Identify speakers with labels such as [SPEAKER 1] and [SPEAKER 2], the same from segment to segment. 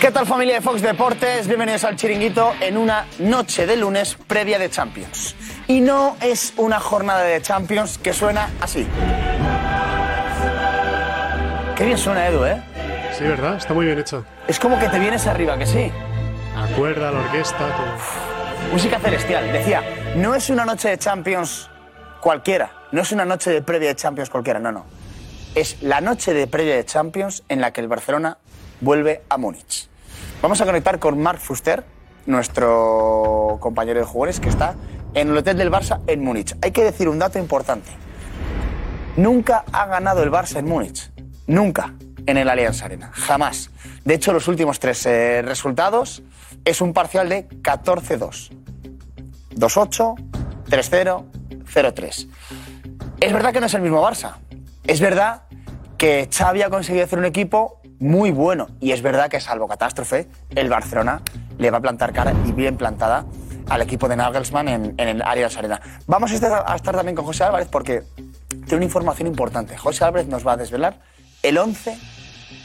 [SPEAKER 1] ¿Qué tal familia de Fox Deportes? Bienvenidos al Chiringuito en una noche de lunes previa de Champions. Y no es una jornada de Champions que suena así. Qué bien suena Edu, ¿eh?
[SPEAKER 2] Sí, ¿verdad? Está muy bien hecho.
[SPEAKER 1] Es como que te vienes arriba, que sí.
[SPEAKER 2] Acuerda la orquesta, todo.
[SPEAKER 1] Música celestial. Decía, no es una noche de Champions cualquiera. No es una noche de previa de Champions cualquiera, no, no. Es la noche de previa de Champions en la que el Barcelona vuelve a Múnich. Vamos a conectar con Mark Fuster, nuestro compañero de jugadores que está en el hotel del Barça en Múnich. Hay que decir un dato importante. Nunca ha ganado el Barça en Múnich. Nunca en el Allianz Arena. Jamás. De hecho, los últimos tres eh, resultados es un parcial de 14-2. 2-8, 3-0, 0-3. Es verdad que no es el mismo Barça. Es verdad que Xavi ha conseguido hacer un equipo muy bueno. Y es verdad que, salvo catástrofe, el Barcelona le va a plantar cara y bien plantada al equipo de Nagelsmann en, en el área de Arena. Vamos a estar, a estar también con José Álvarez porque tiene una información importante. José Álvarez nos va a desvelar el 11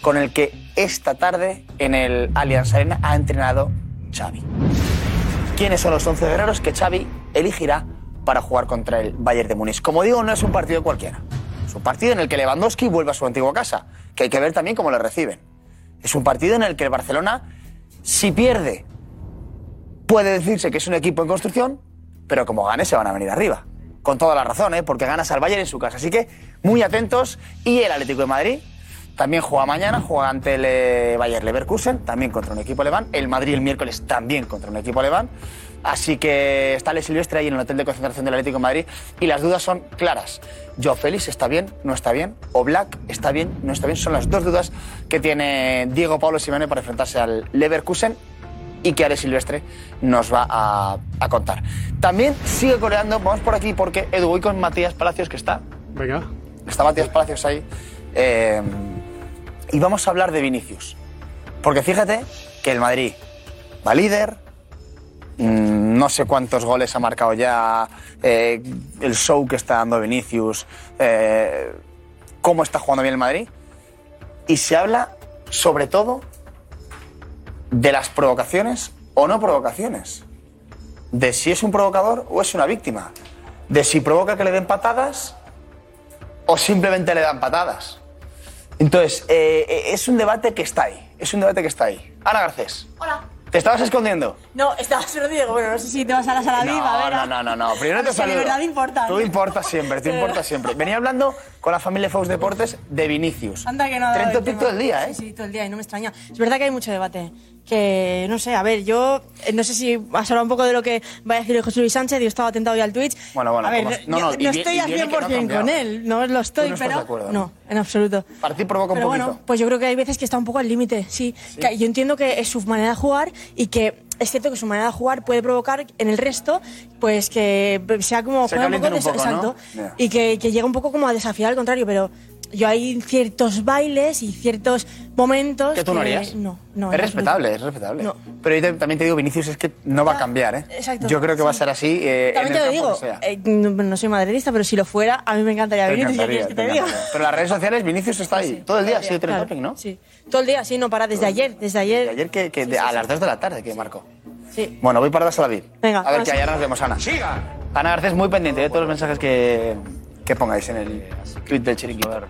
[SPEAKER 1] con el que esta tarde en el Allianz Arena ha entrenado Xavi. ¿Quiénes son los 11 guerreros que Xavi elegirá para jugar contra el Bayern de Múnich? Como digo, no es un partido cualquiera. Es un partido en el que Lewandowski vuelve a su antigua casa, que hay que ver también cómo le reciben. Es un partido en el que el Barcelona, si pierde, puede decirse que es un equipo en construcción, pero como gane se van a venir arriba. Con toda la razón, ¿eh? porque ganas al Bayern en su casa. Así que muy atentos. Y el Atlético de Madrid también juega mañana, juega ante el eh, Bayern Leverkusen, también contra un equipo alemán. El Madrid el miércoles también contra un equipo alemán. Así que está Le Silvestre ahí en el hotel de concentración del Atlético de Madrid y las dudas son claras. Joao Félix está bien, no está bien, o Black está bien, no está bien. Son las dos dudas que tiene Diego Pablo Simeone para enfrentarse al Leverkusen y que Ale Silvestre nos va a, a contar. También sigue coreando, vamos por aquí porque Edu, voy con Matías Palacios que está.
[SPEAKER 2] Venga.
[SPEAKER 1] Está Matías Palacios ahí. eh, y vamos a hablar de Vinicius. Porque fíjate que el Madrid va líder. mm, No sé cuántos goles ha marcado ya. eh, el show que está dando Vinicius. eh, cómo está jugando bien el Madrid. Y se habla sobre todo de las provocaciones o no provocaciones. De si es un provocador o es una víctima. De si provoca que le den patadas o simplemente le dan patadas. Entonces, eh, eh, es un debate que está ahí. Es un debate que está ahí. Ana Garcés.
[SPEAKER 3] Hola.
[SPEAKER 1] ¿Te estabas escondiendo?
[SPEAKER 3] No, estaba solo Diego. Bueno, no sé si te vas a la sala viva,
[SPEAKER 1] no,
[SPEAKER 3] a ver.
[SPEAKER 1] no, no, no, no. Primero te
[SPEAKER 3] Es que de
[SPEAKER 1] saludo.
[SPEAKER 3] verdad importa.
[SPEAKER 1] Tú importas siempre, tú
[SPEAKER 3] De
[SPEAKER 1] importas
[SPEAKER 3] verdad.
[SPEAKER 1] siempre. Venía hablando con la familia Fox Deportes de Vinicius.
[SPEAKER 3] Anda que no. ha dado
[SPEAKER 1] Trento
[SPEAKER 3] el
[SPEAKER 1] pico
[SPEAKER 3] tema.
[SPEAKER 1] del día, ¿eh?
[SPEAKER 3] Sí, sí, todo el día, y no me extraña. Es verdad que hay mucho debate. Que, no sé, a ver, yo eh, no sé si has hablado un poco de lo que va a decir José Luis Sánchez, yo estaba atentado hoy al Twitch.
[SPEAKER 1] Bueno, bueno,
[SPEAKER 3] a ver,
[SPEAKER 1] como-
[SPEAKER 3] no,
[SPEAKER 1] no, no,
[SPEAKER 3] no,
[SPEAKER 1] y bien-
[SPEAKER 3] estoy
[SPEAKER 1] y
[SPEAKER 3] al
[SPEAKER 1] bien que no ha
[SPEAKER 3] 100% con
[SPEAKER 1] cambiado.
[SPEAKER 3] él, no lo
[SPEAKER 1] Tú
[SPEAKER 3] estoy,
[SPEAKER 1] no estás
[SPEAKER 3] pero...
[SPEAKER 1] de acuerdo, ¿no?
[SPEAKER 3] no, en absoluto.
[SPEAKER 1] Para ti provoca un
[SPEAKER 3] Pero
[SPEAKER 1] poquito.
[SPEAKER 3] bueno, pues yo creo que hay veces que está un poco al límite, sí. Que yo entiendo que es su manera de jugar y que es cierto que su manera de jugar puede provocar en el resto, pues que sea como
[SPEAKER 1] Se
[SPEAKER 3] juega
[SPEAKER 1] calienten
[SPEAKER 3] des-
[SPEAKER 1] un poco, ¿no?
[SPEAKER 3] exacto,
[SPEAKER 1] Ya.
[SPEAKER 3] y que, que llega un poco como a desafiar al contrario, pero yo hay ciertos bailes y ciertos momentos
[SPEAKER 1] ¿Que tú no harías?
[SPEAKER 3] No, no.
[SPEAKER 1] Es
[SPEAKER 3] en absoluto.
[SPEAKER 1] respetable, es respetable.
[SPEAKER 3] No.
[SPEAKER 1] Pero yo te- también te digo, Vinicius, es que no va a cambiar, ¿eh?
[SPEAKER 3] exacto,
[SPEAKER 1] Yo creo que va a
[SPEAKER 3] sí.
[SPEAKER 1] ser así eh, en
[SPEAKER 3] También
[SPEAKER 1] el
[SPEAKER 3] te lo digo,
[SPEAKER 1] campo que sea.
[SPEAKER 3] eh, no, no soy madridista, pero si lo fuera, a mí me encantaría
[SPEAKER 1] Te
[SPEAKER 3] venir. ¿qué
[SPEAKER 1] encantaría,
[SPEAKER 3] quieres que
[SPEAKER 1] te
[SPEAKER 3] te diga?
[SPEAKER 1] encantaría. Pero las redes sociales, Vinicius está ahí. todo el día ha sido trending
[SPEAKER 3] Claro,
[SPEAKER 1] topic, ¿no?
[SPEAKER 3] Sí. Todo el día, sí, no para, desde ayer, desde ayer.
[SPEAKER 1] De ayer que, que de- a las 2 de la tarde que marcó.
[SPEAKER 3] Sí.
[SPEAKER 1] Bueno, voy para a David.
[SPEAKER 3] Venga,
[SPEAKER 1] a ver
[SPEAKER 3] vamos.
[SPEAKER 1] que allá nos vemos, Ana. Ana Garcés, muy pendiente de todos los mensajes que, que pongáis en el tweet del chiringuito.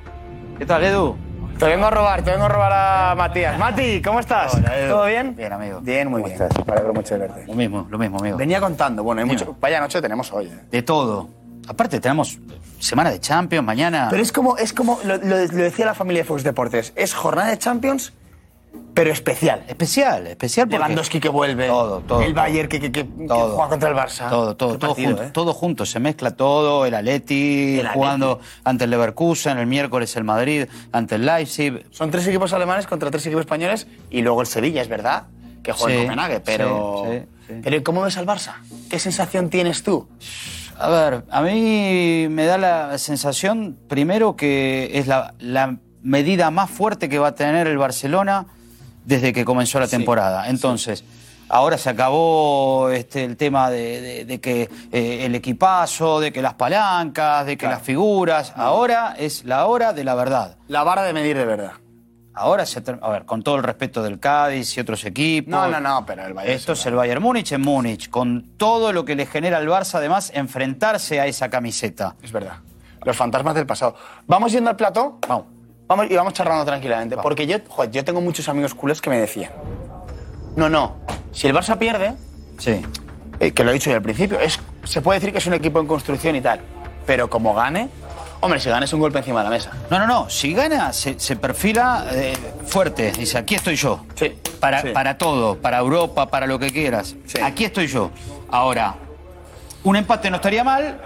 [SPEAKER 4] ¿Qué tal, Edu?
[SPEAKER 1] Te vengo a robar, te vengo a robar a Matías. Mati, ¿cómo estás? ¿Todo bien?
[SPEAKER 4] Bien, amigo.
[SPEAKER 1] Bien, muy bien. Me alegro mucho de verte.
[SPEAKER 4] Lo mismo, lo mismo, amigo.
[SPEAKER 1] Venía contando, bueno, hay
[SPEAKER 4] Dime.
[SPEAKER 1] mucho. Vaya noche tenemos hoy. ¿eh?
[SPEAKER 4] De todo. Aparte, tenemos semana de Champions, mañana.
[SPEAKER 1] Pero es como, es como lo, lo- lo decía la familia de Fox Deportes, es jornada de Champions, pero especial.
[SPEAKER 4] Especial, especial porque...
[SPEAKER 1] Lewandowski que vuelve,
[SPEAKER 4] Todo, todo.
[SPEAKER 1] el Bayern que, que- que- que
[SPEAKER 4] Todo.
[SPEAKER 1] juega contra el Barça.
[SPEAKER 4] Todo, todo,
[SPEAKER 1] Qué
[SPEAKER 4] todo,
[SPEAKER 1] partido,
[SPEAKER 4] junto,
[SPEAKER 1] ¿eh?
[SPEAKER 4] todo junto, se mezcla todo, el Atleti,
[SPEAKER 1] El Atleti.
[SPEAKER 4] jugando ante el Leverkusen, el miércoles el Madrid, ante el Leipzig.
[SPEAKER 1] Son tres equipos alemanes contra tres equipos españoles y luego el Sevilla, es verdad, que juega en
[SPEAKER 4] Sí,
[SPEAKER 1] Copenhague, pero...
[SPEAKER 4] sí, sí, sí.
[SPEAKER 1] Pero ¿y ¿cómo ves al Barça? ¿Qué sensación tienes tú?
[SPEAKER 4] A ver, a mí me da la sensación, primero, que es la, la medida más fuerte que va a tener el Barcelona desde que comenzó la temporada. Entonces, ahora se acabó este, el tema de, de- de que eh, el equipazo, de que las palancas, de que las figuras. Ahora es la hora de la verdad.
[SPEAKER 1] La vara de medir de verdad.
[SPEAKER 4] Ahora se ter- a ver, con todo el respeto del Cádiz y otros equipos.
[SPEAKER 1] No, no, no, pero el
[SPEAKER 5] Eh.
[SPEAKER 1] Bayern.
[SPEAKER 4] Esto es el Bayern Múnich en Múnich, con todo lo que le genera al Barça además enfrentarse a esa camiseta.
[SPEAKER 1] Es verdad. Los fantasmas del pasado. Vamos yendo al plató
[SPEAKER 4] Vamos.
[SPEAKER 1] vamos, y vamos charlando tranquilamente. Porque yo, joder, yo tengo muchos amigos culés que me decían: No, no, si el Barça pierde,
[SPEAKER 4] Sí.
[SPEAKER 1] eh, que lo he dicho yo al principio, es, se puede decir que es un equipo en construcción y tal. Pero como gane, hombre, si gana es un golpe encima de la mesa.
[SPEAKER 4] No, no, no. Si gana, se, se perfila eh, fuerte. Dice, aquí estoy yo.
[SPEAKER 1] Sí,
[SPEAKER 4] Para,
[SPEAKER 1] sí.
[SPEAKER 4] para todo, para Europa, para lo que quieras.
[SPEAKER 1] Sí.
[SPEAKER 4] Aquí estoy yo. Ahora, un empate no estaría mal.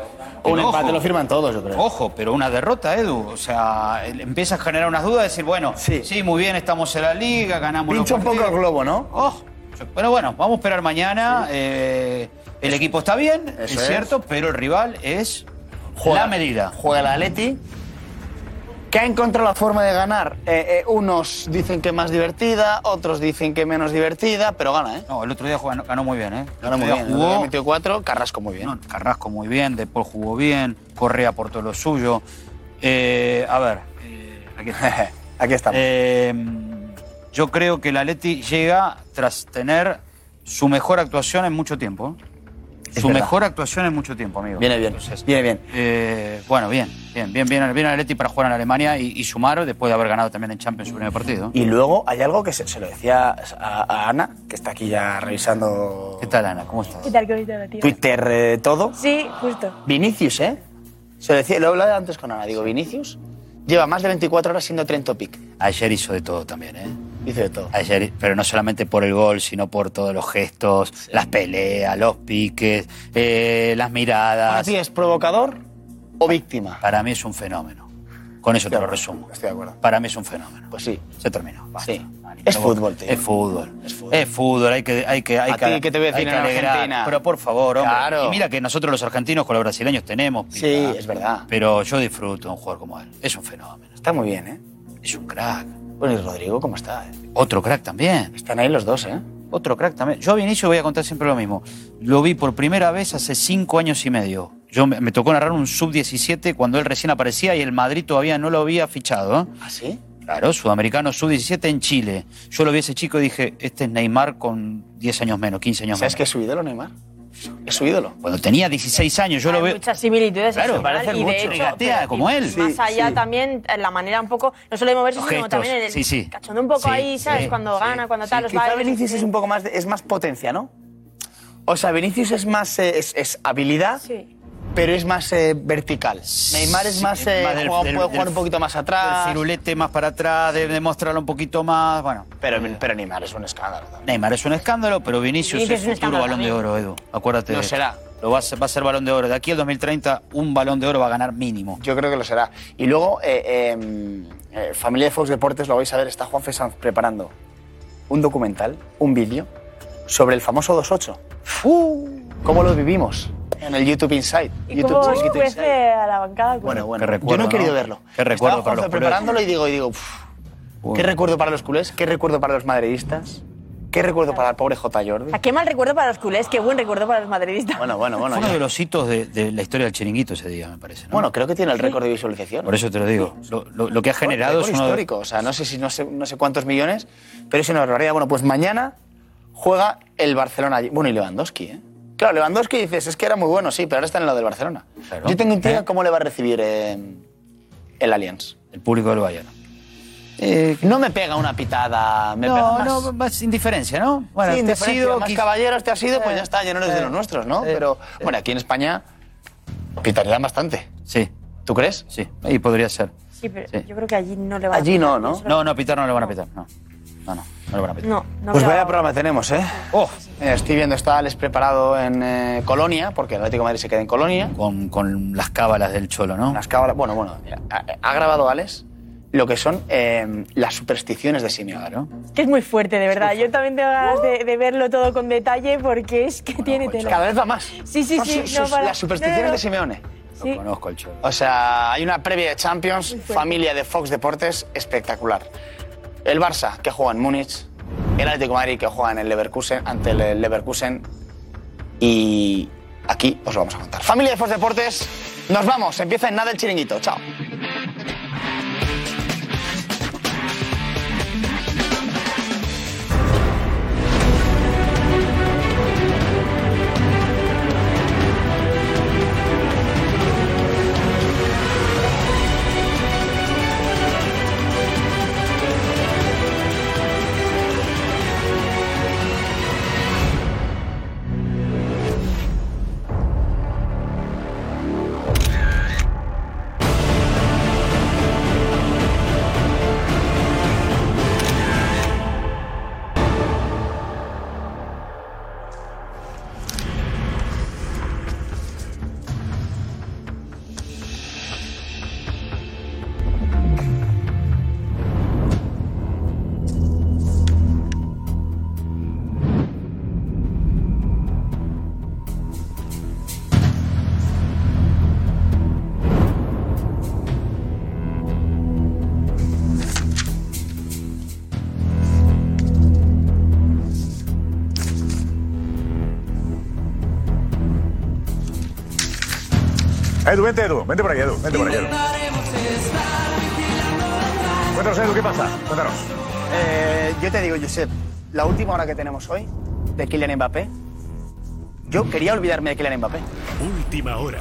[SPEAKER 1] Un
[SPEAKER 4] pero
[SPEAKER 1] empate
[SPEAKER 4] ojo,
[SPEAKER 1] lo firman todos, yo creo.
[SPEAKER 4] Ojo, pero una derrota, Edu. O sea, el- empieza a generar unas dudas, decir, bueno,
[SPEAKER 1] Sí.
[SPEAKER 4] sí, muy bien, estamos en la liga, ganamos los
[SPEAKER 1] Pincha un poco el
[SPEAKER 4] partidos.
[SPEAKER 1] globo, ¿no?
[SPEAKER 4] Oh, pero bueno, vamos a esperar mañana. Eh, el equipo está bien, es,
[SPEAKER 1] Eso es.
[SPEAKER 4] cierto, pero el rival es la medida.
[SPEAKER 1] Juega el Atleti. Que ha encontrado la forma de ganar. Eh, eh, unos dicen que más divertida, otros dicen que menos divertida, pero gana, ¿eh?
[SPEAKER 4] No, el otro día jugó- ganó, muy bien, ¿eh? El
[SPEAKER 1] Gana
[SPEAKER 4] otro
[SPEAKER 1] muy
[SPEAKER 4] día
[SPEAKER 1] bien.
[SPEAKER 4] jugó-
[SPEAKER 1] Jugó, metió cuatro, Carrasco muy bien.
[SPEAKER 4] No, Carrasco muy bien, De Paul jugó bien, Correa aportó lo suyo. Eh, a ver, eh, aquí está.
[SPEAKER 1] Aquí estamos.
[SPEAKER 4] Eh, yo creo que el Atleti llega tras tener su mejor actuación en mucho tiempo. ¿eh?
[SPEAKER 1] Es
[SPEAKER 4] su
[SPEAKER 1] verdad.
[SPEAKER 4] mejor actuación en mucho tiempo, amigo.
[SPEAKER 1] viene bien,
[SPEAKER 4] Entonces,
[SPEAKER 1] viene bien.
[SPEAKER 4] eh, bueno, bien, bien, bien, bien, bien el Atleti para jugar en Alemania y, y sumar después de haber ganado también en Champions su primer partido.
[SPEAKER 1] Y luego hay algo que se, se lo decía a, a Ana, que está aquí ya revisando
[SPEAKER 4] ¿Qué tal, Ana? ¿Cómo estás?
[SPEAKER 3] ¿Qué tal, qué bonito, tío?
[SPEAKER 1] Twitter eh, todo.
[SPEAKER 3] Sí, justo.
[SPEAKER 1] Vinicius, ¿eh? Se lo decía, lo he hablado antes con Ana, digo, Vinicius lleva más de 24 horas siendo Trento Pick.
[SPEAKER 4] Ayer hizo de todo también, ¿eh?
[SPEAKER 1] Dice de todo.
[SPEAKER 4] Ayer, pero no solamente por el gol, sino por todos los gestos, las peleas, los piques, eh, las
[SPEAKER 1] ¿Para
[SPEAKER 4] miradas.
[SPEAKER 1] ti es provocador o víctima?
[SPEAKER 4] Para mí es un fenómeno. Con eso te
[SPEAKER 1] de
[SPEAKER 4] lo
[SPEAKER 1] acuerdo,
[SPEAKER 4] resumo.
[SPEAKER 1] estoy de acuerdo.
[SPEAKER 4] Para mí es un fenómeno.
[SPEAKER 1] Pues sí.
[SPEAKER 4] Se terminó. basta.
[SPEAKER 1] Sí.
[SPEAKER 4] Dani,
[SPEAKER 1] Es
[SPEAKER 4] no,
[SPEAKER 1] fútbol, tío.
[SPEAKER 4] Es fútbol.
[SPEAKER 1] Es
[SPEAKER 4] Es
[SPEAKER 1] fútbol.
[SPEAKER 4] fútbol. Hay que, hay que, hay
[SPEAKER 1] A ti que te voy a
[SPEAKER 4] hay
[SPEAKER 1] decir en
[SPEAKER 4] alegrar.
[SPEAKER 1] Argentina.
[SPEAKER 4] Pero por favor, hombre.
[SPEAKER 1] Claro.
[SPEAKER 4] Y mira que nosotros los argentinos con los brasileños tenemos.
[SPEAKER 1] Sí, es verdad.
[SPEAKER 4] Pero yo disfruto de un jugador como él. Es un fenómeno.
[SPEAKER 1] Está muy bien, ¿eh?
[SPEAKER 4] Es un crack.
[SPEAKER 1] Bueno, y Rodrigo, ¿cómo está? eh?
[SPEAKER 4] Otro crack también.
[SPEAKER 1] Están ahí los dos, ¿eh?
[SPEAKER 4] Otro crack también. Yo a Vinicius voy a contar siempre lo mismo. Lo vi por primera vez hace cinco años y medio. Yo me, me tocó narrar un sub-17 cuando él recién aparecía y el Madrid todavía no lo había fichado. ¿eh?
[SPEAKER 1] ¿Ah, sí?
[SPEAKER 4] Claro, sudamericano sub-17 en Chile. Yo lo vi a ese chico y dije, este es Neymar con 10 años menos, 15 años
[SPEAKER 1] ¿Sabes que es
[SPEAKER 4] menos.
[SPEAKER 1] su ídolo, Neymar? Es su ídolo.
[SPEAKER 4] Cuando tenía 16 años, yo lo
[SPEAKER 6] Hay
[SPEAKER 4] veo...
[SPEAKER 6] muchas similitudes
[SPEAKER 4] Claro,
[SPEAKER 6] eso,
[SPEAKER 1] parecen
[SPEAKER 6] y de
[SPEAKER 1] mucho.
[SPEAKER 6] hecho,
[SPEAKER 4] Regatea
[SPEAKER 6] pero-
[SPEAKER 4] como
[SPEAKER 6] y
[SPEAKER 4] él.
[SPEAKER 6] más
[SPEAKER 1] Sí,
[SPEAKER 6] allá
[SPEAKER 1] sí.
[SPEAKER 6] también eh, la manera un poco no solo de moverse
[SPEAKER 4] Los
[SPEAKER 6] sino
[SPEAKER 4] gestos,
[SPEAKER 6] también el
[SPEAKER 4] sí, sí.
[SPEAKER 6] cachondo un poco
[SPEAKER 4] Sí,
[SPEAKER 6] ahí sabes
[SPEAKER 4] sí,
[SPEAKER 6] cuando
[SPEAKER 4] sí.
[SPEAKER 6] gana cuando tal los
[SPEAKER 1] Quizá
[SPEAKER 6] bailes,
[SPEAKER 1] Vinicius es un poco más, de- es más potencia, ¿no? O sea, Vinicius es más eh, es, es habilidad,
[SPEAKER 6] sí.
[SPEAKER 1] pero es más eh, vertical. Neymar es
[SPEAKER 4] Sí,
[SPEAKER 1] más, eh,
[SPEAKER 4] del-
[SPEAKER 1] juega-
[SPEAKER 4] del-
[SPEAKER 1] puede jugar
[SPEAKER 4] del-
[SPEAKER 1] un poquito más
[SPEAKER 4] del
[SPEAKER 1] atrás.
[SPEAKER 4] firulete más para atrás, de demostrarlo un poquito más. Bueno,
[SPEAKER 1] Pero, pero Neymar es un escándalo. también.
[SPEAKER 4] Neymar es un escándalo, pero Vinicius,
[SPEAKER 6] Vinicius
[SPEAKER 4] es
[SPEAKER 6] es un
[SPEAKER 4] futuro
[SPEAKER 6] escándalo
[SPEAKER 4] balón de
[SPEAKER 6] también.
[SPEAKER 4] oro, Edu. Acuérdate.
[SPEAKER 1] Lo
[SPEAKER 4] de
[SPEAKER 1] será.
[SPEAKER 4] esto. Lo va, a ser, va a ser balón de oro. De aquí al 2030, un balón de oro va a ganar mínimo.
[SPEAKER 1] Yo creo que lo será. Y luego, eh, eh, eh, familia de Fox Deportes, lo vais a ver, está Juan Sanz preparando un documental, un vídeo, sobre el famoso 28. ¿Cómo lo vivimos? En el YouTube Inside.
[SPEAKER 6] y
[SPEAKER 1] YouTube
[SPEAKER 6] cómo
[SPEAKER 1] Chiquito
[SPEAKER 6] fuese a la bancada
[SPEAKER 1] Bueno, bueno.
[SPEAKER 4] Qué recuerdo,
[SPEAKER 1] yo no he
[SPEAKER 4] ¿no?
[SPEAKER 1] querido verlo.
[SPEAKER 4] Qué recuerdo
[SPEAKER 1] Estaba
[SPEAKER 4] para los
[SPEAKER 1] Juanfe
[SPEAKER 4] culés.
[SPEAKER 1] preparándolo y digo, y digo "Uf, ¿qué recuerdo para los culés? ¿Qué recuerdo para los madridistas? ¿Qué recuerdo para el pobre J. Jordi?
[SPEAKER 6] O sea, qué mal recuerdo para los culés qué buen recuerdo para los madridistas
[SPEAKER 1] Bueno, bueno, bueno.
[SPEAKER 4] Fue uno
[SPEAKER 1] ya.
[SPEAKER 4] de los hitos de, de la historia del chiringuito ese día, me parece. ¿no?
[SPEAKER 1] Bueno, creo que tiene el récord de visualización.
[SPEAKER 4] por eso te lo digo. Lo, lo- lo que ha generado es
[SPEAKER 1] récord
[SPEAKER 4] uno de-
[SPEAKER 1] histórico. O sea, no sé, si, no, sé, no sé cuántos millones, pero es una barbaridad. Bueno, pues mañana juega el Barcelona. allí. Bueno, y Lewandowski, ¿eh? Claro, Lewandowski dices, es que era muy bueno, sí, pero ahora está en lo del Barcelona.
[SPEAKER 4] Claro.
[SPEAKER 1] Yo tengo intriga
[SPEAKER 4] ¿Eh?
[SPEAKER 1] cómo le va a recibir eh, el Allianz. Eh,
[SPEAKER 4] el público del Bayern.
[SPEAKER 1] No me pega una pitada, me pega
[SPEAKER 4] no,
[SPEAKER 1] más...
[SPEAKER 4] no, más indiferencia, ¿no? Bueno,
[SPEAKER 1] sí,
[SPEAKER 4] te ha sido
[SPEAKER 1] más
[SPEAKER 4] quiz-
[SPEAKER 1] caballeros te ha sido, pues
[SPEAKER 4] Eh,
[SPEAKER 1] ya está, ya no eres de
[SPEAKER 4] eh,
[SPEAKER 1] los nuestros, ¿no?
[SPEAKER 4] eh,
[SPEAKER 1] Pero, bueno, aquí en España pitarían bastante.
[SPEAKER 4] Sí,
[SPEAKER 1] ¿Tú crees?
[SPEAKER 4] sí, ahí podría ser.
[SPEAKER 6] sí pero
[SPEAKER 4] Sí.
[SPEAKER 6] yo creo que allí no le va
[SPEAKER 1] Allí no, ¿no?
[SPEAKER 4] No, no, a Pitar no le van a pitar, no. No, no, no le van a pitar.
[SPEAKER 6] no no
[SPEAKER 1] pues
[SPEAKER 6] le va
[SPEAKER 1] vaya
[SPEAKER 6] a-
[SPEAKER 1] programa tenemos, ¿eh?
[SPEAKER 4] Oh,
[SPEAKER 1] Eh, Estoy viendo, está Alex preparado en eh, Colonia, porque el Atlético de Madrid se queda en Colonia.
[SPEAKER 4] con, con las cábalas del Cholo, ¿no?
[SPEAKER 1] Las cábalas, bueno, bueno, ha, ha grabado Alex lo que son eh, las supersticiones de Simeone.
[SPEAKER 4] Claro.
[SPEAKER 6] Es que es muy fuerte de verdad yo también tengo ganas de, de verlo todo con detalle porque es que tiene
[SPEAKER 4] pues
[SPEAKER 6] tela
[SPEAKER 1] Cada vez va más.
[SPEAKER 6] Sí, sí,
[SPEAKER 1] Son
[SPEAKER 6] sí,
[SPEAKER 1] sus-
[SPEAKER 6] no,
[SPEAKER 1] sus-
[SPEAKER 6] para-
[SPEAKER 1] Las supersticiones
[SPEAKER 6] no, no, no.
[SPEAKER 1] de Simeone.
[SPEAKER 4] Lo
[SPEAKER 6] Sí.
[SPEAKER 4] conozco el Cholo.
[SPEAKER 1] O sea, hay una previa de Champions, familia de Fox Deportes, espectacular. El Barça, que juega en Múnich, el Atlético de Madrid, que juega en el Leverkusen, ante el Leverkusen, y aquí os lo vamos a contar. Familia de Fox Deportes, nos vamos, empieza en nada el chiringuito, chao.
[SPEAKER 7] Edu, vente, Edu. Vente por ahí, Edu. Vente por ahí, Edu. Cuéntanos, Edu, ¿qué pasa? Cuéntanos.
[SPEAKER 1] Eh, yo te digo, Josep, la última hora que tenemos hoy de Kylian Mbappé, yo quería olvidarme de Kylian Mbappé.
[SPEAKER 8] Última hora.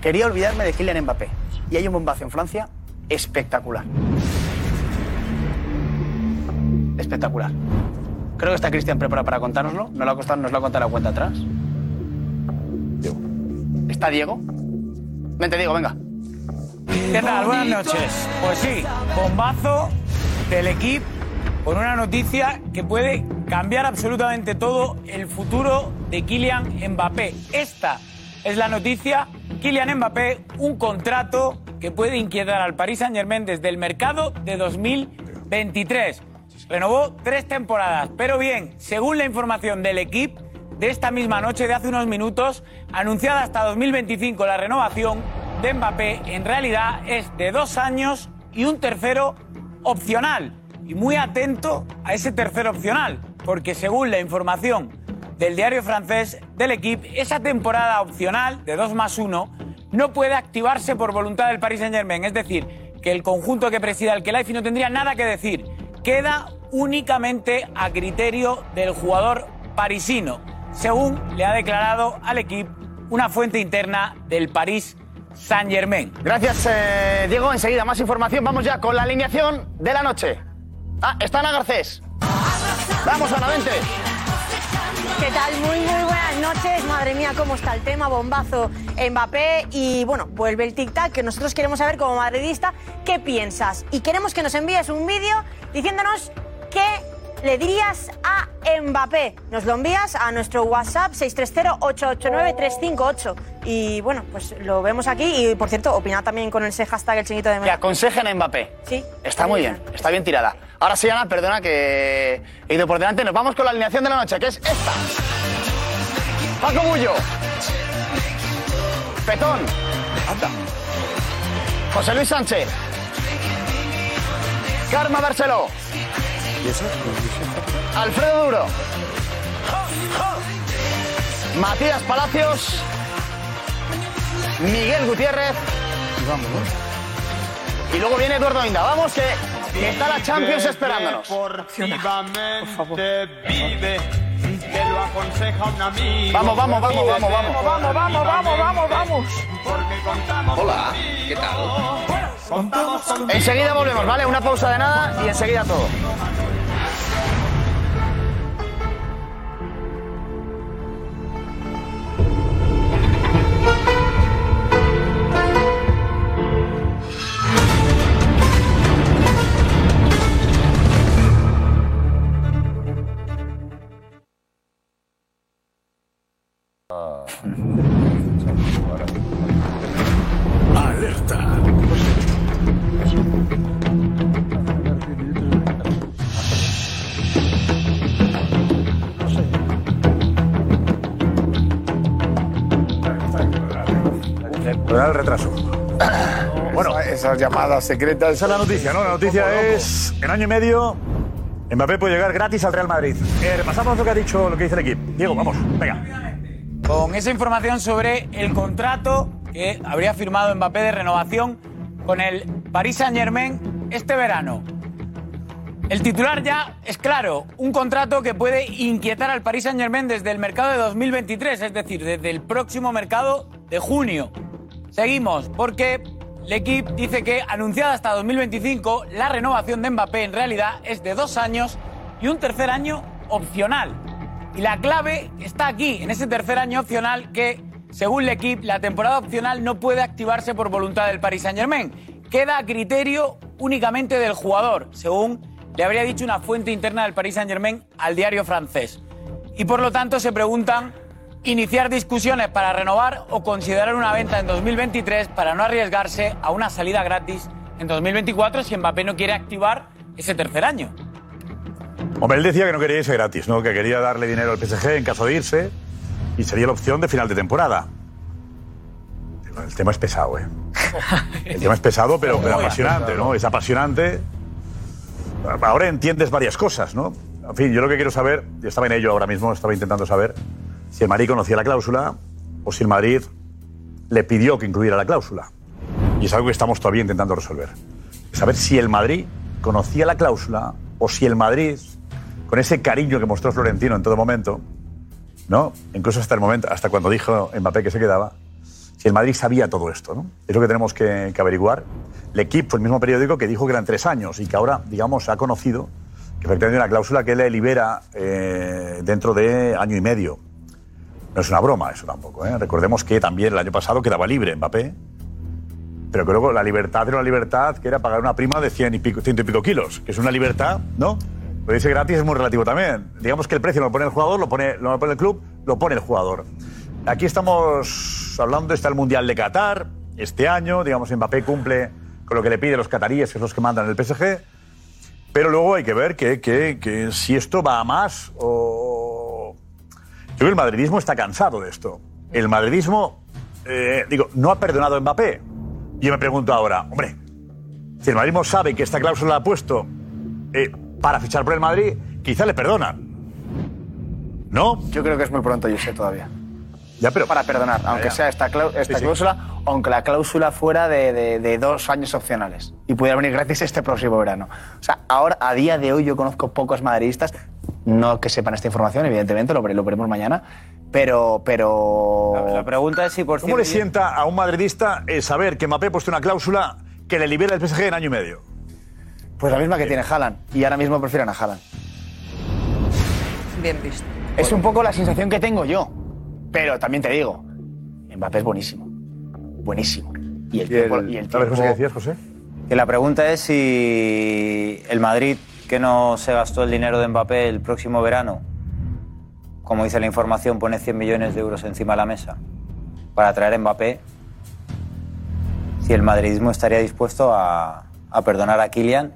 [SPEAKER 1] Quería olvidarme de Kylian Mbappé. Y hay un bombazo en Francia espectacular. Espectacular. Creo que está Cristian preparado para contárnoslo. Nos lo ha costado, nos lo ha contado la cuenta atrás. ¿Está Diego? Vente, Diego, venga.
[SPEAKER 9] ¿Qué tal? Buenas noches. Pues sí, bombazo del equipo con una noticia que puede cambiar absolutamente todo el futuro de Kylian Mbappé. Esta es la noticia. Kylian Mbappé, un contrato que puede inquietar al Paris Saint-Germain desde el mercado de 2023. Renovó tres temporadas, pero bien, según la información del equipo, de esta misma noche de hace unos minutos, anunciada hasta 2025 la renovación de Mbappé, en realidad es de dos años y un tercero opcional. Y muy atento a ese tercer opcional, porque según la información del diario francés del equipo, esa temporada opcional de 2 más 1 no puede activarse por voluntad del Paris Saint-Germain. Es decir, que el conjunto que presida el Khelaifi no tendría nada que decir. Queda únicamente a criterio del jugador parisino, según le ha declarado al equipo una fuente interna del Paris Saint-Germain.
[SPEAKER 1] Gracias, eh, Diego. Enseguida, más información. Vamos ya con la alineación de la noche. Ah, está Ana Garcés. Vamos, Ana, vente.
[SPEAKER 10] ¿Qué tal? Muy, muy buenas noches. Madre mía, cómo está el tema. Bombazo Mbappé. Y bueno, vuelve el tic-tac que nosotros queremos saber como madridista qué piensas. Y queremos que nos envíes un vídeo diciéndonos qué le dirías a Mbappé. Nos lo envías a nuestro WhatsApp 630-889-358. Y bueno, pues lo vemos aquí. Y por cierto, opinad también con ese hashtag el chinguito de
[SPEAKER 1] Que
[SPEAKER 10] Mbappé.
[SPEAKER 1] aconsejen a Mbappé.
[SPEAKER 10] Sí.
[SPEAKER 1] Está muy bien, está bien tirada. Ahora sí, Ana, perdona que he ido por delante. Nos vamos con la alineación de la noche, que es esta. Paco Bullo. Petón. José Luis Sánchez. Karma Barceló. Alfredo Duro. Matías Palacios. Miguel Gutiérrez. Y luego viene Eduardo Inda. Vamos, que, que está la Champions esperándonos.
[SPEAKER 11] Deportivamente vive, te lo aconseja un amigo.
[SPEAKER 1] Vamos, vamos, vamos, vamos, vamos.
[SPEAKER 11] Vamos, vamos, vamos, vamos, vamos.
[SPEAKER 12] Hola, ¿qué tal?
[SPEAKER 11] pues, Contamos con
[SPEAKER 1] Enseguida volvemos, ¿vale? Una pausa de nada y enseguida todo.
[SPEAKER 8] Alerta.
[SPEAKER 7] Perdonad el retraso. Bueno,
[SPEAKER 13] Esas llamadas secretas.
[SPEAKER 7] esa es la noticia, ¿no? La noticia es, en año y medio, Mbappé puede llegar gratis al Real Madrid. Eh, repasamos lo que ha dicho, lo que dice el equipo. Diego, vamos, venga.
[SPEAKER 9] Con esa información sobre el contrato que habría firmado Mbappé de renovación con el Paris Saint-Germain este verano. El titular ya es claro, un contrato que puede inquietar al Paris Saint-Germain desde el mercado de 2023, es decir, desde el próximo mercado de junio. Seguimos, porque L'Equipe dice que anunciada hasta 2025, la renovación de Mbappé en realidad es de dos años y un tercer año opcional. Y la clave está aquí, en ese tercer año opcional que, según el equipo, la temporada opcional no puede activarse por voluntad del Paris Saint-Germain. Queda a criterio únicamente del jugador, según le habría dicho una fuente interna del Paris Saint-Germain al diario francés. Y por lo tanto se preguntan iniciar discusiones para renovar o considerar una venta en 2023 para no arriesgarse a una salida gratis en 2024 si Mbappé no quiere activar ese tercer año.
[SPEAKER 7] Hombre, él decía que no quería irse gratis, ¿no? Que quería darle dinero al PSG en caso de irse y sería la opción de final de temporada. El tema es pesado, ¿eh? El tema es pesado, pero, pero
[SPEAKER 9] Muy
[SPEAKER 7] apasionante, ¿no? Es apasionante. Ahora entiendes varias cosas, ¿no? En fin, yo lo que quiero saber, yo estaba en ello ahora mismo, estaba intentando saber si el Madrid conocía la cláusula o si el Madrid le pidió que incluyera la cláusula. Y es algo que estamos todavía intentando resolver. Saber si el Madrid conocía la cláusula o si el Madrid, con ese cariño que mostró Florentino en todo momento, ¿no? incluso hasta el momento, hasta cuando dijo Mbappé que se quedaba, si el Madrid sabía todo esto. ¿no? Es lo que tenemos que, que averiguar. El equipo, el mismo periódico que dijo que eran tres años y que ahora, digamos, ha conocido que efectivamente hay una cláusula que le libera eh, dentro de año y medio. No es una broma eso tampoco. ¿eh? Recordemos que también el año pasado quedaba libre Mbappé, pero que luego la libertad era una libertad que era pagar una prima de 100 y pico, ciento y pico kilos, que es una libertad, ¿no? Lo dice gratis es muy relativo también. Digamos que el precio no lo pone el jugador, lo pone, no lo pone el club, lo pone el jugador. Aquí estamos hablando, está el Mundial de Qatar, este año, digamos, Mbappé cumple con lo que le pide los cataríes, que es los que mandan el PSG, pero luego hay que ver que, que- que si esto va a más o... Yo creo que el madridismo está cansado de esto. El madridismo, eh, digo, no ha perdonado a Mbappé. Yo me pregunto ahora, hombre, si el madridismo sabe que esta cláusula la ha puesto eh, para fichar por el Madrid, quizá le perdonan. ¿No?
[SPEAKER 1] Yo creo que es muy pronto, yo sé todavía.
[SPEAKER 7] Ya, pero...
[SPEAKER 1] Para perdonar, aunque
[SPEAKER 7] ya.
[SPEAKER 1] sea esta, clau- esta
[SPEAKER 7] Sí, sí.
[SPEAKER 1] cláusula, aunque la cláusula fuera de, de- de dos años opcionales y pudiera venir gratis este próximo verano. O sea, ahora, a día de hoy, yo conozco pocos madridistas, no que sepan esta información, evidentemente, lo, vere- lo veremos mañana, pero. pero... La,
[SPEAKER 4] pregunta es si por
[SPEAKER 7] ¿Cómo le sienta a un madridista eh, saber que Mbappé ha puesto una cláusula que le libera el PSG en año y medio?
[SPEAKER 1] Pues la misma que tiene Haaland, y ahora mismo prefieren a Haaland.
[SPEAKER 13] Bien visto.
[SPEAKER 1] Es un poco la sensación que tengo yo. Pero también te digo, Mbappé es buenísimo. Buenísimo. Y el tiempo. Y el tiempo-
[SPEAKER 7] José?
[SPEAKER 14] Que la pregunta es si el Madrid, que no se gastó el dinero de Mbappé el próximo verano, como dice la información, pone 100 millones de euros encima de la mesa para traer a Mbappé, si el madridismo estaría dispuesto a, a perdonar a Kylian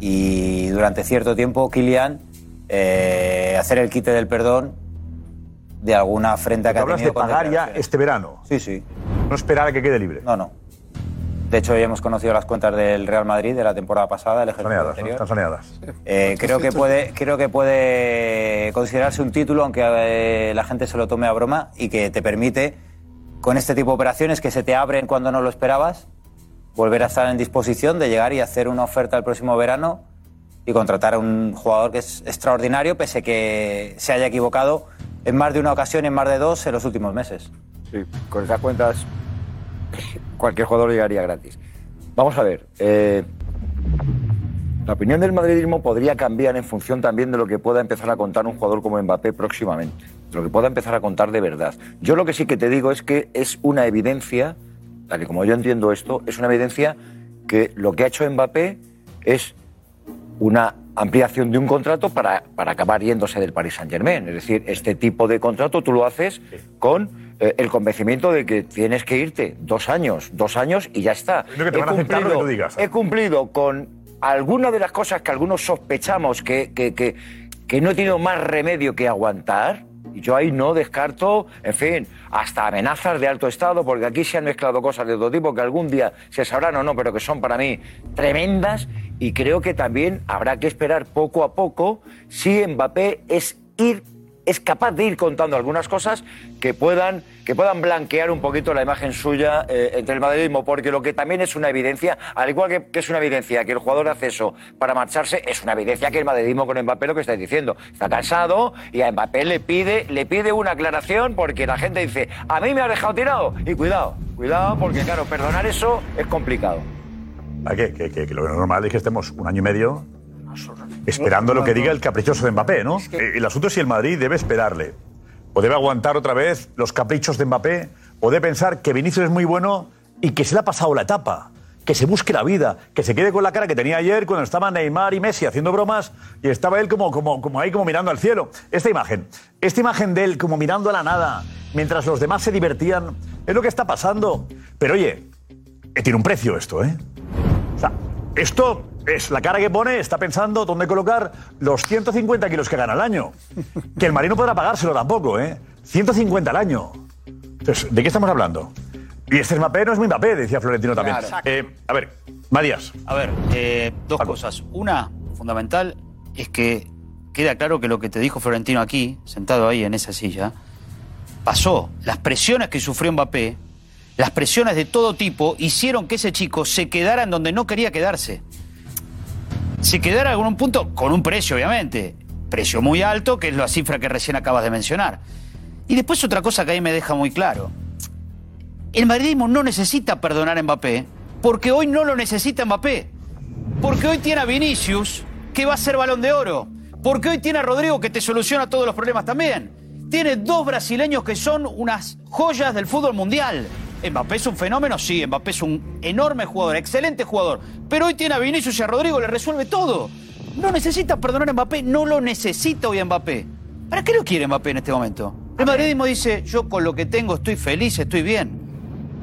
[SPEAKER 14] y durante cierto tiempo Kylian eh, hacer el quite del perdón de alguna afrenta
[SPEAKER 7] Porque
[SPEAKER 14] que ha
[SPEAKER 7] hablas
[SPEAKER 14] tenido
[SPEAKER 7] de
[SPEAKER 14] con
[SPEAKER 7] pagar ya
[SPEAKER 14] declaraciones.
[SPEAKER 7] este verano.
[SPEAKER 14] Sí, sí.
[SPEAKER 7] No esperar a que quede libre.
[SPEAKER 14] No, no. De hecho, hoy hemos conocido las cuentas del Real Madrid de la temporada pasada, el ejercicio
[SPEAKER 7] Saneadas, ¿no?
[SPEAKER 14] anterior.
[SPEAKER 7] Están saneadas.
[SPEAKER 14] Eh, creo, que puede, creo que puede considerarse un título, aunque eh, la gente se lo tome a broma, y que te permite, con este tipo de operaciones que se te abren cuando no lo esperabas, volver a estar en disposición de llegar y hacer una oferta el próximo verano y contratar a un jugador que es extraordinario, pese que se haya equivocado en más de una ocasión, en más de dos, en los últimos meses.
[SPEAKER 15] Sí, con esas cuentas cualquier jugador llegaría gratis. Vamos a ver, eh, la opinión del madridismo podría cambiar en función también de lo que pueda empezar a contar un jugador como Mbappé próximamente, de lo que pueda empezar a contar de verdad. Yo lo que sí que te digo es que es una evidencia, tal y como yo entiendo esto, es una evidencia que lo que ha hecho Mbappé es una ampliación de un contrato para, para acabar yéndose del Paris Saint Germain. Es decir, este tipo de contrato tú lo haces con eh, el convencimiento de que tienes que irte dos años, dos años y ya está.
[SPEAKER 7] Creo que te van a aceptar lo que tú digas.
[SPEAKER 15] He cumplido con algunas de las cosas que algunos sospechamos que, que, que, que no he tenido más remedio que aguantar. Y yo ahí no descarto, en fin, hasta amenazas de alto estado, porque aquí se han mezclado cosas de todo tipo que algún día se sabrán o no, pero que son para mí tremendas. Y creo que también habrá que esperar poco a poco si Mbappé es ir es capaz de ir contando algunas cosas que puedan, que puedan blanquear un poquito la imagen suya eh, entre el madridismo, porque lo que también es una evidencia, al igual que, que es una evidencia que el jugador hace eso para marcharse, es una evidencia que el madridismo con Mbappé lo que estáis diciendo. Está cansado y a Mbappé le pide, le pide una aclaración porque la gente dice, a mí me ha dejado tirado. Y cuidado, cuidado, porque claro, perdonar eso es complicado.
[SPEAKER 7] ¿A qué? Que, que- que lo normal es que estemos un año y medio esperando lo que diga el caprichoso de Mbappé, ¿no? Eh, El asunto es si el Madrid debe esperarle. O debe aguantar otra vez los caprichos de Mbappé. O debe pensar que Vinicius es muy bueno y que se le ha pasado la etapa. Que se busque la vida. Que se quede con la cara que tenía ayer cuando estaban Neymar y Messi haciendo bromas y estaba él como, como, como ahí como mirando al cielo. Esta imagen. Esta imagen de él como mirando a la nada mientras los demás se divertían. Es lo que está pasando. Pero oye, eh, tiene un precio esto, ¿eh? O sea, esto es la cara que pone, está pensando dónde colocar los 150 kilos que gana al año. Que el marino podrá pagárselo tampoco, ¿eh? 150 al año. Entonces, ¿de qué estamos hablando? Y este es Mbappé, no es mi Mbappé, decía Florentino también.
[SPEAKER 4] Claro.
[SPEAKER 7] Eh, a ver, Matías.
[SPEAKER 4] A ver, eh, dos cosas. Una, fundamental, es que queda claro que lo que te dijo Florentino aquí, sentado ahí en esa silla, pasó. Las presiones que sufrió Mbappé las presiones de todo tipo hicieron que ese chico se quedara en donde no quería quedarse. Se quedara en un punto con un precio, obviamente. Precio muy alto, que es la cifra que recién acabas de mencionar. Y después otra cosa que ahí me deja muy claro. El madridismo no necesita perdonar a Mbappé, porque hoy no lo necesita Mbappé. Porque hoy tiene a Vinicius, que va a ser balón de oro. Porque hoy tiene a Rodrigo, que te soluciona todos los problemas también. Tiene dos brasileños que son unas joyas del fútbol mundial. Mbappé es un fenómeno, sí, Mbappé es un enorme jugador, excelente jugador. Pero hoy tiene a Vinicius y a Rodrigo, le resuelve todo. No necesita perdonar a Mbappé, no lo necesita hoy a Mbappé. ¿Para qué lo quiere Mbappé en este momento? El madridismo dice, yo con lo que tengo estoy feliz, estoy bien.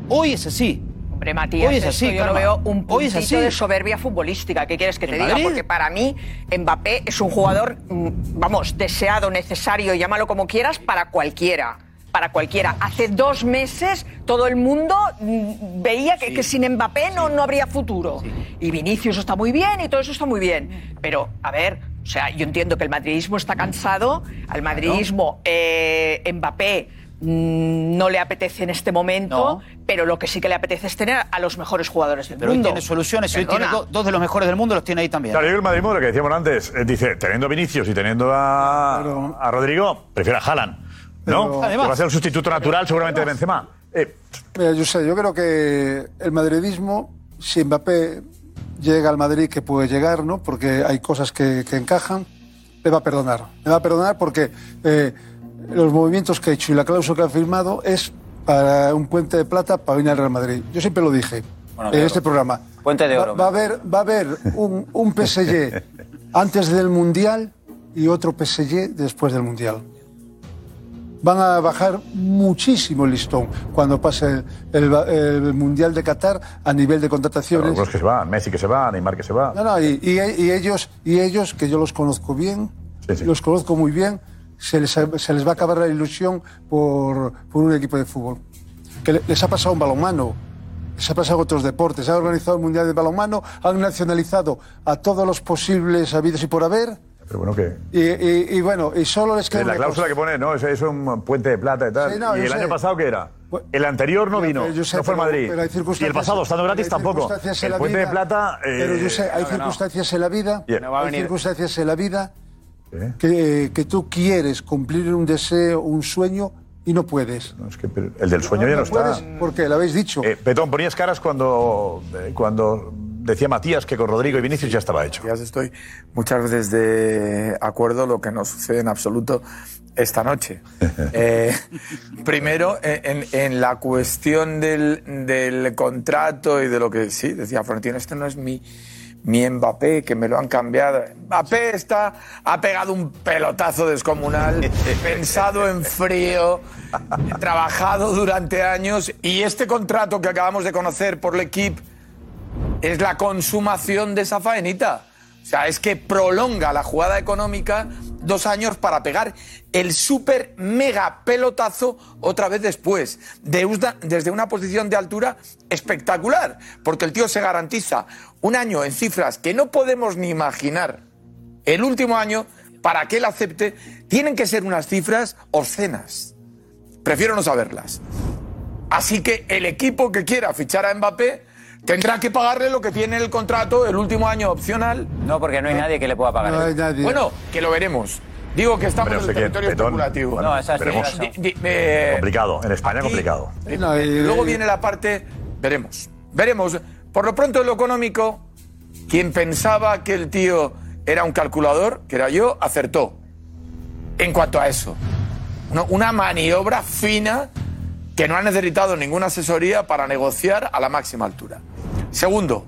[SPEAKER 4] Hoy es así.
[SPEAKER 13] Hombre, Matías,
[SPEAKER 4] Hoy es así,
[SPEAKER 13] esto yo lo
[SPEAKER 4] Carmen.
[SPEAKER 13] veo un
[SPEAKER 4] Hoy es
[SPEAKER 13] puntito
[SPEAKER 4] así.
[SPEAKER 13] de soberbia futbolística. ¿Qué quieres que te
[SPEAKER 4] ¿En
[SPEAKER 13] diga?
[SPEAKER 4] Madrid?
[SPEAKER 13] Porque para mí Mbappé es un jugador, mm, vamos, deseado, necesario, llámalo como quieras, para cualquiera. Para cualquiera. Hace dos meses todo el mundo mm, veía que, que sin Mbappé no, no habría futuro. Y Vinicius está muy bien y todo eso está muy bien. Pero, a ver, o sea, yo entiendo que el madridismo está cansado. Al madridismo, eh, Mbappé mm, no le apetece en este momento, pero lo que sí que le apetece es tener a los mejores jugadores del
[SPEAKER 4] Pero hoy
[SPEAKER 13] mundo.
[SPEAKER 4] tiene soluciones, y hoy tiene
[SPEAKER 13] Perdona.
[SPEAKER 4] do- dos de los mejores del mundo, los tiene ahí también.
[SPEAKER 7] Claro, yo creo que el Madrid, lo que decíamos antes, eh, dice, teniendo a Vinicius y teniendo a, a Rodrigo, prefiero a Haaland, ¿no?
[SPEAKER 16] Pero-
[SPEAKER 7] Que va a ser el sustituto natural seguramente de Benzema.
[SPEAKER 14] Eh,
[SPEAKER 16] Mira, yo sé, yo creo que el madridismo, si Mbappé llega al Madrid, que puede llegar, ¿no? Porque hay cosas que, que encajan, le va a perdonar. Le va a perdonar porque eh, los movimientos que ha hecho y la cláusula que ha firmado es para un puente de plata para venir al Real Madrid. Yo siempre lo dije
[SPEAKER 14] Bueno,
[SPEAKER 16] en
[SPEAKER 14] claro.
[SPEAKER 16] este programa.
[SPEAKER 14] Puente de
[SPEAKER 16] Va-
[SPEAKER 14] oro.
[SPEAKER 16] Va, a haber, va a haber un, un PSG antes del Mundial y otro PSG después del Mundial. Van a bajar muchísimo el listón cuando pase el, el ba- el Mundial de Qatar a nivel de contrataciones.
[SPEAKER 7] Algunos que se van, Messi que se va, Neymar que se va.
[SPEAKER 16] No, no, y, y- y ellos, y ellos, que yo los conozco bien, los conozco muy bien, se les, se les va a acabar la ilusión por, por un equipo de fútbol. Que le- les ha pasado un balonmano, les ha pasado otros deportes, han organizado el Mundial de Balonmano, han nacionalizado a todos los posibles habidos y por haber,
[SPEAKER 7] Pero bueno, que...
[SPEAKER 16] y, y- y bueno, y solo les queda
[SPEAKER 7] Es la
[SPEAKER 16] una
[SPEAKER 7] cláusula que pone, no, es, es un puente de plata y tal.
[SPEAKER 16] Sí, no,
[SPEAKER 7] ¿Y el
[SPEAKER 16] yo sé. Pues,
[SPEAKER 7] año pasado qué era? El anterior no vino,
[SPEAKER 16] Pero, Josep,
[SPEAKER 7] no fue el
[SPEAKER 16] pero-
[SPEAKER 7] Madrid.
[SPEAKER 16] pero hay
[SPEAKER 7] y
[SPEAKER 16] circunstancias-
[SPEAKER 7] el pasado, estando gratis,
[SPEAKER 16] hay
[SPEAKER 7] tampoco.
[SPEAKER 16] circunstancias en
[SPEAKER 7] El
[SPEAKER 16] la
[SPEAKER 7] puente de
[SPEAKER 16] vida-
[SPEAKER 7] plata... eh,
[SPEAKER 16] Pero yo sé,
[SPEAKER 7] no,
[SPEAKER 16] hay
[SPEAKER 7] no.
[SPEAKER 16] circunstancias en la vida,
[SPEAKER 7] Bien. No va a
[SPEAKER 16] hay
[SPEAKER 7] venir.
[SPEAKER 16] circunstancias en la vida que, que tú quieres cumplir un deseo, un sueño y no puedes.
[SPEAKER 7] Es que pero el del sueño
[SPEAKER 16] No,
[SPEAKER 7] ya no
[SPEAKER 16] no
[SPEAKER 7] está.
[SPEAKER 16] puedes, Porque lo habéis dicho.
[SPEAKER 7] Eh, Petón, ponías caras cuando, eh, cuando decía Matías que con Rodrigo y Vinicius ya estaba hecho.
[SPEAKER 17] Ya estoy muchas veces de acuerdo, lo que no sucede en absoluto esta noche. Eh, primero, eh, en, en la cuestión del, del contrato y de lo que sí, decía Florentino, este no es mi, mi Mbappé, que me lo han cambiado. Mbappé está, ha pegado un pelotazo descomunal, pensado en frío, trabajado durante años y este contrato que acabamos de conocer por el equipo es la consumación de esa faenita. O sea, es que prolonga la jugada económica dos años para pegar el super mega pelotazo otra vez después, de una- desde una posición de altura espectacular, porque el tío se garantiza un año en cifras que no podemos ni imaginar el último año para que él acepte, tienen que ser unas cifras obscenas. Prefiero no saberlas. Así que el equipo que quiera fichar a Mbappé tendrá que pagarle lo que tiene el contrato, el último año opcional.
[SPEAKER 14] No, porque no hay nadie que le pueda pagar.
[SPEAKER 17] No hay
[SPEAKER 16] nadie.
[SPEAKER 17] Bueno, que lo veremos. Digo que estamos
[SPEAKER 7] Pero
[SPEAKER 17] en
[SPEAKER 7] sé
[SPEAKER 17] el
[SPEAKER 7] que
[SPEAKER 17] territorio
[SPEAKER 7] Petón,
[SPEAKER 17] especulativo.
[SPEAKER 7] bueno, No, esa es veremos.
[SPEAKER 17] Di- di- eh,
[SPEAKER 7] complicado, en España
[SPEAKER 17] aquí-
[SPEAKER 7] complicado.
[SPEAKER 17] eh, Luego viene la parte, veremos, veremos. Por lo pronto en lo económico, quien pensaba que el tío era un calculador, que era yo, acertó. En cuanto a eso, No, una maniobra fina que no ha necesitado ninguna asesoría para negociar a la máxima altura. Segundo,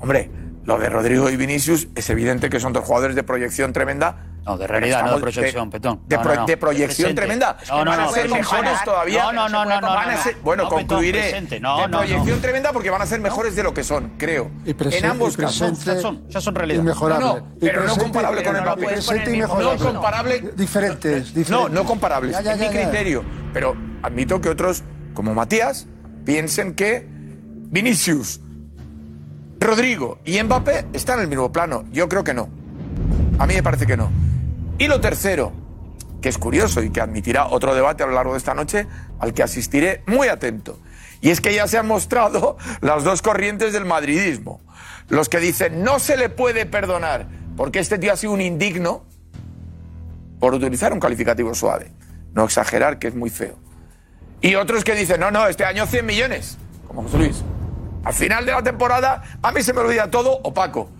[SPEAKER 17] hombre, lo de Rodrigo y Vinicius es evidente que son dos jugadores de proyección tremenda.
[SPEAKER 4] No, de realidad, no de proyección, Petón.
[SPEAKER 17] De,
[SPEAKER 4] No,
[SPEAKER 17] pro-
[SPEAKER 4] no, no.
[SPEAKER 17] de proyección
[SPEAKER 4] Presente.
[SPEAKER 17] tremenda.
[SPEAKER 4] No, no,
[SPEAKER 17] van a
[SPEAKER 4] no,
[SPEAKER 17] ser
[SPEAKER 4] presente.
[SPEAKER 17] mejores todavía.
[SPEAKER 4] No, no, no, no, no,
[SPEAKER 17] Van a
[SPEAKER 4] no,
[SPEAKER 17] ser-
[SPEAKER 4] no.
[SPEAKER 17] bueno,
[SPEAKER 4] No, Petón,
[SPEAKER 17] concluiré.
[SPEAKER 4] presente. No,
[SPEAKER 17] de
[SPEAKER 4] no, no.
[SPEAKER 17] proyección tremenda porque van a ser mejores de lo que son, creo. en
[SPEAKER 16] presente,
[SPEAKER 17] ambos
[SPEAKER 16] y presente
[SPEAKER 17] casos.
[SPEAKER 16] Ya son- ya son realidad. inmejorable.
[SPEAKER 17] No, no,
[SPEAKER 16] Y
[SPEAKER 17] pero no
[SPEAKER 16] presente-
[SPEAKER 17] comparable con el
[SPEAKER 16] pero no
[SPEAKER 17] papel.
[SPEAKER 16] presente y mejorable.
[SPEAKER 17] No comparable
[SPEAKER 16] Diferentes, diferentes.
[SPEAKER 17] no, no comparables.
[SPEAKER 16] Ya, ya,
[SPEAKER 17] es
[SPEAKER 16] ya,
[SPEAKER 17] mi
[SPEAKER 16] ya.
[SPEAKER 17] criterio. Pero admito que otros, como Matías, piensen que Vinicius, Rodrigo y Mbappé están en el mismo plano. Yo creo que no. A mí me parece que no. Y lo tercero, que es curioso y que admitirá otro debate a lo largo de esta noche, al que asistiré muy atento. Y es que ya se han mostrado las dos corrientes del madridismo. Los que dicen no se le puede perdonar porque este tío ha sido un indigno, por utilizar un calificativo suave, no exagerar que es muy feo. Y otros que dicen no, no, este año 100 millones, como José Luis. Al final de la temporada a mí se me olvida todo opaco.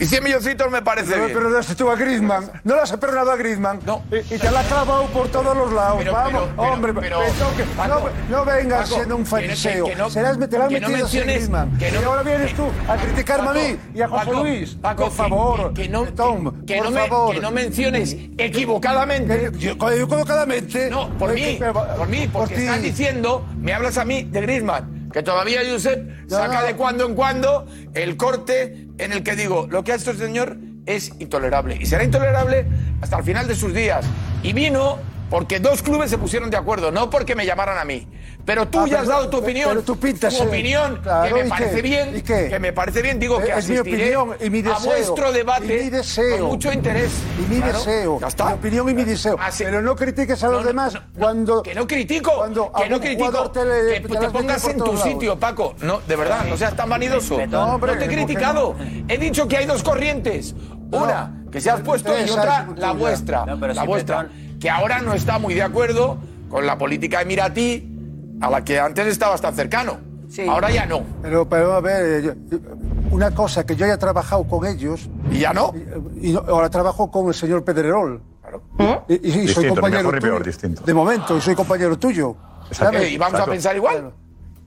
[SPEAKER 17] Y 100 milloncitos me parece
[SPEAKER 16] Pero,
[SPEAKER 17] bien.
[SPEAKER 16] pero no has tú a Griezmann, no le has perdonado a Griezmann. Y, y te la has clavado por todos los lados.
[SPEAKER 17] Pero,
[SPEAKER 16] Vamos,
[SPEAKER 17] pero, pero,
[SPEAKER 16] hombre,
[SPEAKER 17] pero,
[SPEAKER 16] pensó que-
[SPEAKER 17] Paco,
[SPEAKER 16] no, no vengas
[SPEAKER 17] Paco,
[SPEAKER 16] siendo un
[SPEAKER 17] que no- que-
[SPEAKER 16] fariseo.
[SPEAKER 17] que no-
[SPEAKER 16] Serás, te lo has
[SPEAKER 17] que no
[SPEAKER 16] metido sin
[SPEAKER 17] menciones-
[SPEAKER 16] Griezmann.
[SPEAKER 17] que no-
[SPEAKER 16] y ahora vienes tú a criticarme
[SPEAKER 17] Paco,
[SPEAKER 16] a mí y a José
[SPEAKER 17] Paco,
[SPEAKER 16] Luis.
[SPEAKER 17] Paco,
[SPEAKER 16] por
[SPEAKER 17] que-
[SPEAKER 16] favor,
[SPEAKER 17] que no-
[SPEAKER 16] Tom,
[SPEAKER 17] que
[SPEAKER 16] por
[SPEAKER 17] no me-
[SPEAKER 16] favor.
[SPEAKER 17] que no menciones equivocadamente.
[SPEAKER 16] Que- Yo, yo equivocadamente.
[SPEAKER 17] No, por
[SPEAKER 16] Oye,
[SPEAKER 17] mí,
[SPEAKER 16] que- pero-
[SPEAKER 17] por mí, porque
[SPEAKER 16] ti.
[SPEAKER 17] estás diciendo, me hablas a mí de Griezmann, que todavía Josep
[SPEAKER 16] No,
[SPEAKER 17] saca
[SPEAKER 16] no.
[SPEAKER 17] de cuando en cuando el corte en el que digo, lo que ha hecho este señor es intolerable y será intolerable hasta el final de sus días. Y vino porque dos clubes se pusieron de acuerdo, no porque me llamaran a mí. Pero tú
[SPEAKER 16] Ah,
[SPEAKER 17] ya
[SPEAKER 16] pero-
[SPEAKER 17] has dado tu
[SPEAKER 16] pero-
[SPEAKER 17] opinión,
[SPEAKER 16] pero tú pintas,
[SPEAKER 17] tu
[SPEAKER 16] eh,
[SPEAKER 17] opinión
[SPEAKER 16] claro,
[SPEAKER 17] que
[SPEAKER 16] ¿y
[SPEAKER 17] me
[SPEAKER 16] qué?
[SPEAKER 17] parece bien,
[SPEAKER 16] ¿Y qué?
[SPEAKER 17] que me parece bien, digo que
[SPEAKER 16] Eh, es mi
[SPEAKER 17] asistiré
[SPEAKER 16] opinión y mi deseo.
[SPEAKER 17] a vuestro debate
[SPEAKER 16] y mi deseo,
[SPEAKER 17] con mucho interés.
[SPEAKER 16] Y mi
[SPEAKER 17] Claro,
[SPEAKER 16] deseo.
[SPEAKER 17] ya está. Ah,
[SPEAKER 16] Mi opinión y mi deseo. Pero no critiques a los demás cuando. Que
[SPEAKER 17] no critico.
[SPEAKER 16] Cuando a
[SPEAKER 17] Que no
[SPEAKER 16] un
[SPEAKER 17] critico,
[SPEAKER 16] jugador te le-
[SPEAKER 17] que
[SPEAKER 16] Eh, te
[SPEAKER 17] te,
[SPEAKER 16] las metes
[SPEAKER 17] pongas
[SPEAKER 16] por
[SPEAKER 17] en tu
[SPEAKER 16] todos lados.
[SPEAKER 17] sitio, Paco. No, de verdad, no seas tan vanidoso.
[SPEAKER 16] No, hombre,
[SPEAKER 17] te he
[SPEAKER 16] ¿por qué no?
[SPEAKER 17] criticado. He dicho que hay dos corrientes. Una, que se has puesto y
[SPEAKER 16] esa
[SPEAKER 17] otra,
[SPEAKER 16] es
[SPEAKER 17] la
[SPEAKER 16] tuya.
[SPEAKER 17] vuestra.
[SPEAKER 16] No, pero
[SPEAKER 17] La
[SPEAKER 16] si
[SPEAKER 17] vuestra. Que ahora no está muy de acuerdo con la política emiratí, a la que antes estabas tan cercano. Ahora ya no.
[SPEAKER 16] Pero, pero a ver, yo- yo- una cosa, que yo haya trabajado con ellos.
[SPEAKER 17] ¿Y ya no?
[SPEAKER 16] Y, no- ahora trabajo con el señor Pedrerol. Y, y- y soy
[SPEAKER 7] Distinto, ni
[SPEAKER 16] compañero.
[SPEAKER 7] mejor ni peor,
[SPEAKER 16] tuyo.
[SPEAKER 7] distinto.
[SPEAKER 16] De momento, y soy compañero tuyo.
[SPEAKER 7] Exacto.
[SPEAKER 16] ¿sabes?
[SPEAKER 7] ¿Y vamos a pensar igual?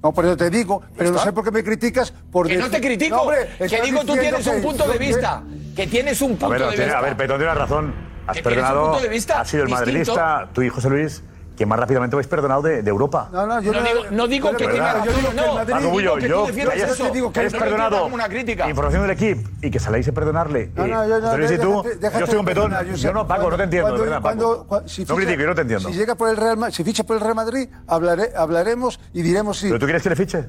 [SPEAKER 16] No, por eso te digo, pero no
[SPEAKER 17] está.
[SPEAKER 16] sé por qué me criticas. Por
[SPEAKER 17] Que no
[SPEAKER 16] decir-
[SPEAKER 17] te critico,
[SPEAKER 16] No, hombre,
[SPEAKER 17] que
[SPEAKER 16] estás
[SPEAKER 17] digo tú
[SPEAKER 16] diciendo
[SPEAKER 17] tienes un
[SPEAKER 16] que
[SPEAKER 17] punto de
[SPEAKER 16] yo-
[SPEAKER 17] vista, que tienes un punto
[SPEAKER 7] A ver,
[SPEAKER 17] de
[SPEAKER 7] tiene-
[SPEAKER 17] vista.
[SPEAKER 7] a ver, Petón tiene razón. Has
[SPEAKER 17] Que tienes un
[SPEAKER 7] perdonado.
[SPEAKER 17] punto de vista
[SPEAKER 7] Has sido el
[SPEAKER 17] distinto.
[SPEAKER 7] madridista, tú y José Luis, que más rápidamente habéis perdonado de, de Europa.
[SPEAKER 16] No, no, yo
[SPEAKER 17] No
[SPEAKER 16] no,
[SPEAKER 17] digo- no digo
[SPEAKER 16] pero
[SPEAKER 17] que
[SPEAKER 16] de
[SPEAKER 17] tenga
[SPEAKER 16] verdad, yo
[SPEAKER 17] razón,
[SPEAKER 16] digo que
[SPEAKER 17] no.
[SPEAKER 16] el Madrid-
[SPEAKER 7] Paco Bullo,
[SPEAKER 17] que tú
[SPEAKER 7] yo,
[SPEAKER 17] defiendas
[SPEAKER 7] hayas-
[SPEAKER 17] eso,
[SPEAKER 7] que hayas
[SPEAKER 17] que no lo entiendas
[SPEAKER 7] perdonado
[SPEAKER 17] como una crítica.
[SPEAKER 7] información del equipo y que saláis a perdonarle.
[SPEAKER 16] No,
[SPEAKER 7] eh,
[SPEAKER 16] no, yo no,
[SPEAKER 7] José Luis y tú,
[SPEAKER 16] déjate- déjate
[SPEAKER 7] yo estoy con Petón.
[SPEAKER 16] terminar, Josep.
[SPEAKER 7] Yo no, Paco, no te entiendo.
[SPEAKER 16] Cuando-
[SPEAKER 7] de verdad,
[SPEAKER 16] cuando-
[SPEAKER 7] Paco.
[SPEAKER 16] cua- si
[SPEAKER 7] no
[SPEAKER 16] ficha-
[SPEAKER 7] critico, yo no te entiendo.
[SPEAKER 16] Si llega por el Real Ma- si ficha por el Real Madrid, hablaré, hablaremos y diremos si
[SPEAKER 7] ¿Pero tú quieres que le fiche?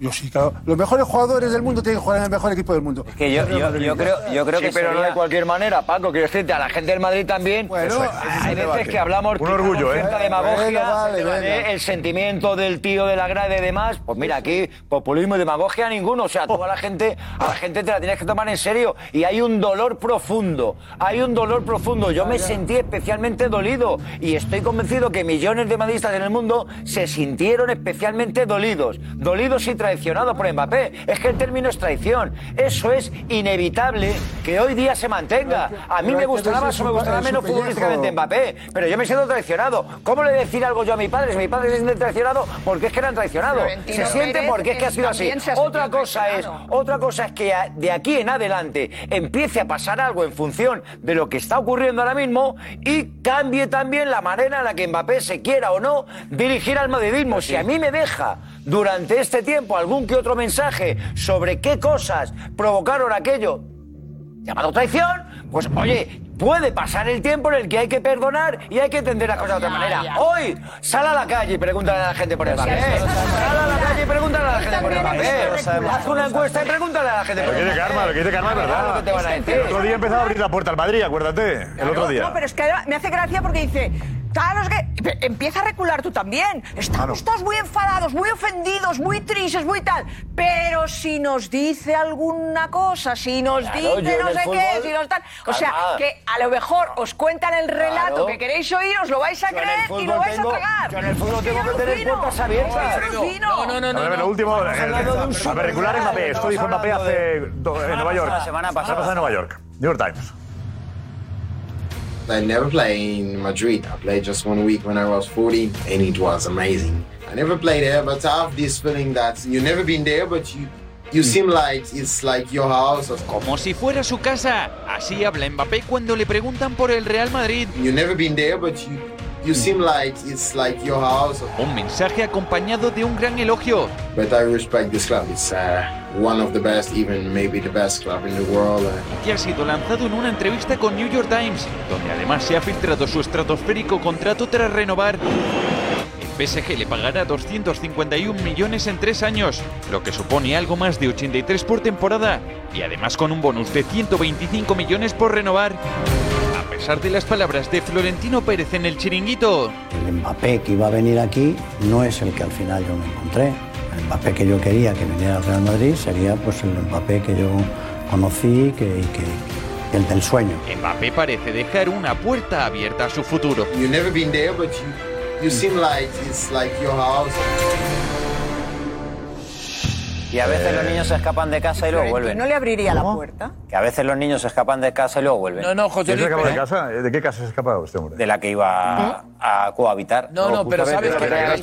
[SPEAKER 16] Yo sí, claro. los mejores jugadores del mundo tienen que jugar en el mejor equipo del mundo.
[SPEAKER 18] Que yo, yo- yo creo, yo creo
[SPEAKER 15] Sí,
[SPEAKER 18] que
[SPEAKER 15] pero no
[SPEAKER 18] sería-
[SPEAKER 15] de cualquier manera, Paco. Quiero decirte, a la gente del Madrid también.
[SPEAKER 16] Bueno,
[SPEAKER 15] hay
[SPEAKER 16] ese es el
[SPEAKER 15] veces
[SPEAKER 16] debate.
[SPEAKER 15] que hablamos
[SPEAKER 16] Un
[SPEAKER 15] quizá con
[SPEAKER 16] orgullo, ¿eh?
[SPEAKER 15] cierta demagogia, ¿eh?
[SPEAKER 16] Bueno, vale,
[SPEAKER 15] de
[SPEAKER 16] venga.
[SPEAKER 15] el sentimiento del tío de la grada y demás. Pues mira, aquí populismo y demagogia ninguno. O sea, tú a la gente, a la gente te la tienes que tomar en serio. Y hay un dolor profundo. Hay un dolor profundo. Yo me sentí especialmente dolido. Y estoy convencido que millones de madridistas en el mundo se sintieron especialmente dolidos. Dolidos y traicionados por Mbappé. Es que el término es traición. Eso es inevitable que hoy día se mantenga. A mí
[SPEAKER 16] Pero
[SPEAKER 15] me
[SPEAKER 16] hay que
[SPEAKER 15] gustará
[SPEAKER 16] verse
[SPEAKER 15] más o me
[SPEAKER 16] su-
[SPEAKER 15] gustará
[SPEAKER 16] su
[SPEAKER 15] menos
[SPEAKER 16] pellejo.
[SPEAKER 15] futbolísticamente Mbappé, pero yo me siento traicionado. ¿Cómo le decir algo yo a mi padre? Si mi padre se siente traicionado, porque es que eran traicionados.
[SPEAKER 13] Florentino
[SPEAKER 15] se siente
[SPEAKER 13] Pérez,
[SPEAKER 15] porque es que ha
[SPEAKER 13] él
[SPEAKER 15] sido así.
[SPEAKER 13] también se ha
[SPEAKER 15] Otra
[SPEAKER 13] sentido
[SPEAKER 15] cosa es,
[SPEAKER 13] traicionado.
[SPEAKER 15] otra cosa es que a- de aquí en adelante empiece a pasar algo en función de lo que está ocurriendo ahora mismo y cambie también la manera en la que Mbappé se quiera o no dirigir al madridismo. Si a mí me deja durante este tiempo algún que otro mensaje sobre qué cosas provocaron aquello, llamado traición, pues oye, puede pasar el tiempo en el que hay que perdonar y hay que entender las cosas de otra manera. Hoy, sal a la calle y pregúntale a la gente por el ¿eh? papel. Sal a la calle y pregúntale a la gente por el papel. Haz una encuesta y pregúntale a la gente
[SPEAKER 7] Lo
[SPEAKER 15] por
[SPEAKER 7] que
[SPEAKER 15] el
[SPEAKER 7] dice
[SPEAKER 15] papel.
[SPEAKER 7] Karma, lo que dice Karma es
[SPEAKER 15] Claro,
[SPEAKER 7] verdad.
[SPEAKER 15] lo que te van a decir.
[SPEAKER 7] El otro día empezaba a abrir la puerta al Madrid, acuérdate. El otro día.
[SPEAKER 13] No, pero es que ahora me hace gracia porque dice, claro, es que pe- empieza a recular tú también. Estamos todos muy enfadados, muy ofendidos, muy tristes, muy tal. Pero si nos dice alguna cosa, si nos
[SPEAKER 10] Claro, yo
[SPEAKER 13] dice
[SPEAKER 10] en
[SPEAKER 13] no
[SPEAKER 10] el
[SPEAKER 13] sé qué,
[SPEAKER 10] fútbol-
[SPEAKER 13] si nos tal... O sea,
[SPEAKER 10] Calma.
[SPEAKER 13] que a lo mejor os cuentan el relato
[SPEAKER 10] Claro.
[SPEAKER 13] que queréis oír, os lo vais a
[SPEAKER 10] Yo en el
[SPEAKER 13] creer y
[SPEAKER 10] fútbol
[SPEAKER 13] lo vais
[SPEAKER 10] tengo-
[SPEAKER 13] a tragar.
[SPEAKER 15] yo en el fútbol
[SPEAKER 13] Es que
[SPEAKER 15] tengo
[SPEAKER 13] yo
[SPEAKER 15] que tener
[SPEAKER 13] alucino.
[SPEAKER 15] puertas abiertas.
[SPEAKER 13] Yo alucino.
[SPEAKER 7] No, no, no. Lo último, eh, eh, a ver, regular Mbappé. Esto dijo Mbappé hace do- en Nueva York.
[SPEAKER 18] La semana pasada.
[SPEAKER 7] en Nueva York. New York Times.
[SPEAKER 19] I never play in Madrid. I played just one week when I was 14, and it was amazing. I never played there, but I have this feeling that you never been there, but you you seem like it's like your house.
[SPEAKER 20] Mm. Como si fuera su casa. Así habla Mbappé cuando le preguntan por el Real Madrid. Mm.
[SPEAKER 19] You never been there, but you you seem like it's like your house.
[SPEAKER 20] Un mensaje acompañado de un gran elogio.
[SPEAKER 19] But I respect this club. It's uh, one of the best, even maybe the best club in the world. uh,
[SPEAKER 20] que ha sido lanzado en una entrevista con New York Times, donde además se ha filtrado su estratosférico contrato tras renovar. El PSG le pagará 251 millones en tres años, lo que supone algo más de 83 por temporada, y además con un bonus de 125 millones por renovar. A pesar de las palabras de Florentino Pérez en el chiringuito,
[SPEAKER 6] El Mbappé que iba a venir aquí no es el que al final yo me encontré.
[SPEAKER 21] El Mbappé que yo quería que viniera al Real Madrid sería pues el Mbappé que yo conocí que, y que- el del sueño.
[SPEAKER 20] Mbappé parece dejar una puerta abierta a su futuro.
[SPEAKER 22] You've never been there, but you, you seem like it's like your house.
[SPEAKER 14] Y a veces
[SPEAKER 22] Eh.
[SPEAKER 14] los niños se escapan de casa y luego vuelven.
[SPEAKER 13] ¿No le abriría la puerta?
[SPEAKER 14] Que a veces los niños se escapan de casa y luego vuelven.
[SPEAKER 13] No, no, José ¿eh?
[SPEAKER 7] ¿Es Luis, escapado de pero-
[SPEAKER 14] casa? ¿De qué casa se ha escapado este hombre? De la que iba a, a cohabitar.
[SPEAKER 17] No, no, pero sabes que
[SPEAKER 14] de la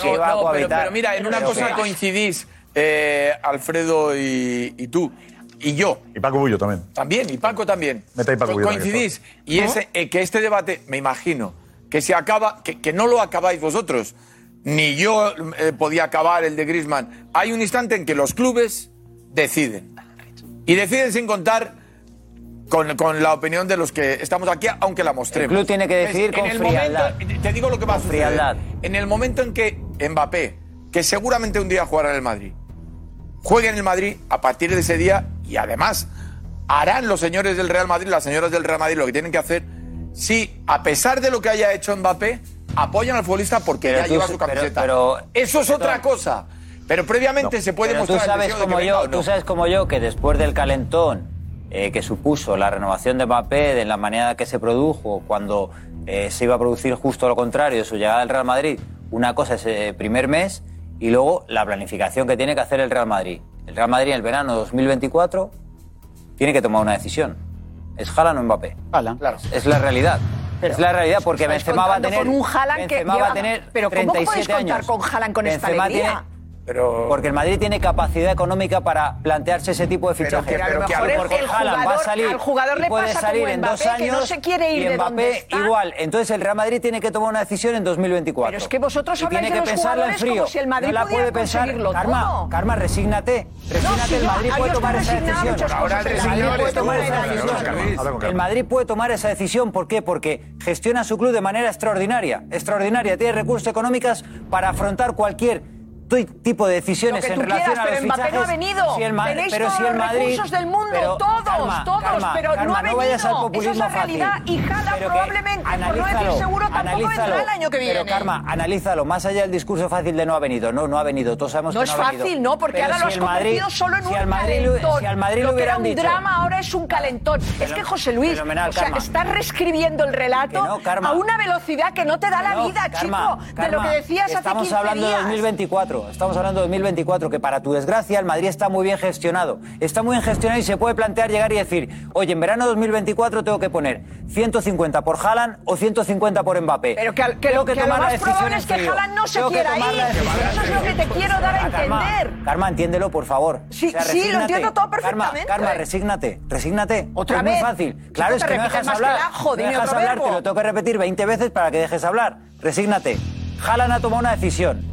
[SPEAKER 14] que iba a
[SPEAKER 17] No, pero,
[SPEAKER 14] cohabitar.
[SPEAKER 17] pero mira, en una
[SPEAKER 14] Pero
[SPEAKER 17] cosa
[SPEAKER 14] que-
[SPEAKER 17] coincidís eh, Alfredo y, y tú y yo.
[SPEAKER 7] Y Paco Bullo también.
[SPEAKER 17] También, y Paco también.
[SPEAKER 7] Meta y Paco
[SPEAKER 17] Co-
[SPEAKER 7] Bullo,
[SPEAKER 17] coincidís. Y
[SPEAKER 7] ¿No?
[SPEAKER 17] ese, eh, que este debate, me imagino, que se acaba, que, que no lo acabáis vosotros, ni yo eh, podía acabar el de Griezmann. Hay un instante en que los clubes deciden. Y deciden sin contar con, con la opinión de los que estamos aquí, aunque la mostremos.
[SPEAKER 14] El club tiene que
[SPEAKER 17] ¿Ves?
[SPEAKER 14] decidir con
[SPEAKER 17] en el
[SPEAKER 14] frialdad.
[SPEAKER 17] Momento, te digo lo que va a suceder.
[SPEAKER 14] frialdad.
[SPEAKER 17] En el momento en que Mbappé, que seguramente un día jugará en el Madrid, juegue en el Madrid a partir de ese día y además harán los señores del Real Madrid, las señoras del Real Madrid lo que tienen que hacer, si a pesar de lo que haya hecho Mbappé, apoyan al futbolista porque
[SPEAKER 14] Pero
[SPEAKER 17] ya
[SPEAKER 14] tú
[SPEAKER 17] lleva
[SPEAKER 14] sí-
[SPEAKER 17] su
[SPEAKER 14] pero-
[SPEAKER 17] camiseta.
[SPEAKER 14] pero-
[SPEAKER 17] Eso es
[SPEAKER 14] pero-
[SPEAKER 17] otra cosa. Pero previamente
[SPEAKER 14] No.
[SPEAKER 17] se puede
[SPEAKER 14] Pero
[SPEAKER 17] mostrar
[SPEAKER 14] tú
[SPEAKER 17] el
[SPEAKER 14] sabes
[SPEAKER 17] deseo de que
[SPEAKER 14] como
[SPEAKER 17] venga
[SPEAKER 14] yo,
[SPEAKER 17] o no.
[SPEAKER 14] Tú sabes como yo que después del calentón eh, que supuso la renovación de Mbappé, de la manera que se produjo, cuando eh, se iba a producir justo lo contrario, su llegada al Real Madrid, una cosa es el primer mes y luego la planificación que tiene que hacer el Real Madrid. El Real Madrid en el verano 2024 tiene que tomar una decisión. ¿Es Haaland o Mbappé? Haaland. Es la realidad. es la realidad porque
[SPEAKER 13] Estáis
[SPEAKER 14] Benzema va a
[SPEAKER 13] contando
[SPEAKER 14] tener
[SPEAKER 13] con un Haaland que
[SPEAKER 14] Benzema va
[SPEAKER 13] lleva-
[SPEAKER 14] a tener
[SPEAKER 13] Pero ¿cómo podéis
[SPEAKER 14] 37
[SPEAKER 13] contar
[SPEAKER 14] años.
[SPEAKER 13] con Haaland con esta
[SPEAKER 14] Benzema
[SPEAKER 13] alegría?
[SPEAKER 14] tiene- porque el Madrid tiene capacidad económica para plantearse ese tipo de fichajes.
[SPEAKER 13] que- pero que a lo
[SPEAKER 14] porque
[SPEAKER 13] mejor el
[SPEAKER 14] Haaland va a
[SPEAKER 13] jugador-
[SPEAKER 14] salir
[SPEAKER 13] al jugador
[SPEAKER 14] y
[SPEAKER 13] le
[SPEAKER 14] puede
[SPEAKER 13] pasa
[SPEAKER 14] salir
[SPEAKER 13] como
[SPEAKER 14] en dos
[SPEAKER 13] Mbappé,
[SPEAKER 14] años
[SPEAKER 13] que no se quiere ir
[SPEAKER 14] y
[SPEAKER 13] de
[SPEAKER 14] Mbappé
[SPEAKER 13] donde está.
[SPEAKER 14] igual. Entonces el Real Madrid tiene que tomar una decisión en 2024.
[SPEAKER 13] Pero es que vosotros
[SPEAKER 14] Y
[SPEAKER 13] habláis
[SPEAKER 14] tiene
[SPEAKER 13] de
[SPEAKER 14] que
[SPEAKER 13] los
[SPEAKER 14] pensarla en
[SPEAKER 13] jugadores
[SPEAKER 14] frío.
[SPEAKER 13] como si el Madrid
[SPEAKER 14] no la
[SPEAKER 13] pudiera
[SPEAKER 14] puede pensar.
[SPEAKER 13] conseguirlo
[SPEAKER 14] Karma,
[SPEAKER 13] todo.
[SPEAKER 14] Karma, resígnate. Resígnate,
[SPEAKER 13] si
[SPEAKER 14] el
[SPEAKER 13] yo-
[SPEAKER 14] Madrid
[SPEAKER 13] ah,
[SPEAKER 14] puede
[SPEAKER 13] yo
[SPEAKER 14] tomar
[SPEAKER 13] estoy
[SPEAKER 14] esa
[SPEAKER 13] resignada a
[SPEAKER 14] decisión.
[SPEAKER 13] muchas Ahora, cosas el del Madrid resignado puede eres tú. tomar esa
[SPEAKER 14] Habla con
[SPEAKER 13] decisión.
[SPEAKER 14] calma,
[SPEAKER 13] habla con
[SPEAKER 14] El
[SPEAKER 13] calma.
[SPEAKER 14] Madrid puede tomar esa decisión, ¿por qué? Porque gestiona su club de manera extraordinaria. Extraordinaria, tiene recursos económicos para afrontar cualquier tu- tipo de decisiones
[SPEAKER 13] Lo que
[SPEAKER 14] en
[SPEAKER 13] tú
[SPEAKER 14] relación
[SPEAKER 13] quieras,
[SPEAKER 14] a los
[SPEAKER 13] pero Mbappé no
[SPEAKER 14] fichajes.
[SPEAKER 13] ha venido.
[SPEAKER 14] Si el Ma-
[SPEAKER 13] Tenéis
[SPEAKER 14] pero si
[SPEAKER 13] todos
[SPEAKER 14] el
[SPEAKER 13] los
[SPEAKER 14] Madrid,
[SPEAKER 13] recursos del mundo,
[SPEAKER 14] pero,
[SPEAKER 13] todos,
[SPEAKER 14] calma,
[SPEAKER 13] todos,
[SPEAKER 14] calma,
[SPEAKER 13] pero no ha
[SPEAKER 14] calma, vayas al
[SPEAKER 13] venido.
[SPEAKER 14] populismo
[SPEAKER 13] Esa es la realidad
[SPEAKER 14] fácil.
[SPEAKER 13] y Haaland
[SPEAKER 14] Pero que
[SPEAKER 13] probablemente, por no decir
[SPEAKER 14] analízalo,
[SPEAKER 13] seguro, tampoco vendrá
[SPEAKER 14] analízalo.
[SPEAKER 13] el año que
[SPEAKER 14] Pero
[SPEAKER 13] viene.
[SPEAKER 14] Karma, analízalo, más allá del discurso fácil de no ha venido, no, no ha venido, todos sabemos
[SPEAKER 13] No
[SPEAKER 14] que
[SPEAKER 13] es
[SPEAKER 14] no ha venido.
[SPEAKER 13] fácil, ¿no? Porque
[SPEAKER 14] Pero
[SPEAKER 13] ahora
[SPEAKER 14] si
[SPEAKER 13] lo has
[SPEAKER 14] el Madrid-
[SPEAKER 13] convertido solo en
[SPEAKER 14] si
[SPEAKER 13] un
[SPEAKER 14] al Madrid, lo-
[SPEAKER 13] calentón.
[SPEAKER 14] Si al Madrid
[SPEAKER 13] lo que
[SPEAKER 14] hubieran
[SPEAKER 13] era un
[SPEAKER 14] dicho,
[SPEAKER 13] drama ahora es un calentón. es que José Luis,
[SPEAKER 14] fenomenal,
[SPEAKER 13] o sea,
[SPEAKER 14] Karma.
[SPEAKER 13] que estás reescribiendo el relato
[SPEAKER 14] Que no, Karma.
[SPEAKER 13] a una velocidad que no te da la
[SPEAKER 14] No,
[SPEAKER 13] vida,
[SPEAKER 14] Karma,
[SPEAKER 13] chico, de
[SPEAKER 14] Karma,
[SPEAKER 13] lo que decías hace
[SPEAKER 14] Estamos
[SPEAKER 13] 15
[SPEAKER 14] hablando de
[SPEAKER 13] días.
[SPEAKER 14] 2024, estamos hablando de 2024, que para tu desgracia el Madrid está muy bien gestionado. Está muy bien gestionado y se puede plantear llegar y decir, oye, en verano 2024 tengo que poner 150 por Haaland o 150 por Mbappé.
[SPEAKER 13] Pero que, al- que
[SPEAKER 14] Tengo
[SPEAKER 13] lo- que lo
[SPEAKER 14] tomar la
[SPEAKER 13] más
[SPEAKER 14] decisión
[SPEAKER 13] probable
[SPEAKER 14] en
[SPEAKER 13] es que
[SPEAKER 14] frío.
[SPEAKER 13] Haaland no se
[SPEAKER 14] Tengo que
[SPEAKER 13] quiera
[SPEAKER 14] tomar
[SPEAKER 13] ir.
[SPEAKER 14] la decisión
[SPEAKER 13] Eso es lo que te quiero dar a
[SPEAKER 14] Karma,
[SPEAKER 13] entender.
[SPEAKER 14] Karma, entiéndelo, por favor.
[SPEAKER 13] Sí, sí, lo
[SPEAKER 14] resígnate.
[SPEAKER 13] entiendo todo
[SPEAKER 14] Karma,
[SPEAKER 13] perfectamente.
[SPEAKER 14] Karma, resígnate, resígnate.
[SPEAKER 13] Otra
[SPEAKER 14] es
[SPEAKER 13] vez.
[SPEAKER 14] muy fácil. Claro,
[SPEAKER 13] Chico,
[SPEAKER 14] es
[SPEAKER 13] te
[SPEAKER 14] que no
[SPEAKER 13] repites
[SPEAKER 14] dejas
[SPEAKER 13] más que
[SPEAKER 14] hablar.
[SPEAKER 13] ajo,
[SPEAKER 14] no
[SPEAKER 13] dime
[SPEAKER 14] dejas
[SPEAKER 13] otro
[SPEAKER 14] hablar,
[SPEAKER 13] verbo.
[SPEAKER 14] te lo tengo que repetir 20 veces para que dejes hablar. Resígnate. Haaland ha tomado una decisión.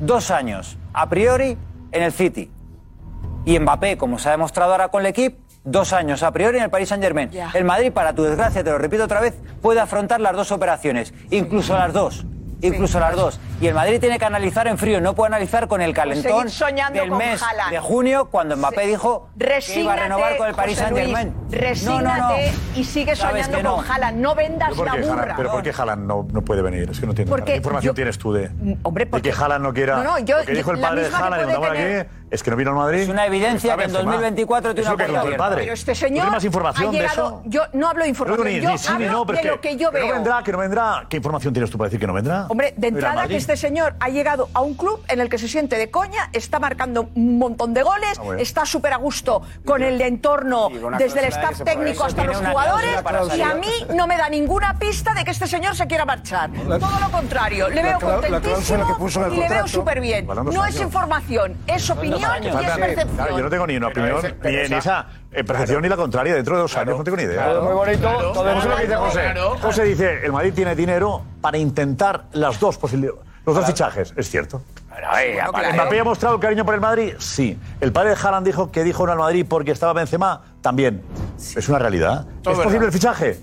[SPEAKER 14] Dos años, a priori, en el City. Y Mbappé, como se ha demostrado ahora con el equipo, dos años a priori en el Paris Saint Germain.
[SPEAKER 23] Ya.
[SPEAKER 14] El Madrid, para tu desgracia, te lo repito otra vez, puede afrontar las dos operaciones, incluso las dos. Incluso las dos. Y el Madrid tiene que analizar en frío, no puede analizar con el calentón
[SPEAKER 13] Pues seguir soñando
[SPEAKER 14] del
[SPEAKER 13] con
[SPEAKER 14] mes
[SPEAKER 13] Haaland.
[SPEAKER 14] de junio cuando Mbappé
[SPEAKER 13] Se-
[SPEAKER 14] dijo que iba a
[SPEAKER 13] Resígnate,
[SPEAKER 14] renovar con el Paris
[SPEAKER 13] José
[SPEAKER 14] Saint
[SPEAKER 13] Luis,
[SPEAKER 14] Germain.
[SPEAKER 13] Resígnate y sigue
[SPEAKER 14] Sabes
[SPEAKER 13] soñando
[SPEAKER 14] que no.
[SPEAKER 13] con Haaland. No vendas
[SPEAKER 7] ¿Pero por
[SPEAKER 13] la
[SPEAKER 7] qué Haaland,
[SPEAKER 13] burra.
[SPEAKER 7] pero por qué Haaland no, no puede venir? Es que no entiendo.
[SPEAKER 13] Porque
[SPEAKER 7] ¿Qué información
[SPEAKER 13] yo- Mm,
[SPEAKER 7] tienes tú de,
[SPEAKER 13] hombre,
[SPEAKER 7] de que Haaland no quiera?
[SPEAKER 13] No, no, yo-
[SPEAKER 7] lo que dijo el
[SPEAKER 13] la
[SPEAKER 7] padre de
[SPEAKER 13] misma que
[SPEAKER 7] Haaland en
[SPEAKER 13] puede
[SPEAKER 7] Onda
[SPEAKER 13] tener-
[SPEAKER 7] aquí es que no vino al Madrid.
[SPEAKER 14] Es una evidencia
[SPEAKER 7] Está
[SPEAKER 14] que en
[SPEAKER 7] Benzema.
[SPEAKER 14] 2024 tiene
[SPEAKER 7] Es lo
[SPEAKER 14] una
[SPEAKER 7] que
[SPEAKER 14] puerta
[SPEAKER 7] contó el
[SPEAKER 14] abierta.
[SPEAKER 7] padre.
[SPEAKER 13] Pero este señor
[SPEAKER 7] ¿No tiene más información
[SPEAKER 13] ha llegado.
[SPEAKER 7] de eso?
[SPEAKER 13] Yo no hablo de
[SPEAKER 7] No digo
[SPEAKER 13] información,
[SPEAKER 7] ni,
[SPEAKER 13] yo
[SPEAKER 7] ni sí ni
[SPEAKER 13] hablo
[SPEAKER 7] no, pero
[SPEAKER 13] de
[SPEAKER 7] es
[SPEAKER 13] lo que yo
[SPEAKER 7] que
[SPEAKER 13] veo.
[SPEAKER 7] no vendrá, que no vendrá. ¿Qué información tienes tú para decir que no vendrá?
[SPEAKER 13] Hombre, de
[SPEAKER 7] No irá al
[SPEAKER 13] entrada
[SPEAKER 7] Madrid.
[SPEAKER 13] que este señor ha llegado a un club en el que se siente de coña, está marcando un montón de goles,
[SPEAKER 7] Ah, bueno.
[SPEAKER 13] está súper a gusto con el entorno,
[SPEAKER 14] Y con una
[SPEAKER 13] desde el
[SPEAKER 14] cláusula
[SPEAKER 13] staff
[SPEAKER 14] que se
[SPEAKER 13] técnico
[SPEAKER 14] puede-
[SPEAKER 13] hasta
[SPEAKER 14] Eso
[SPEAKER 13] los
[SPEAKER 14] tiene una cláusula
[SPEAKER 13] jugadores,
[SPEAKER 14] para
[SPEAKER 13] y
[SPEAKER 14] salir.
[SPEAKER 13] a mí no me da ninguna pista de que este señor se quiera marchar. Todo lo contrario, le
[SPEAKER 24] La
[SPEAKER 13] veo
[SPEAKER 24] clau- la cláusula
[SPEAKER 13] contentísimo
[SPEAKER 24] que puso en el
[SPEAKER 13] y le veo
[SPEAKER 24] contrato-
[SPEAKER 13] súper bien.
[SPEAKER 7] Faltan dos
[SPEAKER 13] No es
[SPEAKER 7] años.
[SPEAKER 13] información, es opinión y
[SPEAKER 7] Faltan-
[SPEAKER 13] es
[SPEAKER 7] Claro, yo no
[SPEAKER 13] percepción.
[SPEAKER 7] tengo ni una
[SPEAKER 25] Pero
[SPEAKER 7] opinión,
[SPEAKER 25] ese- pero
[SPEAKER 7] ni, ni
[SPEAKER 25] esa-
[SPEAKER 7] esa eh, percepción ni la contraria. Dentro de dos años no tengo ni idea.
[SPEAKER 25] Todo muy bonito,
[SPEAKER 7] Claro.
[SPEAKER 25] todo
[SPEAKER 7] Eso es lo que dice
[SPEAKER 25] muy
[SPEAKER 7] José.
[SPEAKER 25] bonito.
[SPEAKER 7] José dice, el Madrid tiene dinero para intentar las dos posibilidades, los dos fichajes. Es cierto.
[SPEAKER 25] claro.
[SPEAKER 7] Mbappé ha mostrado cariño por el Madrid, sí. El padre de Haaland dijo que dijo no al Madrid porque estaba Benzema, también. Es una realidad.
[SPEAKER 25] Todo
[SPEAKER 7] ¿Es
[SPEAKER 25] verdad.
[SPEAKER 7] posible el fichaje?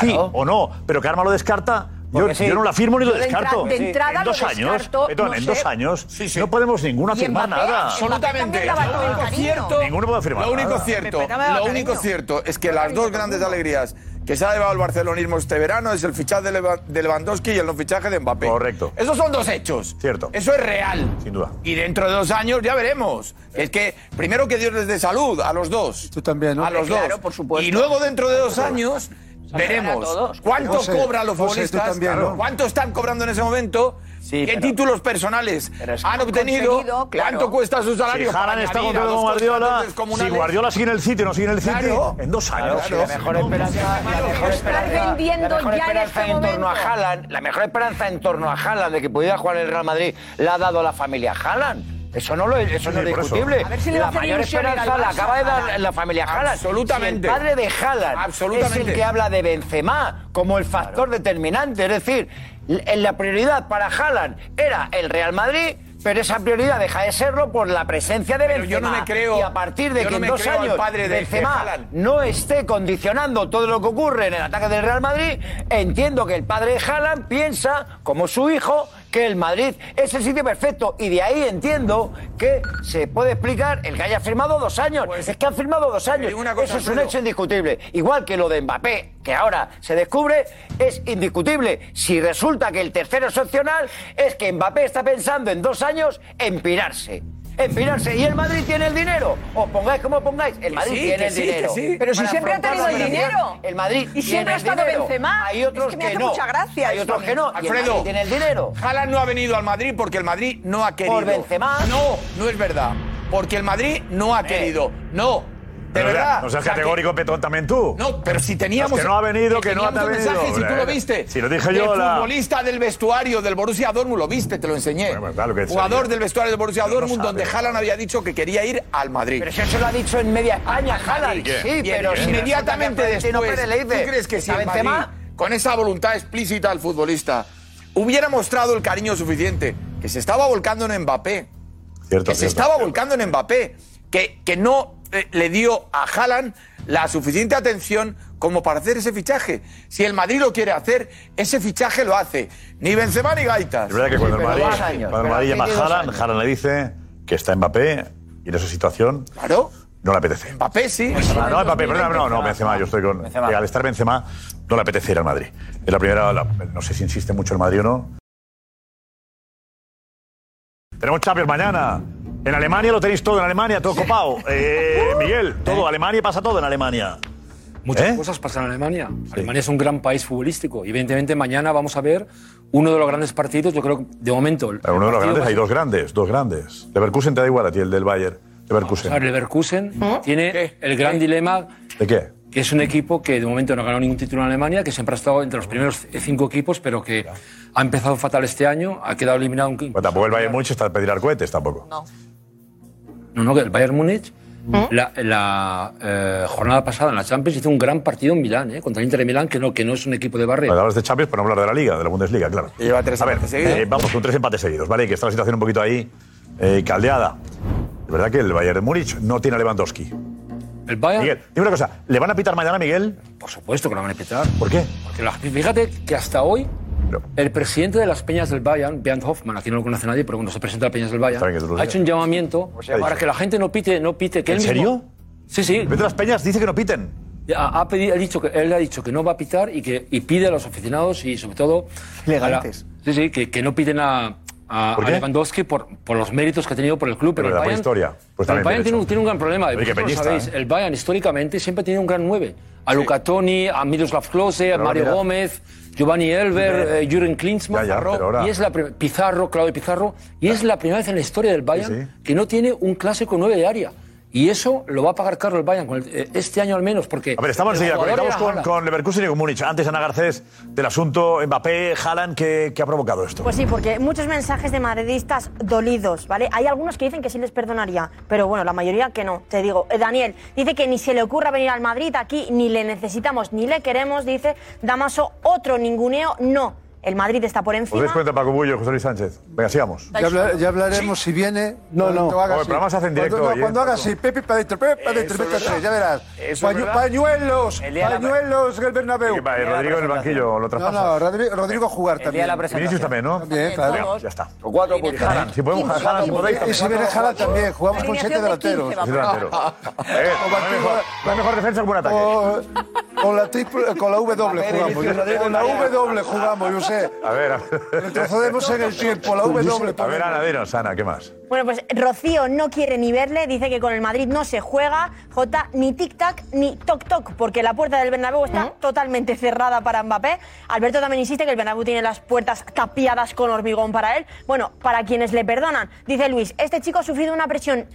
[SPEAKER 7] Sí o no, pero que Arma lo descarta. Yo,
[SPEAKER 25] Porque sí.
[SPEAKER 7] yo no la firmo ni lo
[SPEAKER 25] Yo de entra-
[SPEAKER 7] descarto.
[SPEAKER 25] de entrada
[SPEAKER 7] en dos
[SPEAKER 25] lo
[SPEAKER 7] años,
[SPEAKER 25] descarto,
[SPEAKER 7] perdón,
[SPEAKER 25] no
[SPEAKER 7] en
[SPEAKER 25] sé.
[SPEAKER 7] dos años no podemos ninguno
[SPEAKER 17] Y
[SPEAKER 7] afirmar
[SPEAKER 17] Mbappé-
[SPEAKER 7] nada.
[SPEAKER 17] Absolutamente.
[SPEAKER 25] Mbappé también
[SPEAKER 17] Lo
[SPEAKER 25] daba
[SPEAKER 17] único
[SPEAKER 25] cariño.
[SPEAKER 17] cierto,
[SPEAKER 7] Ninguno puede afirmar
[SPEAKER 17] Lo único
[SPEAKER 7] nada.
[SPEAKER 17] cierto,
[SPEAKER 25] Mbappé daba
[SPEAKER 17] lo
[SPEAKER 25] cariño.
[SPEAKER 17] único cierto es que las dos grandes alegrías que se ha llevado el barcelonismo este verano es el fichaje de Leva- de Lewandowski y el no fichaje de Mbappé. Correcto. Esos son dos hechos. Cierto. Eso es real.
[SPEAKER 7] Sin duda.
[SPEAKER 17] Y dentro de dos años ya veremos. Es que primero que Dios les dé salud a los dos. Tú
[SPEAKER 24] también,
[SPEAKER 17] A los
[SPEAKER 24] Claro,
[SPEAKER 17] dos.
[SPEAKER 24] por supuesto.
[SPEAKER 17] Y luego dentro de dos años
[SPEAKER 24] Saludar
[SPEAKER 17] veremos
[SPEAKER 24] a todos.
[SPEAKER 17] cuánto
[SPEAKER 24] José,
[SPEAKER 17] cobran los
[SPEAKER 24] José, tú
[SPEAKER 17] futbolistas,
[SPEAKER 24] también,
[SPEAKER 17] claro,
[SPEAKER 24] ¿no?
[SPEAKER 17] cuánto están cobrando en ese momento, qué títulos personales han obtenido,
[SPEAKER 15] conseguido, claro.
[SPEAKER 17] cuánto cuesta su salario.
[SPEAKER 7] Si Haaland
[SPEAKER 17] para
[SPEAKER 7] está
[SPEAKER 17] añadir a
[SPEAKER 7] contratado con
[SPEAKER 17] dos costes
[SPEAKER 7] Guardiola, si
[SPEAKER 17] descomunales.
[SPEAKER 7] Guardiola sigue en el City o no sigue en el City,
[SPEAKER 17] Claro.
[SPEAKER 7] en dos años.
[SPEAKER 15] Claro, la mejor esperanza, la mejor esperanza,
[SPEAKER 13] vendiendo
[SPEAKER 15] la mejor
[SPEAKER 13] ya en
[SPEAKER 15] esperanza
[SPEAKER 13] este
[SPEAKER 15] en, torno a
[SPEAKER 13] momento.
[SPEAKER 15] Haaland, la mejor esperanza en torno a Haaland de que pudiera jugar en el Real Madrid la ha dado la familia Haaland. Eso no, lo, eso no
[SPEAKER 17] Sí, por
[SPEAKER 15] es
[SPEAKER 17] eso.
[SPEAKER 15] discutible.
[SPEAKER 17] A ver si le va a
[SPEAKER 15] la
[SPEAKER 17] hacer
[SPEAKER 15] mayor
[SPEAKER 17] ilusión ir al
[SPEAKER 15] esperanza la
[SPEAKER 17] Barça,
[SPEAKER 15] acaba de dar
[SPEAKER 17] Haaland.
[SPEAKER 15] la familia Haaland.
[SPEAKER 17] Absolutamente.
[SPEAKER 15] Si el padre de Haaland
[SPEAKER 17] Absolutamente.
[SPEAKER 15] es el que habla de Benzema como el factor determinante. Es decir, l- la prioridad para Haaland era el Real Madrid. Pero esa prioridad deja de serlo por la presencia de
[SPEAKER 17] Pero yo
[SPEAKER 15] Benzema.
[SPEAKER 17] no me creo-
[SPEAKER 15] y a partir de
[SPEAKER 17] yo
[SPEAKER 15] que
[SPEAKER 17] no
[SPEAKER 15] en
[SPEAKER 17] me
[SPEAKER 15] dos
[SPEAKER 17] creo al
[SPEAKER 15] años
[SPEAKER 17] padre de- de
[SPEAKER 15] Benzema
[SPEAKER 17] Haaland.
[SPEAKER 15] no esté condicionando todo lo que ocurre en el ataque del Real Madrid, entiendo que el padre de Haaland piensa, como su hijo, que el Madrid es el sitio perfecto. Y de ahí entiendo que se puede explicar el que haya firmado dos años. es que ha firmado dos años.
[SPEAKER 17] Pues, digo una cosa,
[SPEAKER 15] Eso es un
[SPEAKER 17] Alfredo.
[SPEAKER 15] hecho indiscutible. Igual que lo de Mbappé, que ahora se descubre, es indiscutible. Si resulta que el tercero es opcional, es que Mbappé está pensando en dos años empirarse. Empirarse. ¿Y el Madrid tiene el dinero? Os pongáis como pongáis. El Madrid
[SPEAKER 13] sí,
[SPEAKER 15] tiene
[SPEAKER 13] que
[SPEAKER 15] el
[SPEAKER 13] sí, que
[SPEAKER 15] dinero.
[SPEAKER 13] sí. Pero si
[SPEAKER 15] Para
[SPEAKER 13] siempre ha
[SPEAKER 15] afrontar
[SPEAKER 13] tenido
[SPEAKER 15] la
[SPEAKER 13] el
[SPEAKER 15] operación,
[SPEAKER 13] dinero.
[SPEAKER 15] El Madrid
[SPEAKER 13] Y siempre
[SPEAKER 15] tiene
[SPEAKER 13] ha estado
[SPEAKER 15] el dinero.
[SPEAKER 13] Benzema.
[SPEAKER 15] Hay
[SPEAKER 13] Es
[SPEAKER 15] otros
[SPEAKER 13] que me hace
[SPEAKER 15] no.
[SPEAKER 13] mucha gracia
[SPEAKER 15] Hay
[SPEAKER 13] eso
[SPEAKER 15] otros
[SPEAKER 13] a
[SPEAKER 15] que
[SPEAKER 13] mí.
[SPEAKER 15] no. Y el
[SPEAKER 17] Alfredo,
[SPEAKER 15] Madrid tiene el dinero.
[SPEAKER 17] Haaland no ha venido al Madrid porque el Madrid no ha querido.
[SPEAKER 15] Benzema.
[SPEAKER 17] No, no es verdad. Porque el Madrid no ha querido. No. De
[SPEAKER 7] Pero, o sea,
[SPEAKER 17] verdad.
[SPEAKER 7] No seas
[SPEAKER 17] O sea, que-
[SPEAKER 7] categórico, Petón, también tú.
[SPEAKER 17] No, pero si teníamos.
[SPEAKER 7] Que no ha venido, que no ha
[SPEAKER 17] teníamos un
[SPEAKER 7] venido.
[SPEAKER 17] mensaje, si tú
[SPEAKER 7] Hombre,
[SPEAKER 17] lo viste.
[SPEAKER 7] Si lo dije yo,
[SPEAKER 17] El
[SPEAKER 7] la.
[SPEAKER 17] futbolista del vestuario del Borussia Dortmund, lo viste, te lo enseñé.
[SPEAKER 7] que
[SPEAKER 17] Jugador
[SPEAKER 7] sabía.
[SPEAKER 17] del vestuario del Borussia
[SPEAKER 7] No lo
[SPEAKER 17] Dortmund,
[SPEAKER 7] sabe.
[SPEAKER 17] donde Haaland había dicho que quería ir al Madrid.
[SPEAKER 15] Pero si eso lo ha dicho en media España, Haaland.
[SPEAKER 17] Bien,
[SPEAKER 15] Sí,
[SPEAKER 17] bien,
[SPEAKER 15] pero
[SPEAKER 17] bien.
[SPEAKER 15] si
[SPEAKER 17] inmediatamente
[SPEAKER 15] resulta que a
[SPEAKER 17] después,
[SPEAKER 15] Florentino Pérez le dice,
[SPEAKER 17] ¿tú crees que si
[SPEAKER 15] a
[SPEAKER 17] el
[SPEAKER 15] Benzema-
[SPEAKER 17] Madrid, con esa voluntad explícita al futbolista, hubiera mostrado el cariño suficiente, que se estaba volcando en Mbappé,
[SPEAKER 7] Cierto,
[SPEAKER 17] que se
[SPEAKER 7] cierto.
[SPEAKER 17] estaba volcando en Mbappé, que, que no eh, le dio a Haaland la suficiente atención como para hacer ese fichaje. Si el Madrid lo quiere hacer, ese fichaje lo hace. Ni Benzema ni Gaitas.
[SPEAKER 7] Es verdad que cuando el Madrid, cuando el Madrid llama a Haaland,
[SPEAKER 17] Jalan
[SPEAKER 7] Haaland le dice que está Mbappé y en esa situación no le apetece.
[SPEAKER 17] Mbappé sí.
[SPEAKER 7] Ah, no, Mbappé, perdón, no, no, Benzema, yo estoy con... que al estar Benzema no le apetece ir al Madrid. Es la primera, la- no sé si insiste mucho el Madrid o no. Tenemos Champions mañana. En Alemania lo tenéis todo, en Alemania, todo copado. Eh, Miguel, todo, Alemania pasa todo en Alemania. ¿Eh?
[SPEAKER 23] Muchas cosas pasan en Alemania. Alemania es un gran país futbolístico. Y evidentemente mañana vamos a ver uno de los grandes partidos, yo creo, que de momento. el
[SPEAKER 7] Pero uno de los
[SPEAKER 23] partido
[SPEAKER 7] grandes,
[SPEAKER 23] más-
[SPEAKER 7] hay dos grandes, dos grandes. Leverkusen te da igual a ti, el del Bayern. Leverkusen.
[SPEAKER 23] El Leverkusen tiene el gran dilema
[SPEAKER 7] ¿De qué?
[SPEAKER 23] que es un equipo que de momento no ha ganado ningún título en Alemania, que siempre ha estado entre los primeros cinco equipos, pero que ha empezado fatal este año, ha quedado eliminado. Un...
[SPEAKER 7] Bueno, Pues tampoco el Bayern Múnich está a pedir cohetes, tampoco.
[SPEAKER 23] No, no, que el Bayern Múnich, la, la, eh, jornada pasada en la Champions, hizo un gran partido en Milán, eh, contra el Inter de Milán, que no, que no es un equipo de barrio.
[SPEAKER 7] Hablas de Champions, pero no hablar de la Liga, de la Bundesliga, claro.
[SPEAKER 17] lleva tres
[SPEAKER 7] a ver,
[SPEAKER 17] empates seguidos.
[SPEAKER 7] eh, vamos, con tres empates seguidos, ¿vale? Que está la situación un poquito ahí eh, caldeada. Es verdad que el Bayern Múnich no tiene a Lewandowski.
[SPEAKER 23] El Bayern.
[SPEAKER 7] Miguel, dime una cosa, ¿le van a pitar mañana a Miguel?
[SPEAKER 23] Por supuesto que lo van a pitar.
[SPEAKER 7] ¿Por qué?
[SPEAKER 23] Porque la- fíjate que hasta hoy el presidente de las Peñas del Bayern, Bernd Hoffman, aquí no lo conoce nadie, pero cuando se presenta a las Peñas del Bayern,
[SPEAKER 7] Está bien que tú lo
[SPEAKER 23] ha
[SPEAKER 7] digas.
[SPEAKER 23] hecho un llamamiento
[SPEAKER 7] ha dicho?
[SPEAKER 23] para que la gente no pite, no pite. Que
[SPEAKER 7] ¿En
[SPEAKER 23] él mismo-
[SPEAKER 7] serio?
[SPEAKER 23] Sí, sí.
[SPEAKER 7] de las Peñas dice que no piten.
[SPEAKER 23] Ha, ha pedi- ha dicho que, él ha dicho que no va a pitar y, que, y pide a los aficionados y sobre todo... a la-
[SPEAKER 7] Elegantes.
[SPEAKER 23] sí, sí, que, que no piten a, a-
[SPEAKER 7] ¿Por
[SPEAKER 23] a
[SPEAKER 7] qué?
[SPEAKER 23] Lewandowski por, por los méritos que ha tenido por el club. Pero, el
[SPEAKER 7] Pero la
[SPEAKER 23] Bayern,
[SPEAKER 7] historia. Pues
[SPEAKER 23] pero
[SPEAKER 7] también
[SPEAKER 23] el Bayern
[SPEAKER 7] tiene
[SPEAKER 23] tiene un,
[SPEAKER 7] eso.
[SPEAKER 23] tiene un gran problema.
[SPEAKER 7] Oye, qué
[SPEAKER 23] Vosotros lo
[SPEAKER 7] peñista,
[SPEAKER 23] sabéis,
[SPEAKER 7] ¿eh?
[SPEAKER 23] El Bayern históricamente siempre ha tenido un gran 9. A Luca Toni, a Miroslav Klose, a
[SPEAKER 7] Pero ahora
[SPEAKER 23] Mario
[SPEAKER 7] mira.
[SPEAKER 23] Gómez, Giovanni Elber,
[SPEAKER 7] Ya.
[SPEAKER 23] eh, Jürgen Klinsmann,
[SPEAKER 7] Ya, ya,
[SPEAKER 23] Pizarro,
[SPEAKER 7] pero ahora-
[SPEAKER 23] y es la pri- Pizarro, Claudio Pizarro, y es la primera vez en la historia del Bayern que no tiene un clásico 9 de área. Y eso lo va a pagar caro el Bayern con el- eh, este año al menos, porque...
[SPEAKER 7] A ver, estamos
[SPEAKER 23] el
[SPEAKER 7] enseguida,
[SPEAKER 23] jugador
[SPEAKER 7] conectamos
[SPEAKER 23] era
[SPEAKER 7] con,
[SPEAKER 23] Haaland.
[SPEAKER 7] con Leverkusen y con Múnich. Antes, Ana Garcés, del asunto Mbappé, Haaland, ¿qué, qué ha provocado esto?
[SPEAKER 10] Pues sí, porque muchos mensajes de madridistas dolidos, ¿vale? Hay algunos que dicen que sí les perdonaría, pero bueno, la mayoría que no, te digo. Eh, Daniel dice que ni se le ocurra venir al Madrid aquí, ni le necesitamos, ni le queremos, dice Damaso, otro ninguneo, no. El Madrid está por
[SPEAKER 7] ¿Os dais
[SPEAKER 10] encima.
[SPEAKER 7] cuenta, Paco Bullo, José Luis Sánchez? Venga, sigamos.
[SPEAKER 24] Ya, habla- ya hablaremos si viene.
[SPEAKER 7] No,
[SPEAKER 24] cuando
[SPEAKER 7] no. Oye,
[SPEAKER 24] haga así.
[SPEAKER 7] pero vamos a hacer en directo
[SPEAKER 24] Cuando,
[SPEAKER 7] hoy,
[SPEAKER 24] no, cuando
[SPEAKER 7] ¿eh?
[SPEAKER 24] haga así, Pepe para adentro, Pepe para adentro,
[SPEAKER 7] Eso es
[SPEAKER 24] Pepe para
[SPEAKER 7] verdad.
[SPEAKER 24] adentro, ya verás.
[SPEAKER 7] Eso es
[SPEAKER 24] Pañu-
[SPEAKER 7] verdad.
[SPEAKER 24] pañuelos,
[SPEAKER 7] El día de la-
[SPEAKER 24] pañuelos, el Bernabéu.
[SPEAKER 7] ¿Qué va, eh, Rodrigo en el banquillo, lo traspasas.
[SPEAKER 24] No, no, Rodrigo, Rodrigo a jugar también.
[SPEAKER 7] Vinicius también, ¿no?
[SPEAKER 24] También, claro.
[SPEAKER 7] Venga, Ya está.
[SPEAKER 24] O cuatro por
[SPEAKER 7] Haaland. Si podemos, Haaland, si podéis.
[SPEAKER 24] Y si viene Jala también, jugamos con siete
[SPEAKER 7] Alineación de
[SPEAKER 24] delanteros.
[SPEAKER 7] 15 va a poner. Siete delanteros. Eh, va mejor- va mejor defensa que buen ataque.
[SPEAKER 24] Con la, triple- con la W
[SPEAKER 11] Mbappé,
[SPEAKER 24] jugamos.
[SPEAKER 11] Vinicius Rodríguez,
[SPEAKER 24] Con la
[SPEAKER 11] Mariano.
[SPEAKER 24] W jugamos, yo sé.
[SPEAKER 7] A ver, a ver.
[SPEAKER 24] Retrocedemos en el tiempo, la W.
[SPEAKER 7] A ver, Ana, dinos, Ana, ¿qué más?
[SPEAKER 10] Bueno, pues Rocío no quiere ni verle, dice que con el Madrid no se juega, J, ni tic-tac ni toc-toc, porque la puerta del Bernabéu está totalmente cerrada para Mbappé. Alberto también insiste que el Bernabéu tiene las puertas tapiadas con hormigón para él. Bueno, para quienes le perdonan, dice Luis, este chico ha sufrido una presión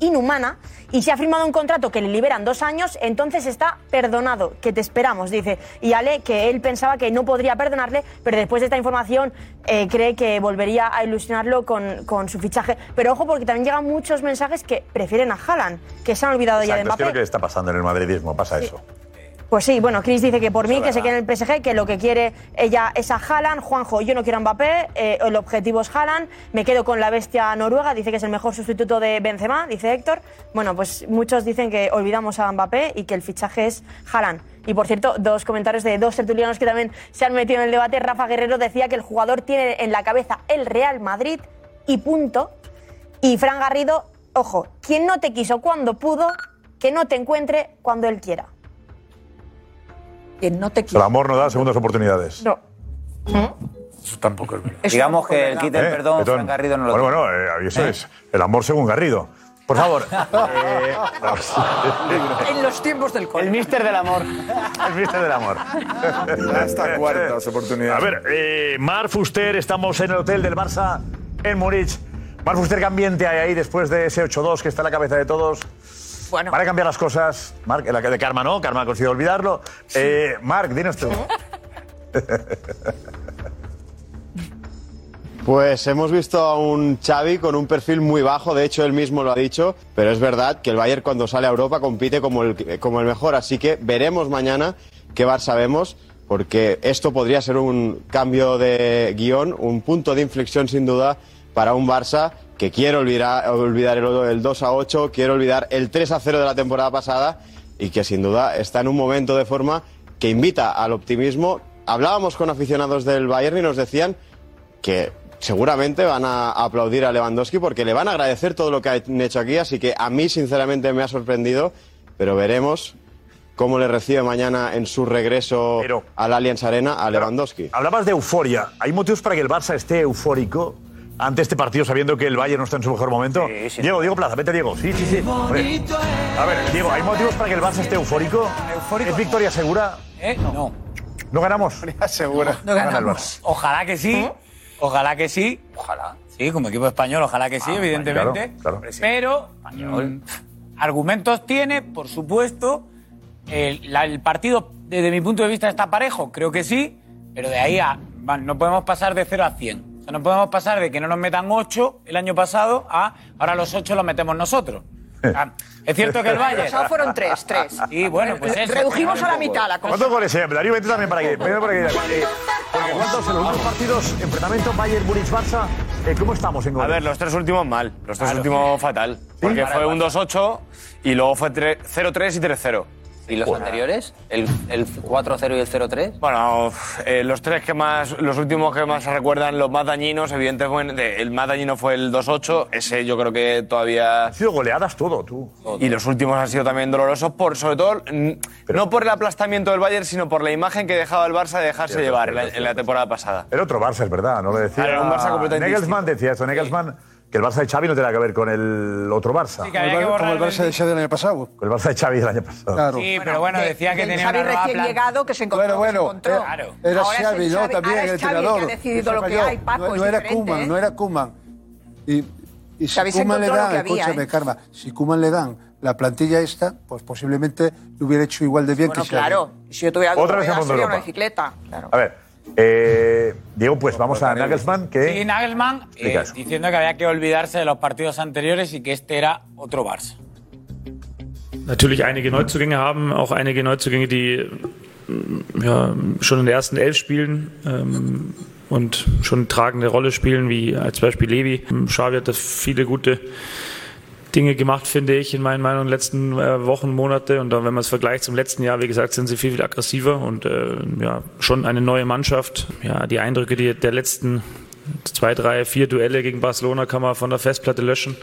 [SPEAKER 10] inhumana y se ha firmado un contrato que le liberan dos años, entonces está perdonado, que te esperamos, dice. Y Ale, que él pensaba que no podría perdonarle, pero después de esta información eh, cree que volvería a ilusionarlo con, con su fichaje. Pero ojo, porque también llegan muchos mensajes que prefieren a Haaland, que se han olvidado ya
[SPEAKER 7] Exacto,
[SPEAKER 10] de
[SPEAKER 7] es que
[SPEAKER 10] Mbappé.
[SPEAKER 7] lo que está pasando en el madridismo, pasa eso.
[SPEAKER 10] Pues sí, bueno, Chris dice que por mí, que
[SPEAKER 7] verdad.
[SPEAKER 10] se quede en el PSG, que lo que quiere ella es a Haaland. Juanjo, yo no quiero a Mbappé, eh, el objetivo es Haaland. Me quedo con la bestia noruega, dice que es el mejor sustituto de Benzema, dice Héctor. Bueno, pues muchos dicen que olvidamos a Mbappé y que el fichaje es Haaland. Y por cierto, dos comentarios de dos tertulianos que también se han metido en el debate. Rafa Guerrero decía que el jugador tiene en la cabeza el Real Madrid y punto. Y Fran Garrido, ojo, quien no te quiso cuando pudo, que no te encuentre cuando él quiera. Quien no te
[SPEAKER 7] El amor no da segundas oportunidades.
[SPEAKER 10] No.
[SPEAKER 7] Eso tampoco es verdad.
[SPEAKER 14] Digamos que
[SPEAKER 24] Eh,
[SPEAKER 14] el kit del perdón, Fran Garrido no lo
[SPEAKER 7] Eh, Bueno, bueno, eh, eso es. El amor según Garrido. Por favor. eh,
[SPEAKER 13] En los tiempos del
[SPEAKER 14] El mister del amor.
[SPEAKER 7] el mister del amor.
[SPEAKER 17] Hasta cuartas oportunidades.
[SPEAKER 7] A ver, eh, Mar Fuster, estamos en el hotel del Barça en Múnich. Mar Fuster, ¿qué ambiente hay ahí después de ese 8-2 que está en la cabeza de todos?
[SPEAKER 13] Bueno.
[SPEAKER 7] Van a cambiar las cosas. Marc, la que de Karma no, Karma ha conseguido olvidarlo. Eh, Marc, dinos tú.
[SPEAKER 25] Pues hemos visto a un Xavi con un perfil muy bajo, de hecho él mismo lo ha dicho, pero es verdad que el Bayern cuando sale a Europa compite como el, como el mejor, así que veremos mañana qué Barça vemos, porque esto podría ser un cambio de guión, un punto de inflexión sin duda para un Barça que quiere olvidar, olvidar el, el 2 a 8, quiere olvidar el 3 a 0 de la temporada pasada y que sin duda está en un momento de forma que invita al optimismo. Hablábamos con aficionados del Bayern y nos decían que seguramente van a aplaudir a Lewandowski porque le van a agradecer todo lo que han hecho aquí, así que a mí sinceramente me ha sorprendido, pero veremos cómo le recibe mañana en su regreso al Allianz Arena a Lewandowski.
[SPEAKER 7] Hablabas de euforia. ¿Hay motivos para que el Barça esté eufórico ante este partido sabiendo que el Bayern no está en su mejor momento? Diego, Diego Plaza, vete Diego. Sí, sí, sí. Hombre. A ver, Diego, ¿hay motivos para que el Barça esté eufórico? ¿Es victoria segura?
[SPEAKER 9] ¿Eh? No.
[SPEAKER 7] ¿No ganamos?
[SPEAKER 9] segura. No,
[SPEAKER 7] Gana el
[SPEAKER 9] ganamos. Ojalá que sí. Ojalá que sí. Ojalá. Sí, como equipo español, ojalá que sí,
[SPEAKER 7] Ah,
[SPEAKER 9] evidentemente.
[SPEAKER 7] claro, claro.
[SPEAKER 9] Hombre, sí. Pero mm, argumentos tiene, por supuesto. El, la- el partido, desde mi punto de vista, está parejo, creo que sí. Pero de ahí a. man, no podemos pasar de 0 a 100. O sea, no podemos pasar de que no nos metan 8 el año pasado a ahora los 8 los metemos nosotros. Ah, es cierto que el Valle.
[SPEAKER 13] Pasado fueron tres, tres.
[SPEAKER 9] Sí, bueno, pues eso.
[SPEAKER 13] Redujimos a la mitad la cosa.
[SPEAKER 7] ¿Cuántos goles, eh? Darío, vente también para aquí. Vente para aquí. Eh, porque ¿Cuántos en los últimos partidos? Enfrentamiento Bayern, Múnich, Barça. eh, ¿Cómo estamos en
[SPEAKER 5] A
[SPEAKER 7] goles?
[SPEAKER 5] ver, los tres últimos mal. Los tres
[SPEAKER 7] Claro.
[SPEAKER 5] últimos fatal. Porque
[SPEAKER 7] Para
[SPEAKER 5] fue
[SPEAKER 7] el
[SPEAKER 5] un 2-8 y luego fue tre- 0-3 y 3-0.
[SPEAKER 26] ¿Y los anteriores? ¿El, el 4-0 y el 0-3?
[SPEAKER 5] Bueno, eh, los tres que más, los últimos que más se recuerdan, los más dañinos, evidentemente, el más dañino fue el 2-8, ese yo creo que todavía... Ha
[SPEAKER 7] sido goleadas todo, tú.
[SPEAKER 5] Y los últimos han sido también dolorosos, por, sobre todo, mm, no por el aplastamiento del Bayern, sino por la imagen que dejaba el Barça de dejarse
[SPEAKER 7] Cierto,
[SPEAKER 5] llevar en la-
[SPEAKER 7] cierto,
[SPEAKER 5] en la temporada pasada.
[SPEAKER 7] Era otro Barça, es verdad, no lo decía.
[SPEAKER 5] Claro, era un Barça completamente
[SPEAKER 7] Nagelsmann decía eso, Nagelsmann, que el Barça de Xavi no tenía que ver con el otro Barça.
[SPEAKER 24] Como el Bar- como el Barça de Xavi del año pasado.
[SPEAKER 7] Con el Barça de Xavi del año pasado.
[SPEAKER 24] Claro.
[SPEAKER 9] Sí, pero bueno, decía que
[SPEAKER 13] El
[SPEAKER 9] tenía
[SPEAKER 13] Xavi
[SPEAKER 9] una nueva
[SPEAKER 13] recién
[SPEAKER 9] planta.
[SPEAKER 13] llegado que se
[SPEAKER 24] Bueno,
[SPEAKER 13] encontró.
[SPEAKER 24] eh,
[SPEAKER 13] que se encontró.
[SPEAKER 24] Era
[SPEAKER 13] Ahora es el
[SPEAKER 24] Xavi, ¿no?
[SPEAKER 13] Xavi-
[SPEAKER 24] También
[SPEAKER 13] ahora es
[SPEAKER 24] el
[SPEAKER 13] Xavi el que
[SPEAKER 24] entrenador.
[SPEAKER 13] ha decidido
[SPEAKER 24] Se
[SPEAKER 13] lo que
[SPEAKER 24] falló.
[SPEAKER 13] hay, Paco.
[SPEAKER 24] No,
[SPEAKER 13] es
[SPEAKER 24] no era
[SPEAKER 13] diferente,
[SPEAKER 24] Kuman,
[SPEAKER 13] ¿eh?
[SPEAKER 24] no era Kuman. Y, y si
[SPEAKER 13] Xavi se
[SPEAKER 24] Kuman le
[SPEAKER 13] encontró lo
[SPEAKER 24] dan,
[SPEAKER 13] que había,
[SPEAKER 24] escúchame,
[SPEAKER 13] ¿eh?
[SPEAKER 24] Karma, si Kuman le dan la plantilla esta, pues posiblemente lo hubiera hecho igual de bien
[SPEAKER 13] Bueno,
[SPEAKER 24] que Xavi.
[SPEAKER 13] claro. Si yo tuviera
[SPEAKER 7] Otra vez
[SPEAKER 13] que
[SPEAKER 7] a fondo
[SPEAKER 13] sería una
[SPEAKER 7] Europa.
[SPEAKER 13] bicicleta. Claro.
[SPEAKER 7] A ver, eh, Diego, pues vamos a Nagelsmann,
[SPEAKER 9] Y
[SPEAKER 7] que...
[SPEAKER 9] Nagelsmann eh,
[SPEAKER 7] Explica eso.
[SPEAKER 9] diciendo que había que olvidarse de los partidos anteriores y que este era otro Barça.
[SPEAKER 27] natürlich einige Neuzugänge haben, auch einige Neuzugänge, die ähm, ja, schon in der ersten Elf spielen ähm, und schon eine tragende Rolle spielen, wie als Beispiel Levi. Xavi hat da viele gute Dinge gemacht, finde ich, in meinen Meinung, in den letzten äh, Wochen, Monate. Und dann, wenn man es vergleicht zum letzten Jahr, wie gesagt, sind sie viel, viel aggressiver und äh, ja, schon eine neue Mannschaft. Ja, die Eindrücke die, der letzten zwei, drei, vier Duelle gegen Barcelona kann man von der Festplatte löschen.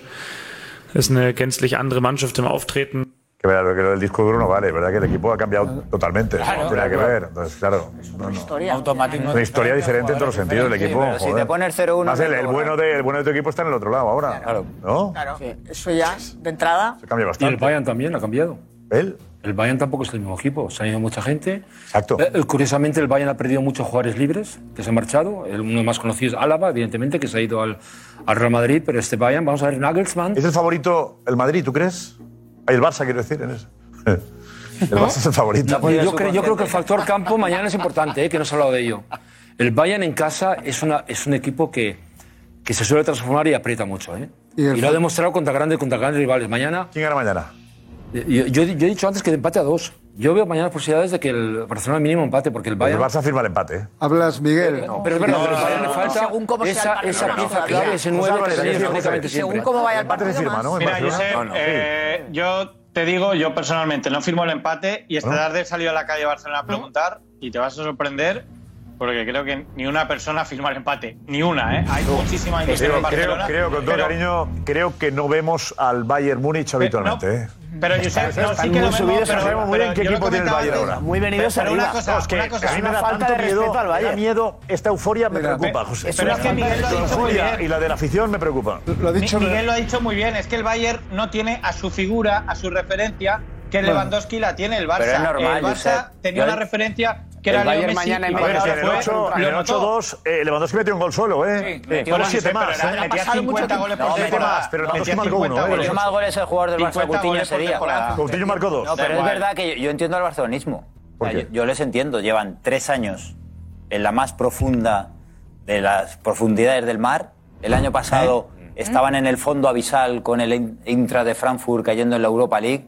[SPEAKER 27] Ist eine gänzlich andere Mannschaft im Auftreten.
[SPEAKER 7] Que verdad, lo que lo del disco duro no vale, ¿verdad? Que el equipo ha cambiado totalmente. no tiene nada que ver. Entonces, claro. no, Ah, no.
[SPEAKER 10] Historia.
[SPEAKER 7] Es una historia diferente en todos los sentidos del
[SPEAKER 14] Sí,
[SPEAKER 7] equipo.
[SPEAKER 14] pero si
[SPEAKER 7] joder.
[SPEAKER 14] te pones 0-1
[SPEAKER 7] Más el,
[SPEAKER 14] no te
[SPEAKER 7] el
[SPEAKER 14] borra.
[SPEAKER 7] bueno de, el bueno de tu equipo está en el otro lado ahora. Claro. ¿No?
[SPEAKER 10] Claro, eso ya, de entrada.
[SPEAKER 7] Se cambia
[SPEAKER 23] Y el Bayern también ha cambiado.
[SPEAKER 7] ¿El?
[SPEAKER 23] El Bayern tampoco es el mismo equipo. Se ha ido mucha gente. Eh,
[SPEAKER 7] Exacto.
[SPEAKER 23] curiosamente, el Bayern ha perdido muchos jugadores libres que se han marchado. El uno más conocido es Álava, evidentemente, que se ha ido al, al Real Madrid. Pero este Bayern, vamos a ver, Nagelsmann.
[SPEAKER 7] ¿Es el favorito el Madrid, tú crees? Ahí el Barça, quiero decir, en eso. El Barça es el favorito.
[SPEAKER 23] pues Yo, creo- yo creo, que el factor campo mañana es importante, eh, que no se ha hablado de ello. El Bayern en casa es, una, es un equipo que, que se suele transformar y aprieta mucho. eh.
[SPEAKER 24] Y
[SPEAKER 23] Y,
[SPEAKER 24] el
[SPEAKER 23] lo ha
[SPEAKER 24] fa-
[SPEAKER 23] demostrado contra grandes, contra grandes rivales. Mañana. Eh,
[SPEAKER 7] ¿Quién gana mañana?
[SPEAKER 23] Yo, yo- yo he dicho antes que de empate a dos. Yo veo mañana posibilidades de que el Barcelona mínimo empate, porque el Bayern.
[SPEAKER 7] El Barça firma el empate. eh.
[SPEAKER 24] Hablas, Miguel.
[SPEAKER 23] Pero es verdad, pero al Bayern le falta
[SPEAKER 24] Según cómo sea el
[SPEAKER 23] esa,
[SPEAKER 24] partido,
[SPEAKER 23] esa
[SPEAKER 24] no,
[SPEAKER 23] pieza
[SPEAKER 24] no,
[SPEAKER 23] clave,
[SPEAKER 24] no.
[SPEAKER 23] ese nueve
[SPEAKER 24] José
[SPEAKER 23] que
[SPEAKER 24] Álvarez,
[SPEAKER 23] se
[SPEAKER 24] sí,
[SPEAKER 23] lleva prácticamente
[SPEAKER 24] sí, sí.
[SPEAKER 23] siempre.
[SPEAKER 24] Según cómo vaya el Empate partido, se firma, más. ¿no? En
[SPEAKER 2] Mira,
[SPEAKER 24] Barcelona.
[SPEAKER 2] Josep,
[SPEAKER 24] No, no,
[SPEAKER 2] eh, yo te digo, yo personalmente no firmo el empate y esta tarde he salido a la calle de Barcelona a preguntar y te vas a sorprender porque creo que ni una persona firma el empate. Ni una, ¿eh? Hay muchísima
[SPEAKER 7] Creo,
[SPEAKER 2] industria en
[SPEAKER 7] creo,
[SPEAKER 2] Barcelona.
[SPEAKER 7] creo, con todo
[SPEAKER 2] pero-
[SPEAKER 7] cariño, creo que no vemos al Bayern Múnich habitualmente. ¿eh?
[SPEAKER 2] Pero Josep, no, sí
[SPEAKER 7] Están
[SPEAKER 2] que lo
[SPEAKER 7] muy
[SPEAKER 2] vemos,
[SPEAKER 7] subidos,
[SPEAKER 2] pero-
[SPEAKER 7] no sabemos muy
[SPEAKER 2] pero
[SPEAKER 7] bien qué
[SPEAKER 2] yo lo
[SPEAKER 7] equipo tiene el
[SPEAKER 2] comentaba
[SPEAKER 7] Bayern
[SPEAKER 2] antes.
[SPEAKER 7] ahora.
[SPEAKER 2] Muy venidos
[SPEAKER 7] Pero
[SPEAKER 2] arriba.
[SPEAKER 7] Una cosa,
[SPEAKER 2] No, es que
[SPEAKER 7] una cosa,
[SPEAKER 2] es
[SPEAKER 7] a mí
[SPEAKER 2] una
[SPEAKER 7] me da
[SPEAKER 2] falta
[SPEAKER 7] tanto
[SPEAKER 2] de
[SPEAKER 7] miedo,
[SPEAKER 2] respeto al Bayern.
[SPEAKER 7] me da miedo, esta euforia me
[SPEAKER 2] Mira,
[SPEAKER 7] preocupa,
[SPEAKER 2] pe-
[SPEAKER 7] José.
[SPEAKER 2] pero es que Miguel lo ha
[SPEAKER 7] La
[SPEAKER 2] dicho muy
[SPEAKER 7] euforia
[SPEAKER 2] bien.
[SPEAKER 7] y la de la afición me preocupa.
[SPEAKER 2] Mi- Miguel lo ha dicho muy bien, es que el Bayern no tiene a su figura, a su referencia, que
[SPEAKER 7] Bueno.
[SPEAKER 2] Lewandowski la tiene el Barça.
[SPEAKER 7] Pero es normal,
[SPEAKER 2] el Barça
[SPEAKER 7] Josep.
[SPEAKER 2] tenía
[SPEAKER 7] Yo-
[SPEAKER 2] una referencia que era Leo Messi. y
[SPEAKER 7] A
[SPEAKER 2] cuando
[SPEAKER 7] ver, que en el
[SPEAKER 2] fue,
[SPEAKER 7] 8 en
[SPEAKER 2] lo
[SPEAKER 7] el
[SPEAKER 2] notó.
[SPEAKER 7] 8-2, eh, Lewandowski metió un gol solo, ¿eh?
[SPEAKER 2] Sí,
[SPEAKER 7] Sí,
[SPEAKER 2] metió
[SPEAKER 7] Fueron
[SPEAKER 2] más,
[SPEAKER 7] 7
[SPEAKER 2] pero era-
[SPEAKER 7] más, ¿eh?
[SPEAKER 2] ha
[SPEAKER 7] Metía
[SPEAKER 2] pasado mucho
[SPEAKER 7] 50
[SPEAKER 2] tiempo.
[SPEAKER 7] goles
[SPEAKER 2] No,
[SPEAKER 7] por
[SPEAKER 2] metía
[SPEAKER 7] temporada. Pero Lewandowski marcó uno, ¿eh?
[SPEAKER 14] Mucho más goles el jugador del Barça,
[SPEAKER 7] 50
[SPEAKER 14] Coutinho
[SPEAKER 7] goles por
[SPEAKER 14] ese día.
[SPEAKER 7] temporada. Coutinho marcó dos.
[SPEAKER 14] No,
[SPEAKER 7] Da
[SPEAKER 14] pero es
[SPEAKER 7] igual.
[SPEAKER 14] verdad que yo, yo entiendo al barcelonismo. O sea, yo, yo les entiendo, llevan tres años en la más profunda de las profundidades del mar. El año pasado estaban en el fondo abisal con el In- Intra de Frankfurt cayendo en la Europa League.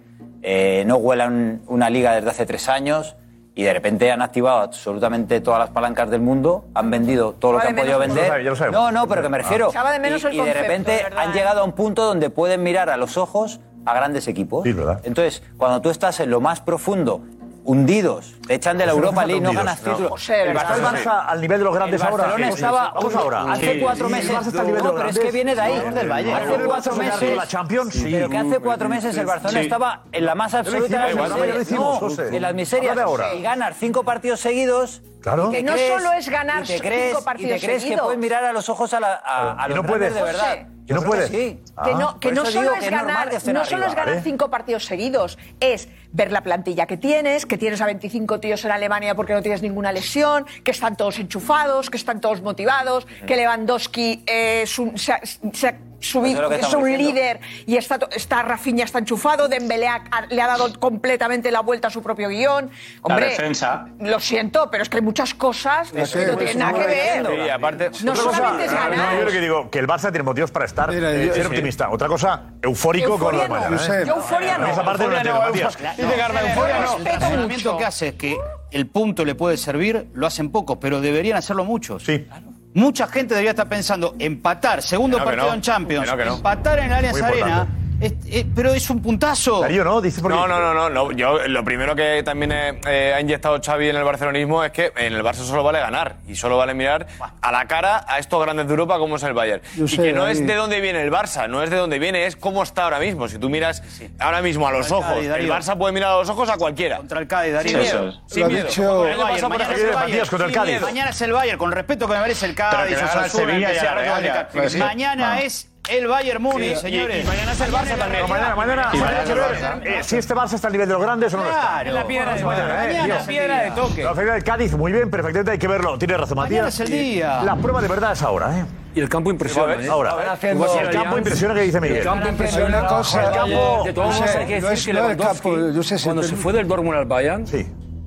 [SPEAKER 14] Eh, no huelan una liga desde hace tres años y de repente han activado absolutamente todas las palancas del mundo, han vendido todo lo
[SPEAKER 13] Echaba
[SPEAKER 14] que han
[SPEAKER 13] de
[SPEAKER 14] podido
[SPEAKER 13] menos el
[SPEAKER 14] vender.
[SPEAKER 13] concepto. Ya lo sabemos.
[SPEAKER 14] no, no, pero que me
[SPEAKER 13] Ah.
[SPEAKER 14] refiero.
[SPEAKER 13] Echaba de menos
[SPEAKER 14] y,
[SPEAKER 13] el
[SPEAKER 14] y
[SPEAKER 13] concepto,
[SPEAKER 14] de repente
[SPEAKER 13] ¿verdad? ¿eh?
[SPEAKER 14] han llegado a un punto donde pueden mirar a los ojos a grandes equipos. Entonces, cuando tú estás en lo más profundo, hundidos, te echan de la
[SPEAKER 7] José, no
[SPEAKER 14] Europa
[SPEAKER 7] hace
[SPEAKER 14] League, no
[SPEAKER 7] hundidos,
[SPEAKER 14] ganas
[SPEAKER 7] no.
[SPEAKER 14] títulos.
[SPEAKER 7] José, el Barça- Barça al nivel de los grandes
[SPEAKER 14] el
[SPEAKER 7] ahora.
[SPEAKER 14] Barcelona
[SPEAKER 7] Sí, sí,
[SPEAKER 14] estaba
[SPEAKER 7] sí. Vamos
[SPEAKER 14] uno-
[SPEAKER 7] ahora. Sí.
[SPEAKER 14] Hace cuatro
[SPEAKER 7] El
[SPEAKER 14] meses.
[SPEAKER 7] Barça está al nivel de los
[SPEAKER 14] No, pero es
[SPEAKER 7] grandes.
[SPEAKER 14] que viene de ahí,
[SPEAKER 7] Sí.
[SPEAKER 14] del Valle.
[SPEAKER 7] ¿Hace
[SPEAKER 14] Hace
[SPEAKER 7] el
[SPEAKER 14] cuatro
[SPEAKER 7] Barça ganar
[SPEAKER 14] meses.
[SPEAKER 7] la Champions? Sí.
[SPEAKER 14] Pero que hace cuatro
[SPEAKER 7] Sí.
[SPEAKER 14] meses el Barcelona
[SPEAKER 7] Sí.
[SPEAKER 14] estaba en la más
[SPEAKER 7] Ya lo hicimos,
[SPEAKER 14] absoluta de
[SPEAKER 7] igual,
[SPEAKER 14] las
[SPEAKER 7] no, ya lo
[SPEAKER 14] miserias.
[SPEAKER 7] hicimos,
[SPEAKER 14] No,
[SPEAKER 7] José.
[SPEAKER 14] en las miserias.
[SPEAKER 7] Habla de ahora.
[SPEAKER 14] Y ganar cinco partidos seguidos.
[SPEAKER 7] Claro.
[SPEAKER 14] y te
[SPEAKER 13] Que no
[SPEAKER 14] crees-
[SPEAKER 13] solo es ganar
[SPEAKER 14] y te crees-
[SPEAKER 13] cinco partidos
[SPEAKER 14] Y te crees que
[SPEAKER 13] seguidos.
[SPEAKER 14] puedes mirar a los ojos a, la, a, a
[SPEAKER 7] Y
[SPEAKER 14] los
[SPEAKER 7] no
[SPEAKER 14] grandes
[SPEAKER 7] puedes.
[SPEAKER 14] de verdad.
[SPEAKER 13] José.
[SPEAKER 7] Y no
[SPEAKER 14] Yo creo
[SPEAKER 7] puedes.
[SPEAKER 14] sí.
[SPEAKER 13] Que
[SPEAKER 7] Ah.
[SPEAKER 13] no, que
[SPEAKER 14] Por
[SPEAKER 13] no
[SPEAKER 14] eso
[SPEAKER 13] solo,
[SPEAKER 14] digo
[SPEAKER 13] es
[SPEAKER 14] que normal
[SPEAKER 13] ganar,
[SPEAKER 14] que estén
[SPEAKER 13] no solo
[SPEAKER 14] arriba,
[SPEAKER 13] es ganar
[SPEAKER 14] ¿eh?
[SPEAKER 13] cinco partidos seguidos, es ver la plantilla que tienes, que tienes a 25 tíos en Alemania porque no tienes ninguna lesión, que están todos enchufados, que están todos motivados, que Lewandowski eh, es un, se ha- se ha subido-
[SPEAKER 10] es lo que
[SPEAKER 13] es
[SPEAKER 10] estamos
[SPEAKER 13] un
[SPEAKER 10] diciendo.
[SPEAKER 13] líder y está, to- está Rafinha está enchufado, Dembélé ha- ha- le ha dado completamente la vuelta a su propio guión.
[SPEAKER 2] La
[SPEAKER 13] Hombre,
[SPEAKER 2] defensa.
[SPEAKER 13] lo siento, pero es que hay muchas cosas que
[SPEAKER 7] Pero sí,
[SPEAKER 13] no
[SPEAKER 7] pues,
[SPEAKER 13] tienen nada
[SPEAKER 7] no
[SPEAKER 13] que
[SPEAKER 7] lo
[SPEAKER 13] ver.
[SPEAKER 7] entiendo.
[SPEAKER 5] Y aparte,
[SPEAKER 13] No
[SPEAKER 7] Otra cosa, eh,
[SPEAKER 13] solamente es ganar.
[SPEAKER 7] no, yo lo que digo, que el Barça tiene motivos para estar, eh,
[SPEAKER 24] yo-
[SPEAKER 7] ser
[SPEAKER 24] sí.
[SPEAKER 7] optimista. Otra cosa, eufórico con
[SPEAKER 24] Euforia
[SPEAKER 7] la
[SPEAKER 24] no.
[SPEAKER 7] mañana. ¿eh?
[SPEAKER 24] Josep. Yo euforia no.
[SPEAKER 7] Esa parte
[SPEAKER 24] Euforia
[SPEAKER 7] no,
[SPEAKER 24] no,
[SPEAKER 7] la entiendo,
[SPEAKER 24] euforia-
[SPEAKER 7] Matías.
[SPEAKER 24] Dice Carmen, euforia no.
[SPEAKER 4] El razonamiento que hace es que el punto le puede servir, lo hacen pocos, pero deberían hacerlo muchos.
[SPEAKER 7] Sí.
[SPEAKER 4] Mucha gente debería estar pensando empatar, segundo
[SPEAKER 7] Que no, que
[SPEAKER 4] partido
[SPEAKER 7] no.
[SPEAKER 4] en Champions,
[SPEAKER 7] Que no, que no.
[SPEAKER 4] empatar en el Allianz
[SPEAKER 7] Muy
[SPEAKER 4] Arena, es- es- pero es un puntazo.
[SPEAKER 7] no, dice
[SPEAKER 5] No, no, no, no, no. Yo, lo primero que también eh, eh, ha inyectado Xavi en el barcelonismo es que en el Barça solo vale ganar y solo vale mirar a la cara a estos grandes de Europa como es el Bayern.
[SPEAKER 24] Yo
[SPEAKER 5] y
[SPEAKER 24] sé,
[SPEAKER 5] que no
[SPEAKER 24] Dani.
[SPEAKER 5] es de dónde viene el Barça, no es de dónde viene, es cómo está ahora mismo. Si tú miras ahora mismo a los
[SPEAKER 4] Contra el
[SPEAKER 5] ojos,
[SPEAKER 4] Cádiz,
[SPEAKER 5] el
[SPEAKER 4] Darío.
[SPEAKER 5] Barça puede mirar a los ojos a cualquiera. Contra
[SPEAKER 4] el Cádiz, Darío.
[SPEAKER 5] Sin
[SPEAKER 4] Eso
[SPEAKER 5] miedo,
[SPEAKER 4] es.
[SPEAKER 5] sin
[SPEAKER 4] Lo ha
[SPEAKER 5] miedo.
[SPEAKER 4] dicho-
[SPEAKER 5] Como el año
[SPEAKER 4] Bayern,
[SPEAKER 5] pasado, por
[SPEAKER 4] mañana
[SPEAKER 5] ejemplo,
[SPEAKER 4] es el Bayern.
[SPEAKER 5] sin miedo.
[SPEAKER 4] Mañana es el Bayern, con el respeto que me merece el Cádiz,
[SPEAKER 5] Pero que le gana al
[SPEAKER 4] Osasuna,
[SPEAKER 5] Sevilla y
[SPEAKER 4] el
[SPEAKER 5] al
[SPEAKER 4] Real
[SPEAKER 5] Real,
[SPEAKER 4] Vallecano.
[SPEAKER 5] claro que sí.
[SPEAKER 4] Mañana
[SPEAKER 5] Ah.
[SPEAKER 4] es el Bayern Múnich,
[SPEAKER 7] Sí,
[SPEAKER 4] señores.
[SPEAKER 7] y- y mañana
[SPEAKER 5] es el Barça también.
[SPEAKER 7] Pero mañana, mañana,
[SPEAKER 5] Sí,
[SPEAKER 7] mañana,
[SPEAKER 5] mañana
[SPEAKER 7] señores, eh, si este Barça está al nivel de los grandes o no lo está.
[SPEAKER 4] Claro. Es la piedra de
[SPEAKER 7] Mañana,
[SPEAKER 4] toque.
[SPEAKER 7] eh,
[SPEAKER 4] Mañana,
[SPEAKER 7] Dios.
[SPEAKER 4] piedra de toque.
[SPEAKER 7] La final del Cádiz, muy bien, perfectamente, hay que verlo. Tiene razón, Matías.
[SPEAKER 4] Mañana es el día.
[SPEAKER 7] La prueba de verdad es ahora, ¿eh?
[SPEAKER 23] Y el campo impresiona.
[SPEAKER 7] Sí,
[SPEAKER 23] ¿eh?
[SPEAKER 7] ahora. Ahora haciendo- El campo impresiona que dice Miguel.
[SPEAKER 23] El campo
[SPEAKER 7] Hay
[SPEAKER 23] impresiona.
[SPEAKER 7] una cosa-
[SPEAKER 23] El campo.
[SPEAKER 7] De
[SPEAKER 23] De
[SPEAKER 7] todos
[SPEAKER 23] todos
[SPEAKER 7] modos,
[SPEAKER 23] hay que
[SPEAKER 7] no
[SPEAKER 23] decir
[SPEAKER 7] es-
[SPEAKER 23] que
[SPEAKER 7] no el
[SPEAKER 23] Lewandowski,
[SPEAKER 7] campo, yo sé si
[SPEAKER 23] cuando
[SPEAKER 7] te-
[SPEAKER 23] se fue del Dortmund al Bayern,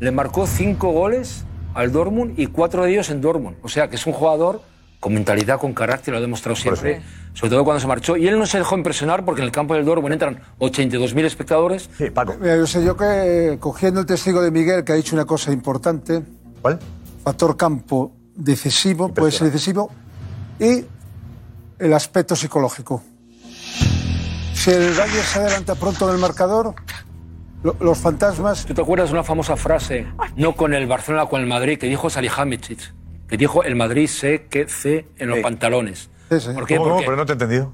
[SPEAKER 23] le marcó cinco goles al Dortmund y cuatro de ellos en Dortmund. O sea que es un jugador con mentalidad, con carácter, lo ha demostrado siempre. Sobre todo cuando se marchó. Y él no se dejó impresionar porque en el campo del Dortmund entran 82.000 espectadores.
[SPEAKER 7] Sí, Paco.
[SPEAKER 24] Mira, yo sé, yo que cogiendo el testigo de Miguel, que ha dicho una cosa importante.
[SPEAKER 7] ¿Cuál?
[SPEAKER 24] Factor campo decisivo, puede ser decisivo. Y el aspecto psicológico. Si el Bayern se adelanta pronto en el marcador, lo- los fantasmas.
[SPEAKER 23] ¿Tú te acuerdas de una famosa frase, no con el Barcelona, con el Madrid, que dijo Salihamidzic? Que dijo el Madrid sé que C en los pantalones.
[SPEAKER 24] Sí, sí.
[SPEAKER 23] ¿Por qué?
[SPEAKER 7] ¿Cómo, cómo?
[SPEAKER 23] Porque
[SPEAKER 7] Pero no te he entendido.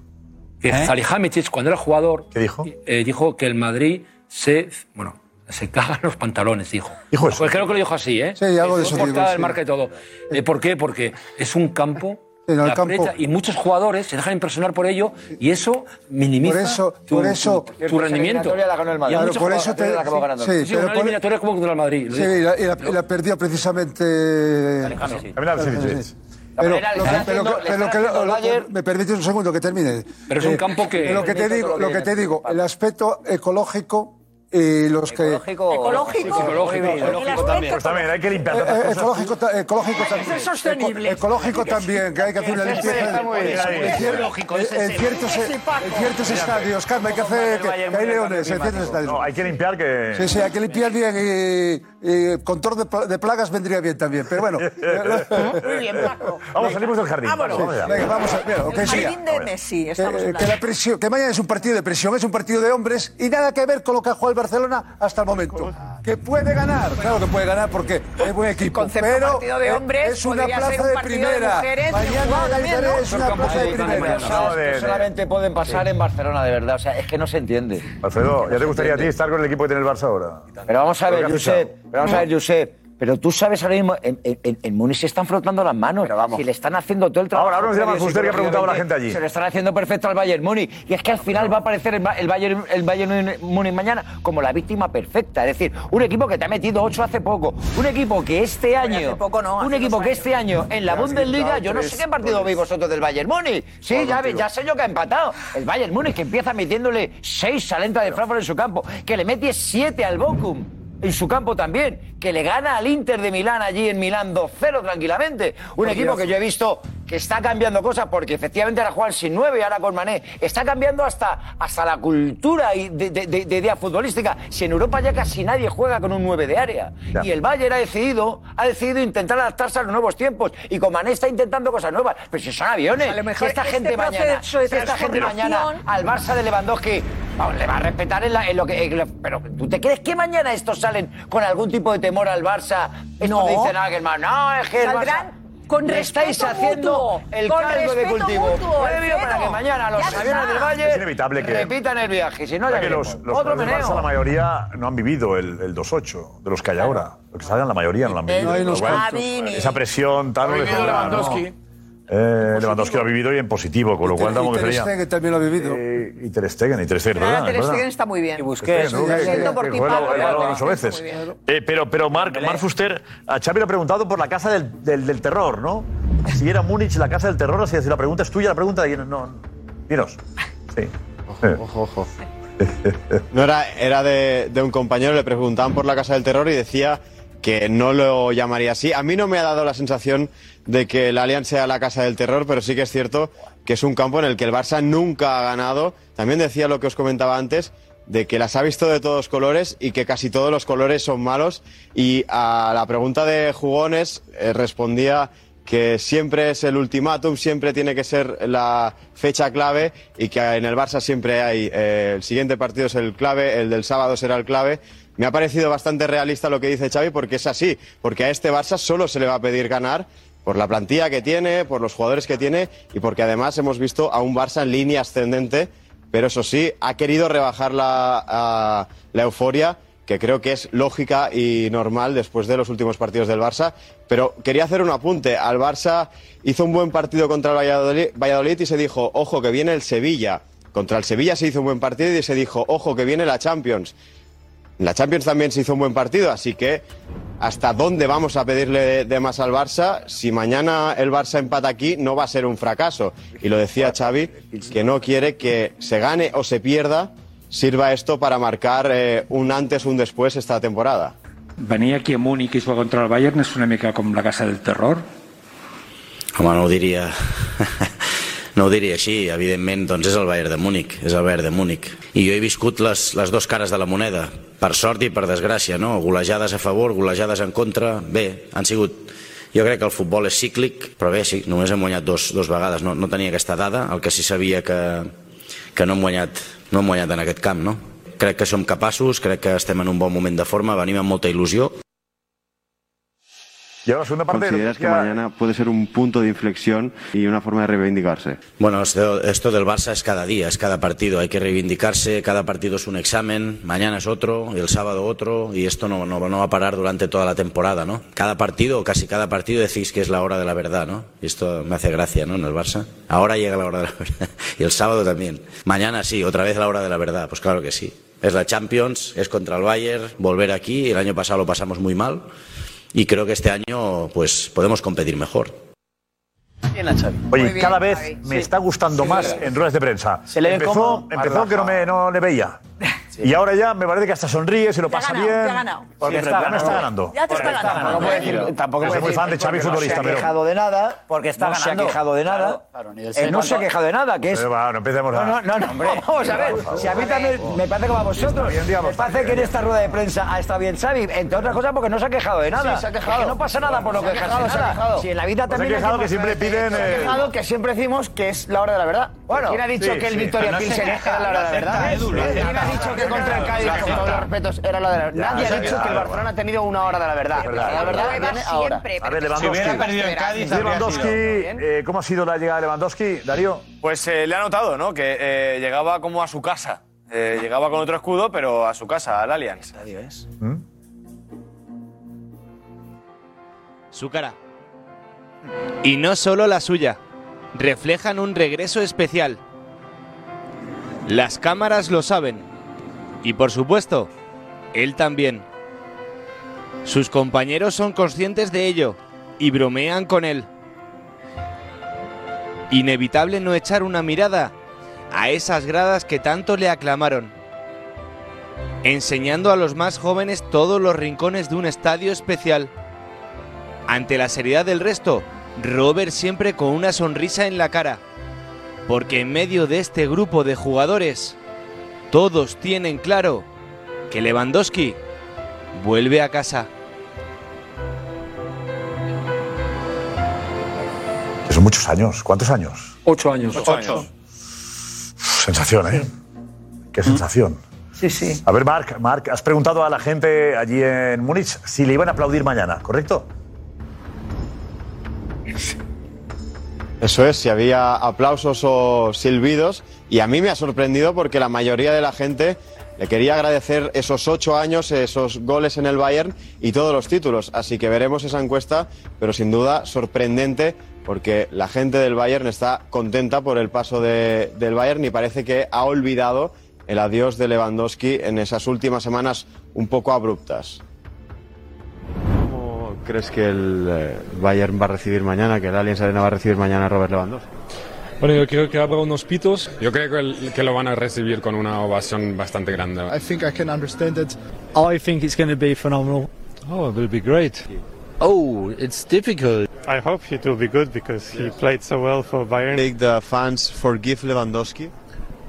[SPEAKER 23] que
[SPEAKER 7] ¿Eh?
[SPEAKER 23] Salihamidzic, cuando era jugador,
[SPEAKER 7] ¿Qué dijo?
[SPEAKER 23] eh, dijo que el Madrid se. Bueno, se cagan los pantalones, dijo.
[SPEAKER 24] Dijo
[SPEAKER 23] Pues creo que lo dijo así, ¿eh?
[SPEAKER 24] Sí, algo
[SPEAKER 23] Fue
[SPEAKER 24] de eso digo,
[SPEAKER 23] portada del
[SPEAKER 24] sí.
[SPEAKER 23] marca y todo. Eh, ¿Por qué? Porque es un campo.
[SPEAKER 24] En el
[SPEAKER 23] que aprieta
[SPEAKER 24] campo-
[SPEAKER 23] Y muchos jugadores se dejan impresionar por ello y eso minimiza
[SPEAKER 24] Por eso-
[SPEAKER 23] tu,
[SPEAKER 24] por eso-
[SPEAKER 23] tu, tu rendimiento.
[SPEAKER 24] La eliminatoria la ganó el Madrid.
[SPEAKER 23] Y hay
[SPEAKER 24] Claro,
[SPEAKER 23] muchos
[SPEAKER 24] por eso
[SPEAKER 23] jugadores
[SPEAKER 24] te-
[SPEAKER 23] que acabó
[SPEAKER 24] sí,
[SPEAKER 23] ganando.
[SPEAKER 24] sí,
[SPEAKER 23] Sí,
[SPEAKER 24] pero
[SPEAKER 23] una
[SPEAKER 24] por-
[SPEAKER 23] eliminatoria como contra el Madrid. lo
[SPEAKER 24] Sí,
[SPEAKER 23] digo.
[SPEAKER 24] y la, y la- y la perdió precisamente.
[SPEAKER 23] Alejandro. Sí, sí.
[SPEAKER 24] Alejandro
[SPEAKER 23] Alejandro,
[SPEAKER 24] sí.
[SPEAKER 23] La
[SPEAKER 24] Pero,
[SPEAKER 23] manera le
[SPEAKER 24] lo que-
[SPEAKER 23] están
[SPEAKER 24] pero que-
[SPEAKER 23] haciendo- le
[SPEAKER 24] pero
[SPEAKER 23] están
[SPEAKER 24] que lo-
[SPEAKER 23] haciendo
[SPEAKER 24] lo-
[SPEAKER 23] Bayern-
[SPEAKER 24] me permite un segundo que termine. Eh,
[SPEAKER 23] Pero es un campo que-
[SPEAKER 24] Lo que te
[SPEAKER 23] Permite
[SPEAKER 24] digo,
[SPEAKER 23] todo lo
[SPEAKER 24] lo
[SPEAKER 23] que
[SPEAKER 24] que te digo, el aspecto ecológico y los que.
[SPEAKER 14] Ecológico. Ecológico. Ecológico. Ecológico también.
[SPEAKER 7] Pues también hay que limpiar
[SPEAKER 24] Eh,
[SPEAKER 7] tantas
[SPEAKER 24] eh,
[SPEAKER 7] cosas.
[SPEAKER 24] ecológico, ta- ecológico también.
[SPEAKER 7] ser sostenible.
[SPEAKER 24] Eco- Ecológico también, que hay que hacer una
[SPEAKER 7] Ese está
[SPEAKER 24] limpieza.
[SPEAKER 7] muy bien.
[SPEAKER 24] En cier-
[SPEAKER 7] Ecológico, ese
[SPEAKER 24] en
[SPEAKER 7] es
[SPEAKER 24] ciertos,
[SPEAKER 7] el- ese Paco.
[SPEAKER 24] en ciertos
[SPEAKER 7] Mira,
[SPEAKER 24] estadios, Carmen, hay que hacer. Que, que hay leones, en ciertos estadios.
[SPEAKER 7] No, hay que limpiar que.
[SPEAKER 24] Sí, sí, hay que limpiar bien y, y control de, pla- de plagas vendría bien también, pero bueno.
[SPEAKER 7] Muy bien, Paco. Vamos, salimos del jardín.
[SPEAKER 24] Vámonos.
[SPEAKER 7] Vamos allá.
[SPEAKER 24] Venga, vamos a, mira, ok,
[SPEAKER 13] El
[SPEAKER 24] siga.
[SPEAKER 13] jardín de Messi,
[SPEAKER 24] Que,
[SPEAKER 13] estamos
[SPEAKER 24] Eh, que la presión, que mañana es un partido de presión, es un partido de hombres y nada que ver con lo que ha jugado el Barcelona hasta el momento. Que puede ganar, claro que puede ganar porque es buen equipo.
[SPEAKER 13] Concepto
[SPEAKER 24] pero eh,
[SPEAKER 13] partido de hombres
[SPEAKER 24] es una
[SPEAKER 13] podría ser
[SPEAKER 24] plaza
[SPEAKER 13] un
[SPEAKER 24] de
[SPEAKER 13] partido de
[SPEAKER 24] primera.
[SPEAKER 13] mujeres,
[SPEAKER 24] mañana
[SPEAKER 13] igual,
[SPEAKER 24] la
[SPEAKER 13] ¿no?
[SPEAKER 24] Italia es
[SPEAKER 13] Son
[SPEAKER 24] una plaza de
[SPEAKER 13] capaces de
[SPEAKER 24] primera.
[SPEAKER 15] Cosas que
[SPEAKER 7] de-
[SPEAKER 15] solamente pueden pasar
[SPEAKER 7] sí.
[SPEAKER 15] en Barcelona, de verdad. O sea, es que no se entiende.
[SPEAKER 7] Alfredo, ya te gustaría a ti estar con el equipo que tiene el Barça ahora.
[SPEAKER 15] Pero vamos a
[SPEAKER 7] Lo que
[SPEAKER 15] ver,
[SPEAKER 7] has
[SPEAKER 15] Josep.
[SPEAKER 7] fichado.
[SPEAKER 15] Pero vamos a ver, Josep. Pero tú sabes ahora mismo, en, en, en- en Múnich se están frotando las manos. Si le están haciendo todo el trabajo.
[SPEAKER 7] Ahora, ahora nos llama
[SPEAKER 15] previo
[SPEAKER 7] Fuster, que ha preguntado a la
[SPEAKER 15] psicológicamente,
[SPEAKER 7] gente allí.
[SPEAKER 15] Se lo están haciendo perfecto al Bayern Múnich. Y es que al final va a aparecer el, Ba- el Bayern, el Bayern Múnich mañana como la víctima perfecta. Es decir, un equipo que te ha metido 8 hace poco. Un equipo que este año. un equipo que este año en la
[SPEAKER 14] Le has
[SPEAKER 15] Bundesliga,
[SPEAKER 14] quitado
[SPEAKER 15] yo no sé
[SPEAKER 14] tres
[SPEAKER 15] qué partido
[SPEAKER 14] goles.
[SPEAKER 15] veis vosotros del Bayern Múnich. Sí, ya, ve- ya sé yo que ha empatado. El Bayern Múnich que empieza metiéndole 6 al Eintracht de Frankfurt en su campo. Que le mete 7 al Bochum en su campo también, que le gana al Inter de Milán allí en Milán 2-0 tranquilamente. Un equipo que yo he visto que está cambiando cosas porque efectivamente ahora juegan sin 9 y ahora con Mané. Está cambiando hasta, hasta la cultura y de, de, de- de idea futbolística. Si en Europa ya casi nadie juega con un 9 de área.
[SPEAKER 7] Ya.
[SPEAKER 15] Y el Bayern ha decidido, ha decidido intentar adaptarse a los nuevos tiempos. Y con Mané está intentando cosas nuevas. Pero si son aviones,
[SPEAKER 13] A lo mejor
[SPEAKER 15] Si esta
[SPEAKER 13] este
[SPEAKER 15] gente mañana,
[SPEAKER 13] proceso de
[SPEAKER 15] si esta gente mañana
[SPEAKER 13] transformación-
[SPEAKER 15] al Barça de Lewandowski. Vamos, le va a respetar en, la- en lo que. en lo- pero ¿tú te crees que mañana estos salen con algún tipo de temor al Barça? Estos
[SPEAKER 13] No.
[SPEAKER 15] dicen ah, que el Mar- No, es que el
[SPEAKER 13] Saldrán
[SPEAKER 15] Barça-
[SPEAKER 13] con
[SPEAKER 15] le estáis
[SPEAKER 13] respeto
[SPEAKER 15] haciendo
[SPEAKER 13] mutuo,
[SPEAKER 15] el
[SPEAKER 13] con
[SPEAKER 15] caldo de
[SPEAKER 13] respeto
[SPEAKER 15] cultivo.
[SPEAKER 13] mutuo,
[SPEAKER 15] Puede venir para
[SPEAKER 13] Alfredo.
[SPEAKER 15] que mañana los
[SPEAKER 13] Ya está.
[SPEAKER 15] aviones del Valle
[SPEAKER 7] Es inevitable que-
[SPEAKER 15] repitan el viaje. Si no, ya
[SPEAKER 7] que los,
[SPEAKER 15] veremos.
[SPEAKER 7] los
[SPEAKER 15] Otro
[SPEAKER 7] jugadores del
[SPEAKER 15] meneo.
[SPEAKER 7] Barça, la mayoría no han vivido el, el 2-8 de los que hay ahora. Los que salgan, la mayoría no lo han vivido.
[SPEAKER 24] hay
[SPEAKER 7] Con lo
[SPEAKER 24] unos
[SPEAKER 7] cual,
[SPEAKER 24] cuantos.
[SPEAKER 7] esa presión tan...
[SPEAKER 24] Ha vivido Lewandowski.
[SPEAKER 7] Eh, Lewandowski lo ha vivido y en positivo, con lo cual
[SPEAKER 24] Y
[SPEAKER 7] tampoco
[SPEAKER 24] Ter
[SPEAKER 7] sería...
[SPEAKER 24] Stegen también lo ha vivido.
[SPEAKER 7] Eh, Y Ter Stegen, y Ter Stegen,
[SPEAKER 13] Ahora
[SPEAKER 7] ¿verdad?
[SPEAKER 13] Ter
[SPEAKER 7] ¿verdad?
[SPEAKER 13] Stegen está muy bien.
[SPEAKER 7] Busquets, ¿no? Eh, Que- que-
[SPEAKER 13] Siento por
[SPEAKER 7] que
[SPEAKER 13] ti,
[SPEAKER 7] juega
[SPEAKER 13] Paco,
[SPEAKER 7] el
[SPEAKER 13] pero
[SPEAKER 7] balón
[SPEAKER 13] Ter
[SPEAKER 7] ocho
[SPEAKER 13] Stegen
[SPEAKER 7] veces. Eh, pero pero Mark, Mark Fuster, a Xavi le ha preguntado por la casa del, del, del terror, ¿no? Si era Múnich la casa del terror, así si la pregunta es tuya, la pregunta de no, no. Dinos. Sí. Eh.
[SPEAKER 25] Ojo, ojo. No era, era de, de un compañero, le preguntaban por la Casa del Terror y decía que no lo llamaría así. A mí no me ha dado la sensación de que el Allianz sea la Casa del Terror, pero sí que es cierto que es un campo en el que el Barça nunca ha ganado. También decía lo que os comentaba antes, de que las ha visto de todos colores y que casi todos los colores son malos. Y a la pregunta de Jugones eh, respondía que siempre es el ultimátum, siempre tiene que ser la fecha clave y que en el Barça siempre hay eh, el siguiente partido es el clave, el del sábado será el clave. Me ha parecido bastante realista lo que dice Xavi porque es así, porque a este Barça solo se le va a pedir ganar por la plantilla que tiene, por los jugadores que tiene y porque además hemos visto a un Barça en línea ascendente, pero eso sí, ha querido rebajar la, a- la euforia que creo que es lógica y normal después de los últimos partidos del Barça. Pero quería hacer un apunte. Al Barça hizo un buen partido contra el Valladolid, Valladolid y se dijo, ojo, que viene el Sevilla. Contra el Sevilla se hizo un buen partido y se dijo, ojo, que viene la Champions. En La Champions también se hizo un buen partido, así que ¿hasta dónde vamos a pedirle de, de más al Barça? Si mañana el Barça empata aquí, no va a ser un fracaso. Y lo decía Xavi, que no quiere que se gane o se pierda, sirva esto para marcar eh, un antes, un después esta temporada.
[SPEAKER 3] Venir aquí a Múnich i jugar contra el Bayern és una mica com la casa del terror?
[SPEAKER 6] Home, no ho diria... No ho diria així, evidentment, doncs és el Bayern de Múnich, és el Bayern de Múnich. I jo he viscut les, les dues cares de la moneda, per sort i per desgràcia, no? Golejades a favor, golejades en contra, bé, han sigut... Jo crec que el futbol és cíclic, però bé, sí, només hem guanyat dos, dos vegades, no, no tenia aquesta dada, el que sí sabia que, que no hem guanyat, no hem guanyat en aquest camp, no? Crec que som capaços, crec que estem en un bon moment de forma, venim amb molta il·lusió,
[SPEAKER 7] Y ahora la segunda parte.
[SPEAKER 25] ¿Consideras que mañana puede ser un punto de inflexión y una forma de reivindicarse?
[SPEAKER 6] Bueno, esto, esto del Barça es cada día, es cada partido. Hay que reivindicarse, cada partido es un examen, mañana es otro, y el sábado otro, y esto no, no, no va a parar durante toda la temporada, ¿no? Cada partido, o casi cada partido, decís que es la hora de la verdad, ¿no? Y esto me hace gracia, ¿no? En el Barça. Ahora llega la hora de la verdad. Y el sábado también. Mañana sí, otra vez la hora de la verdad. Pues claro que sí. Es la Champions, es contra el Bayern, volver aquí. El año pasado lo pasamos muy mal. Y creo que este año, pues, podemos competir mejor.
[SPEAKER 7] Oye,
[SPEAKER 6] Muy bien,
[SPEAKER 7] cada vez
[SPEAKER 6] Xavi.
[SPEAKER 7] me está gustando
[SPEAKER 6] Sí,
[SPEAKER 7] más
[SPEAKER 6] sí.
[SPEAKER 7] en ruedas de prensa.
[SPEAKER 6] Se le ve
[SPEAKER 7] empezó
[SPEAKER 6] cómodo.
[SPEAKER 7] empezó que no, me, no le veía. Y ahora ya me parece que hasta sonríe, se lo
[SPEAKER 28] Te ha
[SPEAKER 7] pasa
[SPEAKER 28] ganado,
[SPEAKER 7] bien.
[SPEAKER 28] te ha ganado.
[SPEAKER 7] Porque
[SPEAKER 28] Siempre
[SPEAKER 7] está,
[SPEAKER 28] te ha
[SPEAKER 7] ganando, está
[SPEAKER 28] ganado.
[SPEAKER 7] ganando.
[SPEAKER 28] Ya te está ganando.
[SPEAKER 7] ganando.
[SPEAKER 15] Tampoco puede decir- tampoco
[SPEAKER 7] Yo
[SPEAKER 15] puede
[SPEAKER 7] soy muy
[SPEAKER 15] decir
[SPEAKER 7] fan de Xavi
[SPEAKER 15] porque
[SPEAKER 7] futbolista,
[SPEAKER 15] No se ha
[SPEAKER 7] pero.
[SPEAKER 15] quejado de nada.
[SPEAKER 1] Porque está
[SPEAKER 15] no se
[SPEAKER 1] ganando.
[SPEAKER 15] ha quejado de nada.
[SPEAKER 1] Claro, claro, ni del
[SPEAKER 15] Eh,
[SPEAKER 1] ser
[SPEAKER 15] no se ha
[SPEAKER 1] humano.
[SPEAKER 15] quejado de nada, que es.
[SPEAKER 7] Pero Eh, va, no empecemos
[SPEAKER 15] no,
[SPEAKER 7] nada.
[SPEAKER 15] no, no, no,
[SPEAKER 7] Hombre,
[SPEAKER 15] vamos a ver.
[SPEAKER 7] por favor.
[SPEAKER 15] Si a mí también me parece como a vosotros. me parece que en esta rueda de prensa ha estado bien Xavi, entre otras cosas porque no se ha quejado de nada.
[SPEAKER 1] Sí, se ha
[SPEAKER 15] Es que
[SPEAKER 1] quejado.
[SPEAKER 15] no pasa nada por lo
[SPEAKER 1] Se
[SPEAKER 15] que
[SPEAKER 1] ha quejado, se ha
[SPEAKER 15] nada.
[SPEAKER 1] quejado.
[SPEAKER 15] Si en la vida
[SPEAKER 1] Pues se ha
[SPEAKER 15] también.
[SPEAKER 1] quejado
[SPEAKER 15] decimos-
[SPEAKER 1] que siempre piden,
[SPEAKER 15] Se ha
[SPEAKER 1] eh,
[SPEAKER 15] quejado que siempre decimos que es la hora de la verdad. Bueno,
[SPEAKER 1] ¿Quién ha dicho que el Victoria Pilsen era la hora de la verdad? ¿Quién ha dicho que contra el Cádiz, con todos los respetos, era la de la verdad?
[SPEAKER 29] Ya,
[SPEAKER 1] Nadie ha
[SPEAKER 29] se ha
[SPEAKER 1] dicho
[SPEAKER 29] quedado,
[SPEAKER 1] que el Barcelona ha tenido una hora de la verdad. La verdad viene ahora.
[SPEAKER 7] A ver, Lewandowski. Lewandowski, eh, ¿cómo ha sido la llegada de Lewandowski, Darío?
[SPEAKER 5] Pues eh, le ha notado, ¿no? Que eh, llegaba como a su casa. Eh, llegaba con otro escudo, pero a su casa, al Allianz. Adiós.
[SPEAKER 7] Mm.
[SPEAKER 30] Su cara. Y no solo la suya. Reflejan un regreso especial. Las cámaras lo saben. Y por supuesto, él también. Sus compañeros son conscientes de ello y bromean con él. Inevitable no echar una mirada a esas gradas que tanto le aclamaron, enseñando a los más jóvenes todos los rincones de un estadio especial. Ante la seriedad del resto, Robert siempre con una sonrisa en la cara, porque en medio de este grupo de jugadores, todos tienen claro que Lewandowski vuelve a casa.
[SPEAKER 7] Que son muchos años. ¿Cuántos años?
[SPEAKER 23] Ocho años.
[SPEAKER 7] Ocho años. Sensación, ¿eh? Qué sensación. Sí, sí. A ver, Marc, Marc, has preguntado a la gente allí en Múnich si le iban a aplaudir mañana, ¿correcto?
[SPEAKER 25] Eso es, si había aplausos o silbidos. Y a mí me ha sorprendido porque la mayoría de la gente le quería agradecer esos ocho años, esos goles en el Bayern y todos los títulos. Así que veremos esa encuesta, pero sin duda sorprendente porque la gente del Bayern está contenta por el paso de- del Bayern y parece que ha olvidado el adiós de Lewandowski en esas últimas semanas un poco abruptas. ¿Cómo crees que el eh, Bayern va a recibir mañana, que el Allianz Arena va a recibir mañana a Robert Lewandowski?
[SPEAKER 31] Bueno, yo creo que habrá unos pitos. Yo creo que, el- que lo van a recibir con una ovación bastante grande.
[SPEAKER 12] I think I can understand it.
[SPEAKER 21] I think it's going to be phenomenal. Oh, it will be great. Oh, it's difficult. I hope it will be good because he played so well for Bayern.
[SPEAKER 25] Take the fans forgive Lewandowski?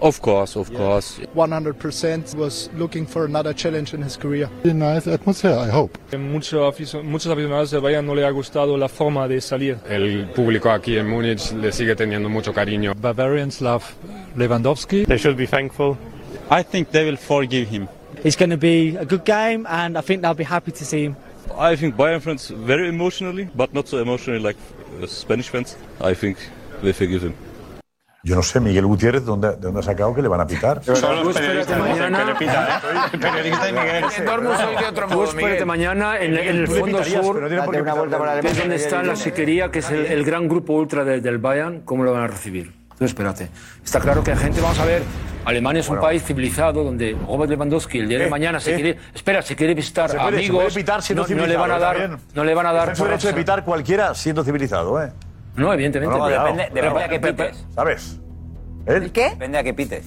[SPEAKER 21] Of course, of course.
[SPEAKER 12] 100% was looking for another challenge in his career.
[SPEAKER 32] nice atmosphere, I hope.
[SPEAKER 33] Mucho aficio- muchos aficionados de Bayern no le ha gustado la forma de salir.
[SPEAKER 31] El público aquí en Múnich le sigue teniendo mucho cariño.
[SPEAKER 21] Bavarians love Lewandowski. They should be thankful. I think they will forgive him. It's going to be a good game and I think they'll be happy to see him.
[SPEAKER 34] I think Bayern fans very emotionally, but not so emotionally like uh, Spanish fans. I think they forgive him.
[SPEAKER 7] Yo no sé, Miguel Gutiérrez, ¿dónde, ¿de dónde ha sacado que le van a pitar?
[SPEAKER 35] Son los periodistas dicen que le ¿eh? pita, ¿eh? El periodista de Miguel.
[SPEAKER 23] Tú espérate mañana en, en el
[SPEAKER 35] Tú le
[SPEAKER 23] fondo
[SPEAKER 35] pitarías,
[SPEAKER 23] sur,
[SPEAKER 35] pero no tiene por qué
[SPEAKER 23] que
[SPEAKER 35] pitar.
[SPEAKER 23] es donde está la sequería, que es el, el gran grupo ultra de- del Bayern, ¿cómo lo van a recibir? Tú espérate. Está claro que la gente, vamos a ver, Alemania es un país civilizado donde Robert Lewandowski el día de
[SPEAKER 7] Eh,
[SPEAKER 23] mañana se
[SPEAKER 7] eh.
[SPEAKER 23] quiere, espera, se quiere visitar
[SPEAKER 7] Se puede- se
[SPEAKER 23] amigos,
[SPEAKER 7] puede pitar siendo
[SPEAKER 23] no, no le van a
[SPEAKER 7] civilizado,
[SPEAKER 23] dar,
[SPEAKER 7] también.
[SPEAKER 23] no le van a dar
[SPEAKER 7] Está en su
[SPEAKER 23] por
[SPEAKER 7] derecho de
[SPEAKER 23] hacer-
[SPEAKER 7] pitar cualquiera siendo civilizado, ¿eh?
[SPEAKER 23] No, evidentemente.
[SPEAKER 7] No, no, cuidado,
[SPEAKER 15] Depende- depende
[SPEAKER 7] cuidado.
[SPEAKER 15] a qué pites.
[SPEAKER 7] ¿Sabes? ¿El
[SPEAKER 15] qué? Depende a qué pites.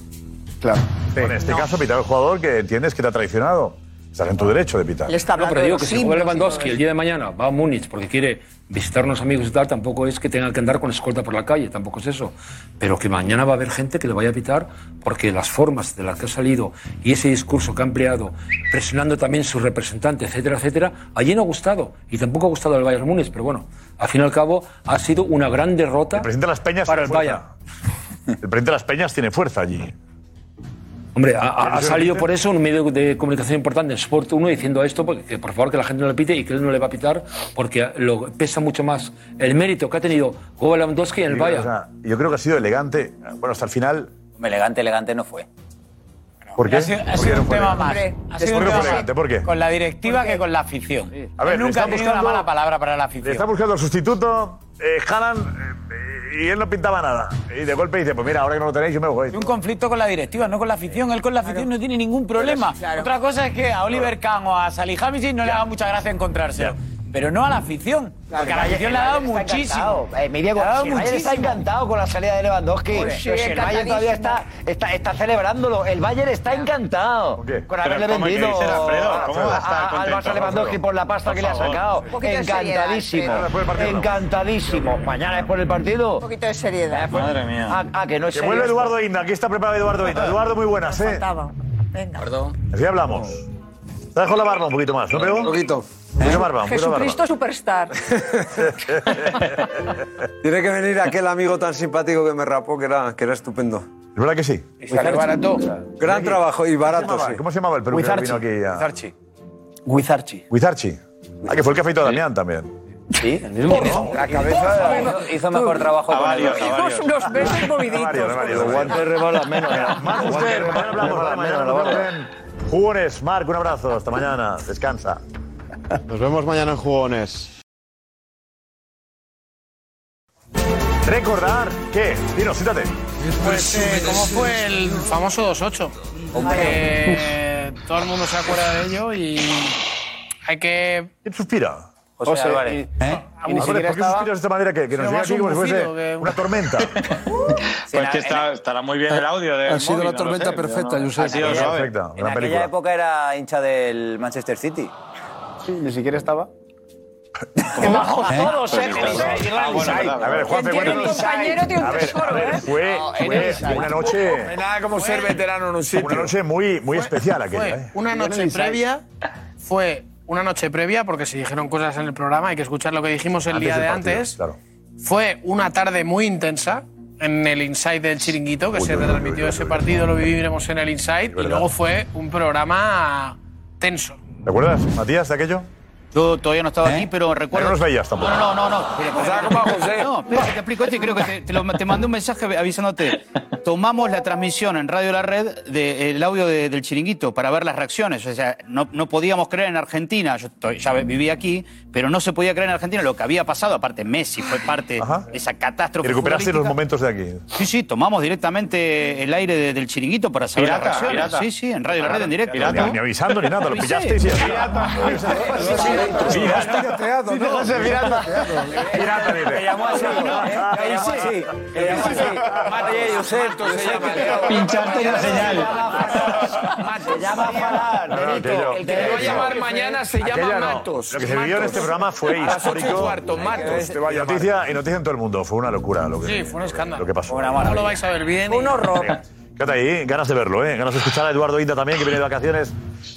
[SPEAKER 7] Claro. En este caso, pitar al jugador que entiendes que te ha traicionado. Estás en tu derecho de pitar.
[SPEAKER 23] No, pero digo que si juega Lewandowski el día de mañana va a Múnich porque quiere visitar a unos amigos y tal, tampoco es que tenga que andar con escolta por la calle, tampoco es eso. Pero que mañana va a haber gente que le vaya a pitar porque las formas de las que ha salido y ese discurso que ha empleado, presionando también su representante, etcétera, etcétera, allí no ha gustado. Y tampoco ha gustado al Bayern Múnich, pero bueno, al fin y al cabo ha sido una gran derrota
[SPEAKER 7] presidente de las Peñas
[SPEAKER 23] para el
[SPEAKER 7] tiene
[SPEAKER 23] Bayern.
[SPEAKER 7] fuerza. El presidente de las Peñas tiene fuerza allí.
[SPEAKER 23] Hombre, ha- ha, ha salido por eso un medio de comunicación importante en Sport 1 diciendo esto, porque, que por favor que la gente no le pite y que él no le va a pitar, porque lo, pesa mucho más el mérito que ha tenido Goga Lewandowski en el
[SPEAKER 7] Digo una
[SPEAKER 23] Bayern.
[SPEAKER 7] cosa, Yo creo que ha sido elegante. Bueno, hasta el final.
[SPEAKER 14] Elegante, elegante no fue.
[SPEAKER 7] ¿Por qué?
[SPEAKER 11] Ha sido, ha
[SPEAKER 7] ¿Por qué
[SPEAKER 11] sido
[SPEAKER 7] no
[SPEAKER 11] un
[SPEAKER 7] fue
[SPEAKER 11] tema más.
[SPEAKER 7] elegante?
[SPEAKER 11] Ha
[SPEAKER 7] ¿Por qué
[SPEAKER 11] sido un
[SPEAKER 7] no
[SPEAKER 11] tema
[SPEAKER 7] fue
[SPEAKER 11] más
[SPEAKER 7] elegante? ¿Por qué?
[SPEAKER 11] con la directiva que con la afición.
[SPEAKER 7] A ver, le
[SPEAKER 11] Nunca ha
[SPEAKER 7] están
[SPEAKER 11] tenido una
[SPEAKER 7] buscando-
[SPEAKER 11] mala palabra para la
[SPEAKER 7] Le
[SPEAKER 11] afición.
[SPEAKER 7] está buscando al sustituto, eh, Haaland, eh, y él no pintaba nada. Y de golpe dice, pues mira, ahora que no lo tenéis, yo me voy.
[SPEAKER 11] Un conflicto con la directiva, no con la afición. Él con la afición no tiene ningún problema. Otra cosa es que a Oliver Kahn o a Salihamidzic no le haga mucha gracia encontrárselo. Pero no a la afición. Porque a la afición le ha dado muchísimo.
[SPEAKER 15] Eh, Miriam,
[SPEAKER 11] Le ha dado
[SPEAKER 15] si el Bayern está
[SPEAKER 11] muchísimo.
[SPEAKER 15] encantado con la salida de Lewandowski.
[SPEAKER 11] Hombre,
[SPEAKER 15] Pero
[SPEAKER 11] sí,
[SPEAKER 15] si el Bayern todavía está, está, está celebrándolo. El Bayern está encantado con
[SPEAKER 36] Pero
[SPEAKER 15] haberle
[SPEAKER 36] ¿cómo que
[SPEAKER 15] vendido
[SPEAKER 36] dices, Alfredo? ¿Cómo va a estar
[SPEAKER 15] a- a- al
[SPEAKER 36] contento,
[SPEAKER 15] Barça Lewandowski
[SPEAKER 36] Alfredo?
[SPEAKER 15] por la pasta
[SPEAKER 36] Por
[SPEAKER 15] que le ha
[SPEAKER 36] favor.
[SPEAKER 15] sacado.
[SPEAKER 36] Un poquito de seriedad,
[SPEAKER 15] Encantadísimo.
[SPEAKER 36] Alfredo. Después del partido, ¿no?
[SPEAKER 15] Encantadísimo. Mañana después del partido. Un poquito de seriedad.
[SPEAKER 36] Madre mía.
[SPEAKER 15] Ah, ah, que no es
[SPEAKER 7] Que
[SPEAKER 15] serio
[SPEAKER 7] vuelve
[SPEAKER 15] esto.
[SPEAKER 7] Eduardo Inda, aquí está preparado Eduardo Inda. Eduardo, muy buenas, ¿eh?
[SPEAKER 15] Venga.
[SPEAKER 7] Así hablamos. Te dejo la barba un poquito más, ¿no, Pego? Un poquito. Mucho barba, mucho barba.
[SPEAKER 3] Jesucristo Superstar.
[SPEAKER 4] Tiene que venir aquel amigo tan simpático que me rapó, que era, que era estupendo.
[SPEAKER 7] ¿Es verdad que sí?
[SPEAKER 4] salió barato. Gran trabajo y barato,
[SPEAKER 7] ¿Cómo se
[SPEAKER 4] sí.
[SPEAKER 7] llamaba, ¿Cómo se llamaba el peruano que vino
[SPEAKER 4] Wizarchi.
[SPEAKER 7] aquí? a-
[SPEAKER 4] Wizarchi.
[SPEAKER 7] Wizarchi. Wizarchi. Ah, que fue el que afeitó a Damián también.
[SPEAKER 14] Sí,
[SPEAKER 7] el
[SPEAKER 14] mismo, ¿no? La cabeza hizo mejor trabajo con
[SPEAKER 7] Avario,
[SPEAKER 14] el-
[SPEAKER 7] avario.
[SPEAKER 14] Hicimos unos besos moviditos.
[SPEAKER 7] Los guantes
[SPEAKER 15] rebolan menos.
[SPEAKER 7] Marc Busquets, mañana hablamos. Hasta mañana, nos vemos en Jugones. Marc, un abrazo. Hasta mañana. Descansa.
[SPEAKER 25] Nos vemos mañana en Jugones.
[SPEAKER 7] Recordar que... Dino, siéntate.
[SPEAKER 11] Pues, eh, ¿cómo fue el famoso 2-8? Eh, todo el mundo se acuerda de ello y hay que...
[SPEAKER 7] ¿Quién suspira?
[SPEAKER 11] José Álvarez.
[SPEAKER 7] y-
[SPEAKER 11] ¿Eh?
[SPEAKER 7] y ni siquiera Ah, ¿Por qué suspiras de esta manera que, que nos
[SPEAKER 11] Se
[SPEAKER 7] llega
[SPEAKER 11] llama
[SPEAKER 7] aquí como si fuese
[SPEAKER 11] submucido, que-
[SPEAKER 7] una tormenta?
[SPEAKER 21] Pues que está- estará muy bien el audio de.
[SPEAKER 14] Ha sido la tormenta perfecta, Josep.
[SPEAKER 21] Ha sido
[SPEAKER 14] En
[SPEAKER 21] suave.
[SPEAKER 14] aquella-
[SPEAKER 7] Perfecta,
[SPEAKER 14] en aquella época era hincha del Manchester City.
[SPEAKER 7] Sí, ni siquiera estaba.
[SPEAKER 14] bajo
[SPEAKER 15] todos, ¿eh?
[SPEAKER 7] Ah, bueno, verdad, A ver, Juanfe,
[SPEAKER 15] Tiene
[SPEAKER 7] cuéntanos.
[SPEAKER 15] compañero, tiene un
[SPEAKER 7] A ver,
[SPEAKER 15] tesoro,
[SPEAKER 7] a ver,
[SPEAKER 15] ¿eh?
[SPEAKER 7] Fue,
[SPEAKER 15] No,
[SPEAKER 7] fue
[SPEAKER 15] eres inside.
[SPEAKER 7] una noche...
[SPEAKER 15] No hay
[SPEAKER 7] nada como ser veterano en un sitio. Una noche muy, muy especial aquella,
[SPEAKER 11] Fue
[SPEAKER 7] ¿eh?
[SPEAKER 11] una noche previa, fue una noche previa, porque si dijeron cosas en el programa hay que escuchar lo que dijimos el día
[SPEAKER 7] del
[SPEAKER 11] de
[SPEAKER 7] partido,
[SPEAKER 11] antes.
[SPEAKER 7] Claro.
[SPEAKER 11] Fue una tarde muy intensa en el Inside del Chiringuito, que se retransmitió ese partido, lo viviremos en el Inside, y
[SPEAKER 7] verdad.
[SPEAKER 11] luego fue un programa tenso.
[SPEAKER 7] ¿Te acuerdas, Matías, de aquello?
[SPEAKER 4] Yo todavía no
[SPEAKER 11] ¿Eh?
[SPEAKER 4] estaba aquí, pero recuerdo.
[SPEAKER 7] no nos veías tampoco.
[SPEAKER 4] No, no, no. no. No, espera, te explico esto y creo que te, te lo- te mandé un mensaje avisándote. Tomamos la transmisión en Radio La Red del audio de- del chiringuito para ver las reacciones. O sea, no, no podíamos creer en Argentina. Yo to- ya vivía aquí, pero no se podía creer en Argentina lo que había pasado. Aparte, Messi fue parte de esa
[SPEAKER 7] Y
[SPEAKER 4] catástrofe.
[SPEAKER 7] recuperaste los
[SPEAKER 4] futbolística.
[SPEAKER 7] momentos de aquí.
[SPEAKER 4] Sí, sí, tomamos directamente el aire de- del chiringuito para saber
[SPEAKER 7] Pirata,
[SPEAKER 4] las reacciones.
[SPEAKER 7] pirata.
[SPEAKER 4] Sí, sí, en Radio La Red en directo.
[SPEAKER 7] Pirata. Ni- ni avisando ni nada, lo pillasteis y- Pirata. pues,
[SPEAKER 4] Pirateado,
[SPEAKER 7] ¿no? José, pirata. Pirata, dice.
[SPEAKER 14] Te llamó así. Te llamó así. Te llamó así. Mate,
[SPEAKER 7] eh,
[SPEAKER 14] Josep, tú se llama.
[SPEAKER 11] Pincharte la señal.
[SPEAKER 14] Te llama Farad,
[SPEAKER 7] No, no,
[SPEAKER 14] Benito.
[SPEAKER 7] aquello-
[SPEAKER 14] El que te va a llamar
[SPEAKER 7] aquello-
[SPEAKER 14] mañana se
[SPEAKER 7] aquello
[SPEAKER 14] llama
[SPEAKER 7] no.
[SPEAKER 14] Matos.
[SPEAKER 7] Lo que se vivió en
[SPEAKER 14] Matos.
[SPEAKER 7] este programa fue
[SPEAKER 14] A las ocho y
[SPEAKER 7] histórico.
[SPEAKER 14] cuarto, Matos.
[SPEAKER 7] Y noticia, y noticia en todo el mundo. Fue una locura lo que,
[SPEAKER 11] Sí, fue un escándalo.
[SPEAKER 7] lo que pasó.
[SPEAKER 11] No lo vais a ver bien. Un horror.
[SPEAKER 7] Quédate ahí, ganas de verlo, ¿eh? Ganas de escuchar a Eduardo Inda también, que viene de vacaciones.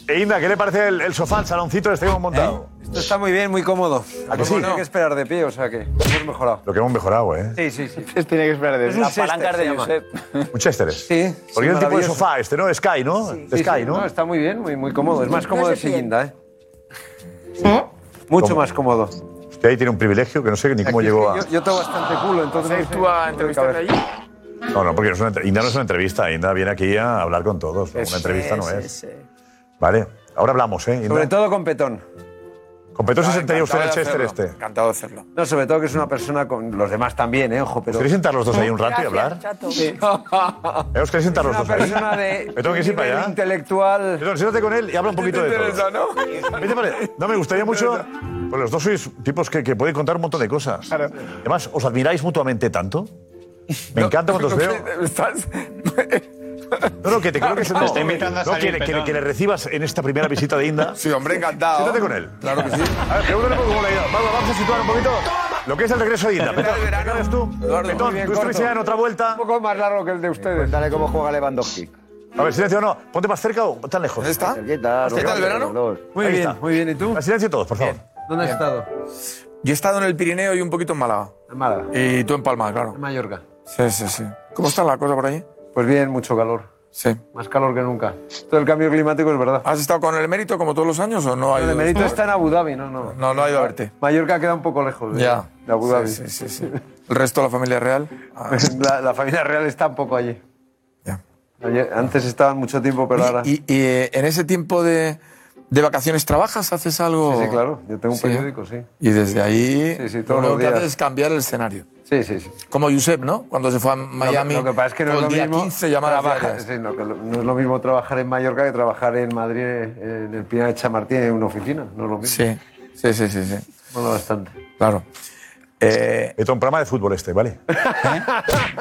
[SPEAKER 7] E Inda, ¿qué le parece el, el sofá, el saloncito este que hemos montado?
[SPEAKER 4] Eh, Esto está muy bien, muy cómodo.
[SPEAKER 7] ¿A que sí?
[SPEAKER 4] Hay que esperar de pie, o sea que hemos mejorado.
[SPEAKER 7] Lo que hemos mejorado, ¿eh?
[SPEAKER 4] Sí, sí, sí.
[SPEAKER 7] Tiene que esperar
[SPEAKER 4] desde- Las palancas de
[SPEAKER 7] Un Chester. Sí. Porque es el tipo de
[SPEAKER 4] maravilloso.
[SPEAKER 7] sofá este, ¿no? Sky, ¿no? De Sky, ¿no?
[SPEAKER 4] Está muy bien, muy, muy cómodo. Es más cómodo
[SPEAKER 7] No
[SPEAKER 4] de
[SPEAKER 7] sé si-
[SPEAKER 4] Seguinda, ¿eh?
[SPEAKER 7] Mucho más cómodo. Usted ahí tiene un privilegio que no sé ni cómo llegó a...
[SPEAKER 4] Yo, yo tengo bastante culo, entonces.
[SPEAKER 14] ¿Vas a ir tú a entrevistarle allí?
[SPEAKER 7] No, no, porque no es una entre- Inda no es una entrevista. Inda viene aquí a hablar con todos. Una entrevista no es. Vale, ahora hablamos, ¿eh? Inda?
[SPEAKER 4] Sobre todo con Petón.
[SPEAKER 7] Con Petón se sentaría usted en el
[SPEAKER 4] Ah, Encantado de
[SPEAKER 7] Chester
[SPEAKER 4] hacerlo,
[SPEAKER 7] este.
[SPEAKER 4] Encantado de hacerlo. No, sobre todo que es una persona con los demás también, ¿eh? Ojo, pero.
[SPEAKER 7] ¿Queréis sentar los dos ahí un rato y
[SPEAKER 4] Gracias,
[SPEAKER 7] hablar?
[SPEAKER 4] chato. Sí.
[SPEAKER 7] ¿Eh, ¿Os queréis sentar los
[SPEAKER 4] Una
[SPEAKER 7] dos ahí?
[SPEAKER 4] persona de.
[SPEAKER 7] Me tengo que ir para allá.
[SPEAKER 4] Intelectual.
[SPEAKER 7] Petón, siéntate con él y habla un poquito de todo. Vete para- No, me gustaría mucho... Pues los dos sois tipos que, que podéis contar un montón de cosas. Además, ¿os admiráis mutuamente tanto? Me encanta cuando os veo. No, no, que te creo que se
[SPEAKER 21] Te está invitando a
[SPEAKER 7] no,
[SPEAKER 21] salir,
[SPEAKER 7] que, que-
[SPEAKER 21] Petón.
[SPEAKER 7] que le recibas en esta primera visita de Inda. Sí,
[SPEAKER 4] hombre, encantado.
[SPEAKER 7] Siéntate con él.
[SPEAKER 4] Claro que sí.
[SPEAKER 7] A ver, pregúntale un poco cómo le ha ido. Vamos, vamos a situar un poquito lo que es el regreso de Inda. Petón, ¿qué haces tú? Petón, tú estuviste ya en otra vuelta. Un
[SPEAKER 4] poco más largo que el de ustedes.
[SPEAKER 7] Dale cómo juega Lewandowski. A ver, silencio o no. Ponte más cerca o tan lejos. ¿Está? ¿Qué tal?
[SPEAKER 17] ¿Qué tal el verano?
[SPEAKER 7] Muy bien, muy bien. ¿Y tú? Silencio todos, por favor.
[SPEAKER 17] ¿Dónde has estado? Yo he estado en el Pirineo y un poquito en Málaga. En Málaga. Y tú en Palma, claro. En Mallorca. Sí, sí, sí. ¿Cómo está la cosa por ahí?
[SPEAKER 4] Pues bien, mucho calor.
[SPEAKER 17] Sí.
[SPEAKER 3] Más calor que nunca. Todo el cambio climático es verdad.
[SPEAKER 17] ¿Has estado con el emérito como todos los años o no ha
[SPEAKER 3] El
[SPEAKER 17] ido?
[SPEAKER 3] emérito está en Abu Dhabi, no, no.
[SPEAKER 17] No, no ha ido a verte.
[SPEAKER 3] Mallorca queda un poco lejos de,
[SPEAKER 17] Ya.
[SPEAKER 3] de Abu Dhabi.
[SPEAKER 17] Sí, sí, sí, sí. ¿El resto de la familia real? Ah.
[SPEAKER 3] La, la familia real está un poco allí. Oye, Antes estaban mucho tiempo, pero ahora...
[SPEAKER 17] ¿Y, y, eh, en ese tiempo de, de vacaciones trabajas? ¿Haces algo?
[SPEAKER 3] Sí, sí, claro. Yo tengo un
[SPEAKER 17] Oh. Sí.
[SPEAKER 3] periódico, sí.
[SPEAKER 17] Y desde ahí
[SPEAKER 3] Sí, sí, todos
[SPEAKER 17] lo
[SPEAKER 3] los
[SPEAKER 17] que haces
[SPEAKER 3] días.
[SPEAKER 17] es cambiar el escenario.
[SPEAKER 3] Sí, sí, sí.
[SPEAKER 17] Como Josep, ¿no? Cuando se fue a Miami.
[SPEAKER 3] Lo que, lo que pasa es que no
[SPEAKER 17] todo
[SPEAKER 3] es lo
[SPEAKER 17] el día
[SPEAKER 3] mismo
[SPEAKER 17] 15 llamadas
[SPEAKER 3] trabajar-
[SPEAKER 17] diarias.
[SPEAKER 3] sí, no, que lo- no es lo mismo trabajar en Mallorca que trabajar en Madrid, eh, en el Pinar de Chamartín, en una oficina. No es lo mismo.
[SPEAKER 17] Sí, sí, sí, sí. sí.
[SPEAKER 3] Bueno, bastante.
[SPEAKER 17] Claro. Eh,
[SPEAKER 7] Esto es un programa de fútbol este, ¿vale?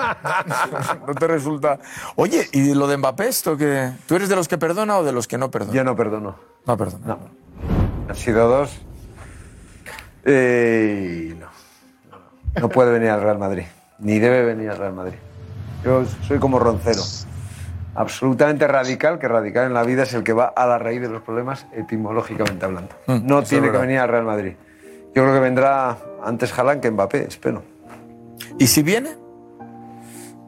[SPEAKER 17] no te resulta. Oye, ¿y lo de Mbappé esto que tú eres de los que perdona o de los que no perdona?
[SPEAKER 3] Yo no perdono.
[SPEAKER 17] No perdona. No.
[SPEAKER 3] Han sido dos. Eh, y no. No, no. No puede venir al Real Madrid. Ni debe venir al Real Madrid. Yo soy como Roncero. Absolutamente radical, que radical en la vida es el que va a la raíz de los problemas etimológicamente hablando.
[SPEAKER 17] Mm,
[SPEAKER 3] No
[SPEAKER 17] eso es
[SPEAKER 3] tiene que
[SPEAKER 17] verdad.
[SPEAKER 3] venir al Real Madrid. Yo creo que vendrá antes Haaland que Mbappé, espero.
[SPEAKER 17] ¿Y si viene?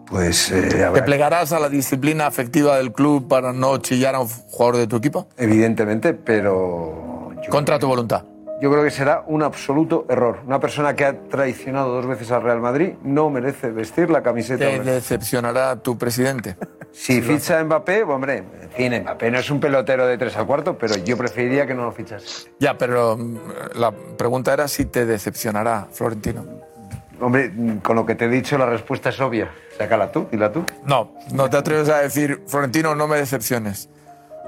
[SPEAKER 3] Pues eh,
[SPEAKER 17] ¿Te
[SPEAKER 3] habrá-
[SPEAKER 17] plegarás a la disciplina afectiva del club para no chillar a un jugador de tu equipo?
[SPEAKER 3] evidentemente, pero
[SPEAKER 17] Contra tu voluntad.
[SPEAKER 3] Yo creo que será un absoluto error. Una persona que ha traicionado dos veces al Real Madrid no merece vestir la camiseta.
[SPEAKER 17] Te
[SPEAKER 3] blanca.
[SPEAKER 17] decepcionará tu presidente.
[SPEAKER 3] Si ficha a Mbappé, hombre, en fin, Mbappé no es un pelotero de tres a cuarto, pero yo preferiría que no lo fichase.
[SPEAKER 17] Ya, pero mm, la pregunta era si te decepcionará, Florentino.
[SPEAKER 3] Hombre, mm, con lo que te he dicho, la respuesta es obvia. Sácala tú, dila tú.
[SPEAKER 17] No, no te atreves a decir, Florentino, no me decepciones.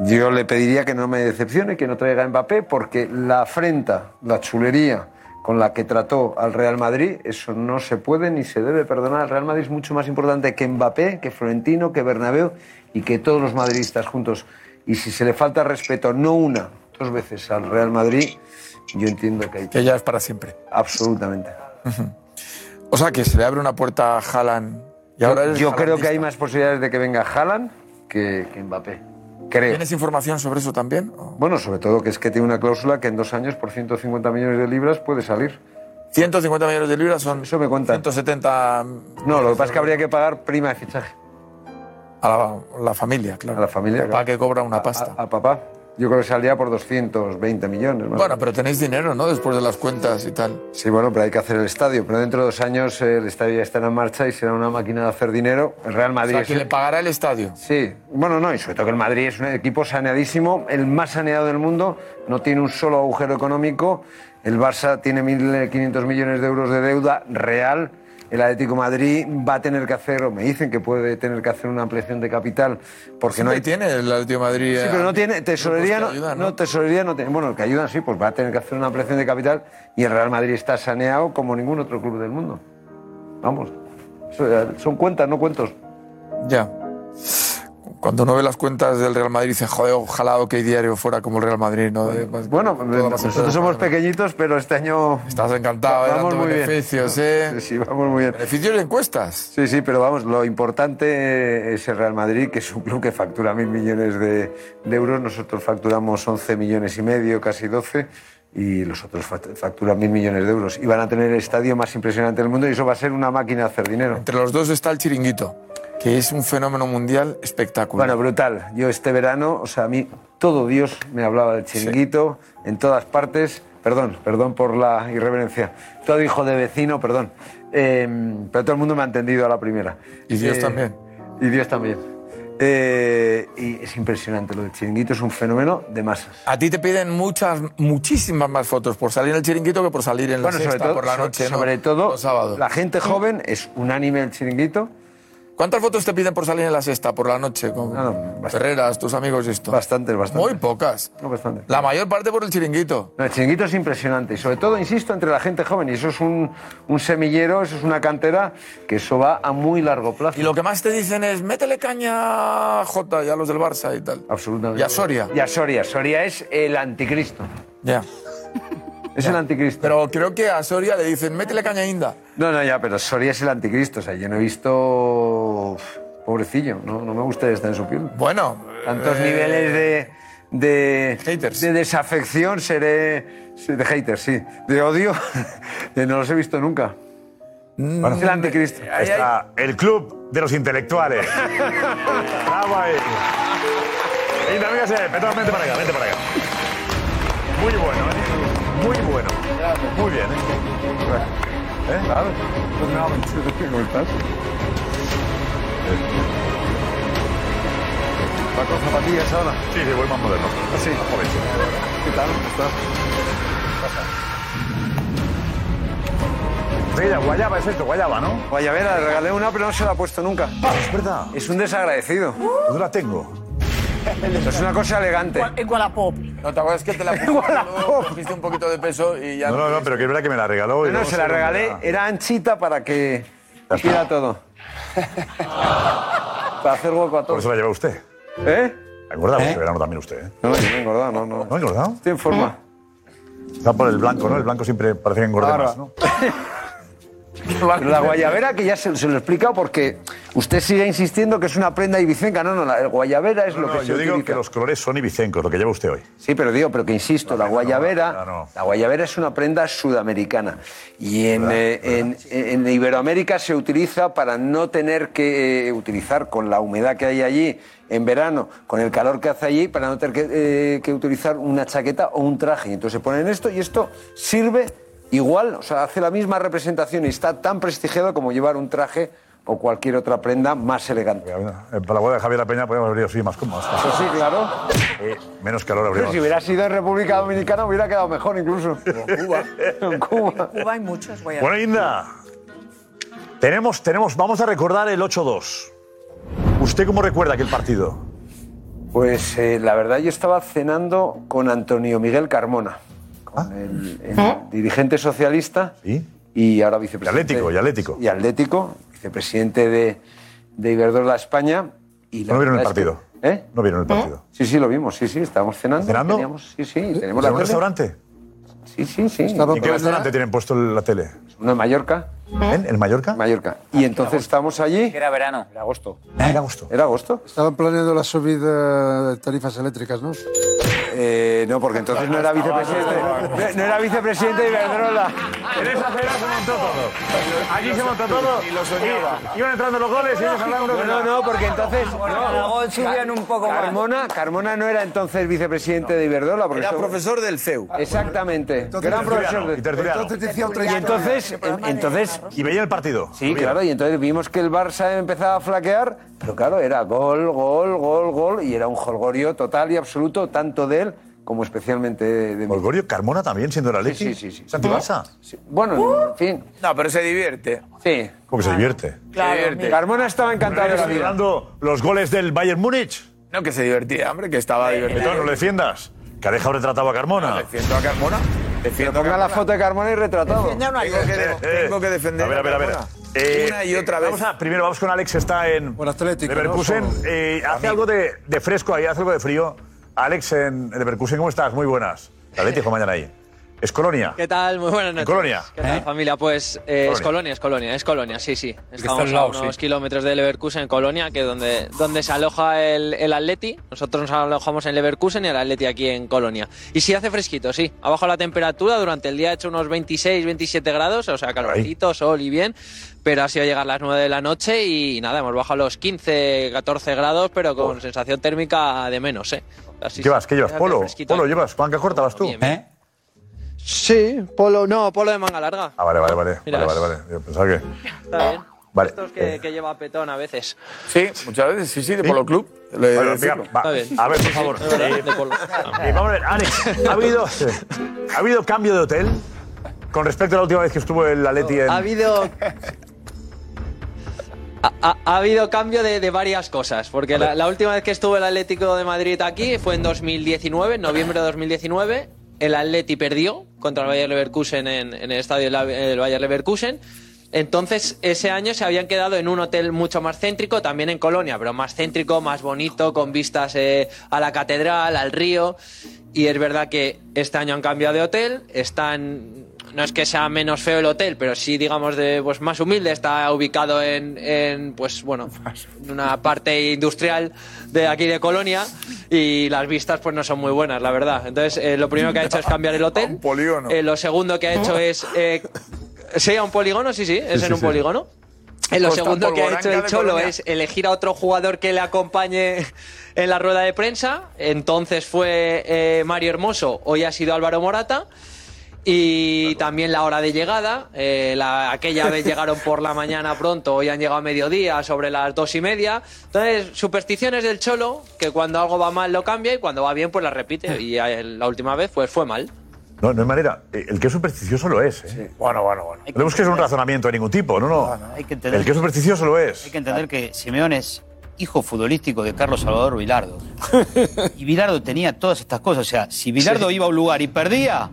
[SPEAKER 3] Yo le pediría que no me decepcione, que no traiga a Mbappé, porque la afrenta, la chulería con la que trató al Real Madrid, eso no se puede ni se debe perdonar. El Real Madrid es mucho más importante que Mbappé, que Florentino, que Bernabéu y que todos los madridistas juntos. Y si se le falta respeto, no una, dos veces al Real Madrid, yo entiendo que hay...
[SPEAKER 17] Que ya es para siempre.
[SPEAKER 3] Absolutamente.
[SPEAKER 17] O sea, que se le abre una puerta a Haaland. Y ahora
[SPEAKER 3] yo
[SPEAKER 17] eres
[SPEAKER 3] yo creo que
[SPEAKER 17] haalandista.
[SPEAKER 3] hay más posibilidades de que venga Haaland que, que Mbappé. Creo.
[SPEAKER 17] ¿Tienes información sobre eso también?
[SPEAKER 3] Bueno, sobre todo que es que tiene una cláusula que en dos años por 150 millones de libras puede salir.
[SPEAKER 17] 150 millones de libras son
[SPEAKER 3] Eso me cuenta.
[SPEAKER 17] 170
[SPEAKER 3] No, lo que pasa es que habría que pagar prima de fichaje.
[SPEAKER 17] a la, la familia, claro.
[SPEAKER 3] A la familia,
[SPEAKER 17] Para que cobra una pasta.
[SPEAKER 3] A, a papá. Yo creo que saldría por 220 millones. Más
[SPEAKER 17] Bueno, pero tenéis dinero, ¿no? Después de las cuentas y tal.
[SPEAKER 3] Sí, bueno, pero hay que hacer el estadio. Pero dentro de dos años eh, el estadio ya estará en marcha y será una máquina de hacer dinero. El Real Madrid.
[SPEAKER 17] O sea, que le pagará el estadio.
[SPEAKER 3] Sí, bueno, no, y sobre todo que el Madrid es un equipo saneadísimo, el más saneado del mundo, no tiene un solo agujero económico. El Barça tiene 1.500 millones de euros de deuda real. El Atlético de Madrid va a tener que hacer, o me dicen que puede tener que hacer una ampliación de capital, porque no
[SPEAKER 17] Siempre
[SPEAKER 3] hay
[SPEAKER 17] tiene el Atlético de Madrid.
[SPEAKER 3] Sí,
[SPEAKER 17] eh,
[SPEAKER 3] pero no tiene tesorería, no,
[SPEAKER 17] grupos que ayudan,
[SPEAKER 3] no, tesorería no tiene. Bueno, el que ayudan sí, pues va a tener que hacer una ampliación de capital y el Real Madrid está saneado como ningún otro club del mundo. Vamos, eso ya son cuentas, no cuentos.
[SPEAKER 17] Ya. Cuando uno ve las cuentas del Real Madrid, dice, joder, ojalá OK Diario fuera como el Real Madrid, ¿no? De-
[SPEAKER 3] Bueno,
[SPEAKER 17] todo más
[SPEAKER 3] nosotros somos pequeñitos, pero este año
[SPEAKER 17] Estás encantado, ¿eh?
[SPEAKER 3] vamos
[SPEAKER 17] Dando
[SPEAKER 3] muy bien.
[SPEAKER 17] beneficios, ¿eh?
[SPEAKER 3] Sí, sí, vamos muy bien.
[SPEAKER 17] Beneficios de encuestas.
[SPEAKER 3] Sí, sí, pero vamos, lo importante es el Real Madrid, que es un club que factura mil millones de, de euros. Nosotros facturamos 11 millones y medio, casi 12, y los otros fact- facturan mil millones de euros. Y van a tener el estadio más impresionante del mundo y eso va a ser una máquina de hacer dinero.
[SPEAKER 17] Entre los dos está el chiringuito, que es un fenómeno mundial espectacular.
[SPEAKER 3] Bueno, brutal. Yo este verano, o sea, a mí todo Dios me hablaba del chiringuito, en todas partes. Perdón, perdón por la irreverencia. Todo hijo de vecino, perdón. Eh, pero todo el mundo me ha entendido a la primera.
[SPEAKER 17] Y Dios
[SPEAKER 3] Eh,
[SPEAKER 17] también.
[SPEAKER 3] Y Dios también. Eh, y es impresionante lo del chiringuito, es un fenómeno de masas.
[SPEAKER 17] A ti te piden muchas, muchísimas más fotos por salir en el chiringuito que por salir en la
[SPEAKER 3] Bueno,
[SPEAKER 17] sexta
[SPEAKER 3] sobre todo,
[SPEAKER 17] por la
[SPEAKER 3] so-
[SPEAKER 17] noche, ¿no?
[SPEAKER 3] sobre todo,
[SPEAKER 17] Los sábados.
[SPEAKER 3] la gente joven es unánime el chiringuito.
[SPEAKER 17] ¿Cuántas fotos te piden por salir en la sexta por la noche con Ferreras, tus amigos y esto?
[SPEAKER 3] Bastantes, bastantes.
[SPEAKER 17] Muy pocas.
[SPEAKER 3] No, bastante.
[SPEAKER 17] La mayor parte por el chiringuito.
[SPEAKER 3] No, el chiringuito es impresionante y sobre todo, insisto, entre la gente joven. Y eso es un, un semillero, eso es una cantera, que eso va a muy largo plazo.
[SPEAKER 17] Y lo que más te dicen es, métele caña a Jota y a los del Barça y tal.
[SPEAKER 3] Absolutamente.
[SPEAKER 17] Y a Soria.
[SPEAKER 3] Y a Soria. Soria es el anticristo.
[SPEAKER 17] Ya.
[SPEAKER 3] Es el anticristo.
[SPEAKER 17] Pero creo que a Soria le dicen, métele caña a Inda.
[SPEAKER 3] No, no, ya, pero Soria es el anticristo. O sea, yo no he visto... Pobrecillo, no, no me gusta estar en su piel.
[SPEAKER 17] Bueno.
[SPEAKER 3] Tantos
[SPEAKER 17] eh,
[SPEAKER 3] niveles de... De,
[SPEAKER 17] Haters.
[SPEAKER 3] de desafección seré... sí, De haters, sí. De odio, eh, no los he visto nunca.
[SPEAKER 17] Mm.
[SPEAKER 3] es el anticristo.
[SPEAKER 7] Ahí está el club de los intelectuales. Bravo ahí. Ahí también que se. Petón, vente para acá, vente para acá. Muy bueno, ¿eh? Muy bueno. Muy bien, ¿eh? ¿Eh? Claro. ¿Cómo estás?
[SPEAKER 3] Va con zapatillas ahora.
[SPEAKER 7] Sí, sí, voy más moderno. Así.
[SPEAKER 3] ¿Qué tal? ¿Cómo estás?
[SPEAKER 7] Sí, la guayaba es esto, guayaba, ¿no? Ah,
[SPEAKER 3] Guayabera, le regalé una, pero no se la ha puesto nunca.
[SPEAKER 7] Es verdad. Uh.
[SPEAKER 3] Es un desagradecido.
[SPEAKER 7] No la tengo.
[SPEAKER 3] Es una cosa elegante.
[SPEAKER 6] Igual a Pop.
[SPEAKER 10] No te acuerdas que te la puse, luego cogiste un poquito de peso y ya.
[SPEAKER 7] No, no, no, pero que es verdad que me la regaló. y
[SPEAKER 3] No,
[SPEAKER 7] luego
[SPEAKER 3] se la
[SPEAKER 7] me
[SPEAKER 3] regalé, era anchita para que tira todo. para hacer hueco a
[SPEAKER 7] Por
[SPEAKER 3] todo.
[SPEAKER 7] eso la lleva usted.
[SPEAKER 3] ¿Eh?
[SPEAKER 7] Ha engordado
[SPEAKER 3] ¿Eh?
[SPEAKER 7] este verano también usted, ¿eh?
[SPEAKER 3] No, no, no, engordado, no, no.
[SPEAKER 7] ¿No ha engordado?
[SPEAKER 3] Estoy en forma.
[SPEAKER 7] Está por el blanco, ¿no? El blanco siempre parece que engorda
[SPEAKER 3] Ahora.
[SPEAKER 7] más, ¿no?
[SPEAKER 3] Pero la guayabera, que ya se, se lo he explicado, porque usted sigue insistiendo que es una prenda ibicenca. No, no, la el guayabera es
[SPEAKER 7] No,
[SPEAKER 3] lo que
[SPEAKER 7] no,
[SPEAKER 3] se
[SPEAKER 7] yo digo
[SPEAKER 3] utiliza.
[SPEAKER 7] que los colores son ibicencos, lo que lleva usted hoy.
[SPEAKER 3] Sí, pero digo, pero que insisto, la guayabera,
[SPEAKER 7] Ah,
[SPEAKER 3] la guayabera es una prenda sudamericana y en,
[SPEAKER 7] Verdad,
[SPEAKER 3] eh, en- en Iberoamérica se utiliza para no tener que eh, utilizar con la humedad que hay allí en verano, con el calor que hace allí, para no tener que, eh, que utilizar una chaqueta o un traje. Y Entonces se ponen esto y esto sirve igual, o sea, hace la misma representación y está tan prestigiado como llevar un traje o cualquier otra prenda más elegante.
[SPEAKER 7] Eh, Para la boda de Javier La Peña podríamos haber ido así más cómodos.
[SPEAKER 3] Eso sí, claro.
[SPEAKER 7] Menos calor
[SPEAKER 3] Pero
[SPEAKER 7] habríamos.
[SPEAKER 3] si hubiera sido en República Dominicana hubiera quedado mejor incluso.
[SPEAKER 10] Cuba.
[SPEAKER 3] en Cuba.
[SPEAKER 13] Cuba hay muchos guayaberas.
[SPEAKER 7] Bueno, Inda, tenemos, tenemos, vamos a recordar el 8-2. ¿Usted cómo recuerda aquel partido?
[SPEAKER 3] Pues eh, la verdad yo estaba cenando con Antonio Miguel Carmona,
[SPEAKER 7] Ah.
[SPEAKER 3] con el, el dirigente socialista y ahora vicepresidente.
[SPEAKER 7] Atlético, y Atlético.
[SPEAKER 3] Y Atlético, vicepresidente de, de Iberdrola España. Y
[SPEAKER 7] ¿No vieron el
[SPEAKER 3] verdad es
[SPEAKER 7] partido?
[SPEAKER 3] que- ¿Eh?
[SPEAKER 7] No vieron el partido.
[SPEAKER 3] Sí, sí, lo vimos, sí, sí, estábamos cenando.
[SPEAKER 7] ¿Cenando?
[SPEAKER 3] Teníamos- sí, sí,
[SPEAKER 7] ¿En
[SPEAKER 3] tenemos la
[SPEAKER 7] un
[SPEAKER 3] tele.
[SPEAKER 7] restaurante?
[SPEAKER 3] Sí, sí, sí.
[SPEAKER 7] ¿En qué restaurante tienen puesto la tele?
[SPEAKER 3] Uno en Mallorca.
[SPEAKER 7] ¿En, Ah, en Mallorca?
[SPEAKER 3] Mallorca. Y entonces estábamos allí.
[SPEAKER 14] Era verano.
[SPEAKER 3] Era agosto.
[SPEAKER 7] Era Ah, agosto.
[SPEAKER 3] Era agosto.
[SPEAKER 16] Estaban planeando la subida de tarifas eléctricas, ¿no?
[SPEAKER 3] Eh, no, porque entonces no era vicepresidente. No era vicepresidente de Iberdrola.
[SPEAKER 7] En esa cena se montó todo. Allí se montó todo. Y lo soñaba. Iban entrando los goles y íbamos hablando.
[SPEAKER 3] No, no, porque entonces.
[SPEAKER 7] Aragón subían un poco más.
[SPEAKER 3] Carmona, Carmona no era entonces vicepresidente de Iberdrola. Porque
[SPEAKER 10] Era
[SPEAKER 3] esto-
[SPEAKER 10] profesor del
[SPEAKER 7] E
[SPEAKER 10] CEU.
[SPEAKER 3] Exactamente.
[SPEAKER 10] Entonces,
[SPEAKER 3] Gran profesor E
[SPEAKER 10] tertuliano,
[SPEAKER 3] de.
[SPEAKER 10] y tertuliano.
[SPEAKER 7] Entonces
[SPEAKER 10] decía otra
[SPEAKER 3] y
[SPEAKER 10] historia.
[SPEAKER 3] entonces, en- entonces.
[SPEAKER 7] Y veía el partido.
[SPEAKER 3] Sí, claro, y entonces vimos que el Barça empezaba a flaquear, pero claro, era gol, gol, gol, gol, y era un jolgorio total y absoluto, tanto de él como especialmente de mí.
[SPEAKER 7] ¿Jolgorio Carmona también siendo la Leti?
[SPEAKER 3] Sí, sí, sí. sí.
[SPEAKER 7] ¿Es antibarça?
[SPEAKER 3] Sí. Bueno, en fin.
[SPEAKER 10] No, pero se divierte.
[SPEAKER 3] Sí.
[SPEAKER 7] Como que se divierte.
[SPEAKER 10] se divierte.
[SPEAKER 3] Carmona estaba encantado de la vida.
[SPEAKER 7] celebrando los goles del Bayern Múnich?
[SPEAKER 10] No, que se divertía, hombre, que estaba divertido.
[SPEAKER 7] Entonces no le defiendas. Que ha dejado retratado a Carmona.
[SPEAKER 10] Defiendo a Carmona. Defiendo a
[SPEAKER 3] Ponga la
[SPEAKER 10] Carmona.
[SPEAKER 3] foto de Carmona y retratado.
[SPEAKER 10] Tengo que, de- tengo que defender
[SPEAKER 7] A ver, a ver, a ver.
[SPEAKER 10] Carmona.
[SPEAKER 7] Eh,
[SPEAKER 10] Una y otra vez.
[SPEAKER 7] Vamos a, primero vamos con Alex, está en
[SPEAKER 16] Atlético, ¿no?
[SPEAKER 7] Leverkusen.
[SPEAKER 16] Solo.
[SPEAKER 7] Eh, hace algo de, de fresco ahí, hace algo de frío. Alex en Leverkusen, ¿cómo estás? Muy buenas. La Leti
[SPEAKER 10] Eh.
[SPEAKER 7] juega mañana ahí. Es Colonia.
[SPEAKER 24] ¿Qué tal? Muy buenas noches.
[SPEAKER 7] Colonia.
[SPEAKER 24] ¿Qué tal, familia? Pues eh, es
[SPEAKER 7] Colonia.
[SPEAKER 24] Colonia, es Colonia, es Colonia, sí, sí.
[SPEAKER 7] está
[SPEAKER 24] Estamos
[SPEAKER 7] al lado,
[SPEAKER 24] a unos
[SPEAKER 7] sí.
[SPEAKER 24] kilómetros de Leverkusen, en Colonia, que es donde, donde se aloja el, el Atleti. Nosotros nos alojamos en Leverkusen y el Atleti aquí en Colonia. Y sí hace fresquito, sí. Ha bajado la temperatura, durante el día ha hecho unos 26, 27 grados, o sea, calorcito, sol y bien. Pero ha sido llegar las 9 de la noche y nada, hemos bajado los 15, 14 grados, pero con sensación térmica de menos, ¿eh? Así
[SPEAKER 7] ¿Qué vas? ¿Qué llevas?
[SPEAKER 24] hace
[SPEAKER 7] Polo.
[SPEAKER 24] fresquito.
[SPEAKER 7] Polo, llevas. Manga corta, vas tú.
[SPEAKER 24] Sí, polo, no, polo de manga larga.
[SPEAKER 7] Ah, vale, vale, vale.
[SPEAKER 24] Mira,
[SPEAKER 7] Vale, vale, vale. Yo pensaba que.
[SPEAKER 24] Está bien.
[SPEAKER 7] Vale.
[SPEAKER 24] Estos que, que lleva petón a veces.
[SPEAKER 10] Sí, muchas veces, sí, sí, de Polo Club. Le-
[SPEAKER 7] Bueno,
[SPEAKER 10] decirlo.
[SPEAKER 7] venga, va.
[SPEAKER 24] Está bien.
[SPEAKER 7] A ver, por favor.
[SPEAKER 24] Es verdad,
[SPEAKER 7] Eh,
[SPEAKER 24] de polo.
[SPEAKER 7] eh, vamos a ver, Alex, ¿ha habido, ¿ha habido cambio de hotel con respecto a la última vez que estuvo el Atleti en.
[SPEAKER 24] Ha habido. Ha, ha- ha habido cambio de, de varias cosas, porque la, la última vez que estuvo el Atlético de Madrid aquí fue en 2019, en noviembre de 2019. El Atleti perdió contra el Bayer Leverkusen en, en el estadio La- del Bayer Leverkusen. Entonces, ese año se habían quedado en un hotel mucho más céntrico, también en Colonia, pero más céntrico, más bonito, con vistas eh, a la catedral, al río. Y es verdad que este año han cambiado de hotel, están no es que sea menos feo el hotel, pero sí, digamos, de pues más humilde, está ubicado en, en, pues bueno, en una parte industrial de aquí de Colonia y las vistas pues no son muy buenas, la verdad. Entonces, eh, lo primero que ha hecho es cambiar el hotel. Eh, lo segundo que ha hecho es... eh, sí, a un polígono, sí, sí, es
[SPEAKER 7] sí,
[SPEAKER 24] en un
[SPEAKER 7] sí.
[SPEAKER 24] polígono. Eh, Lo
[SPEAKER 13] Costa
[SPEAKER 24] segundo que ha
[SPEAKER 13] Polvoranca
[SPEAKER 24] hecho el
[SPEAKER 13] de
[SPEAKER 24] Cholo
[SPEAKER 13] Colonia.
[SPEAKER 24] es elegir a otro jugador que le acompañe en la rueda de prensa. Entonces fue eh, Mario Hermoso, hoy ha sido Álvaro Morata. Y también la hora de llegada. eh, la- aquella vez llegaron por la mañana pronto, hoy han llegado a mediodía, sobre las dos y media. Entonces, supersticiones del Cholo, que cuando algo va mal lo cambia y cuando va bien, pues la repite. Y eh, la última vez, pues fue mal.
[SPEAKER 7] No, no hay manera. Eh, El que es supersticioso lo es. Bueno, bueno, bueno. No es que es un razonamiento de ningún tipo, no, Ah, no.
[SPEAKER 4] entender-
[SPEAKER 7] El que es supersticioso lo es.
[SPEAKER 4] Hay que entender que Simeón es hijo futbolístico de Carlos Salvador Vilardo. Y Vilardo tenía todas estas cosas. O sea, si Vilardo iba a un lugar y perdía,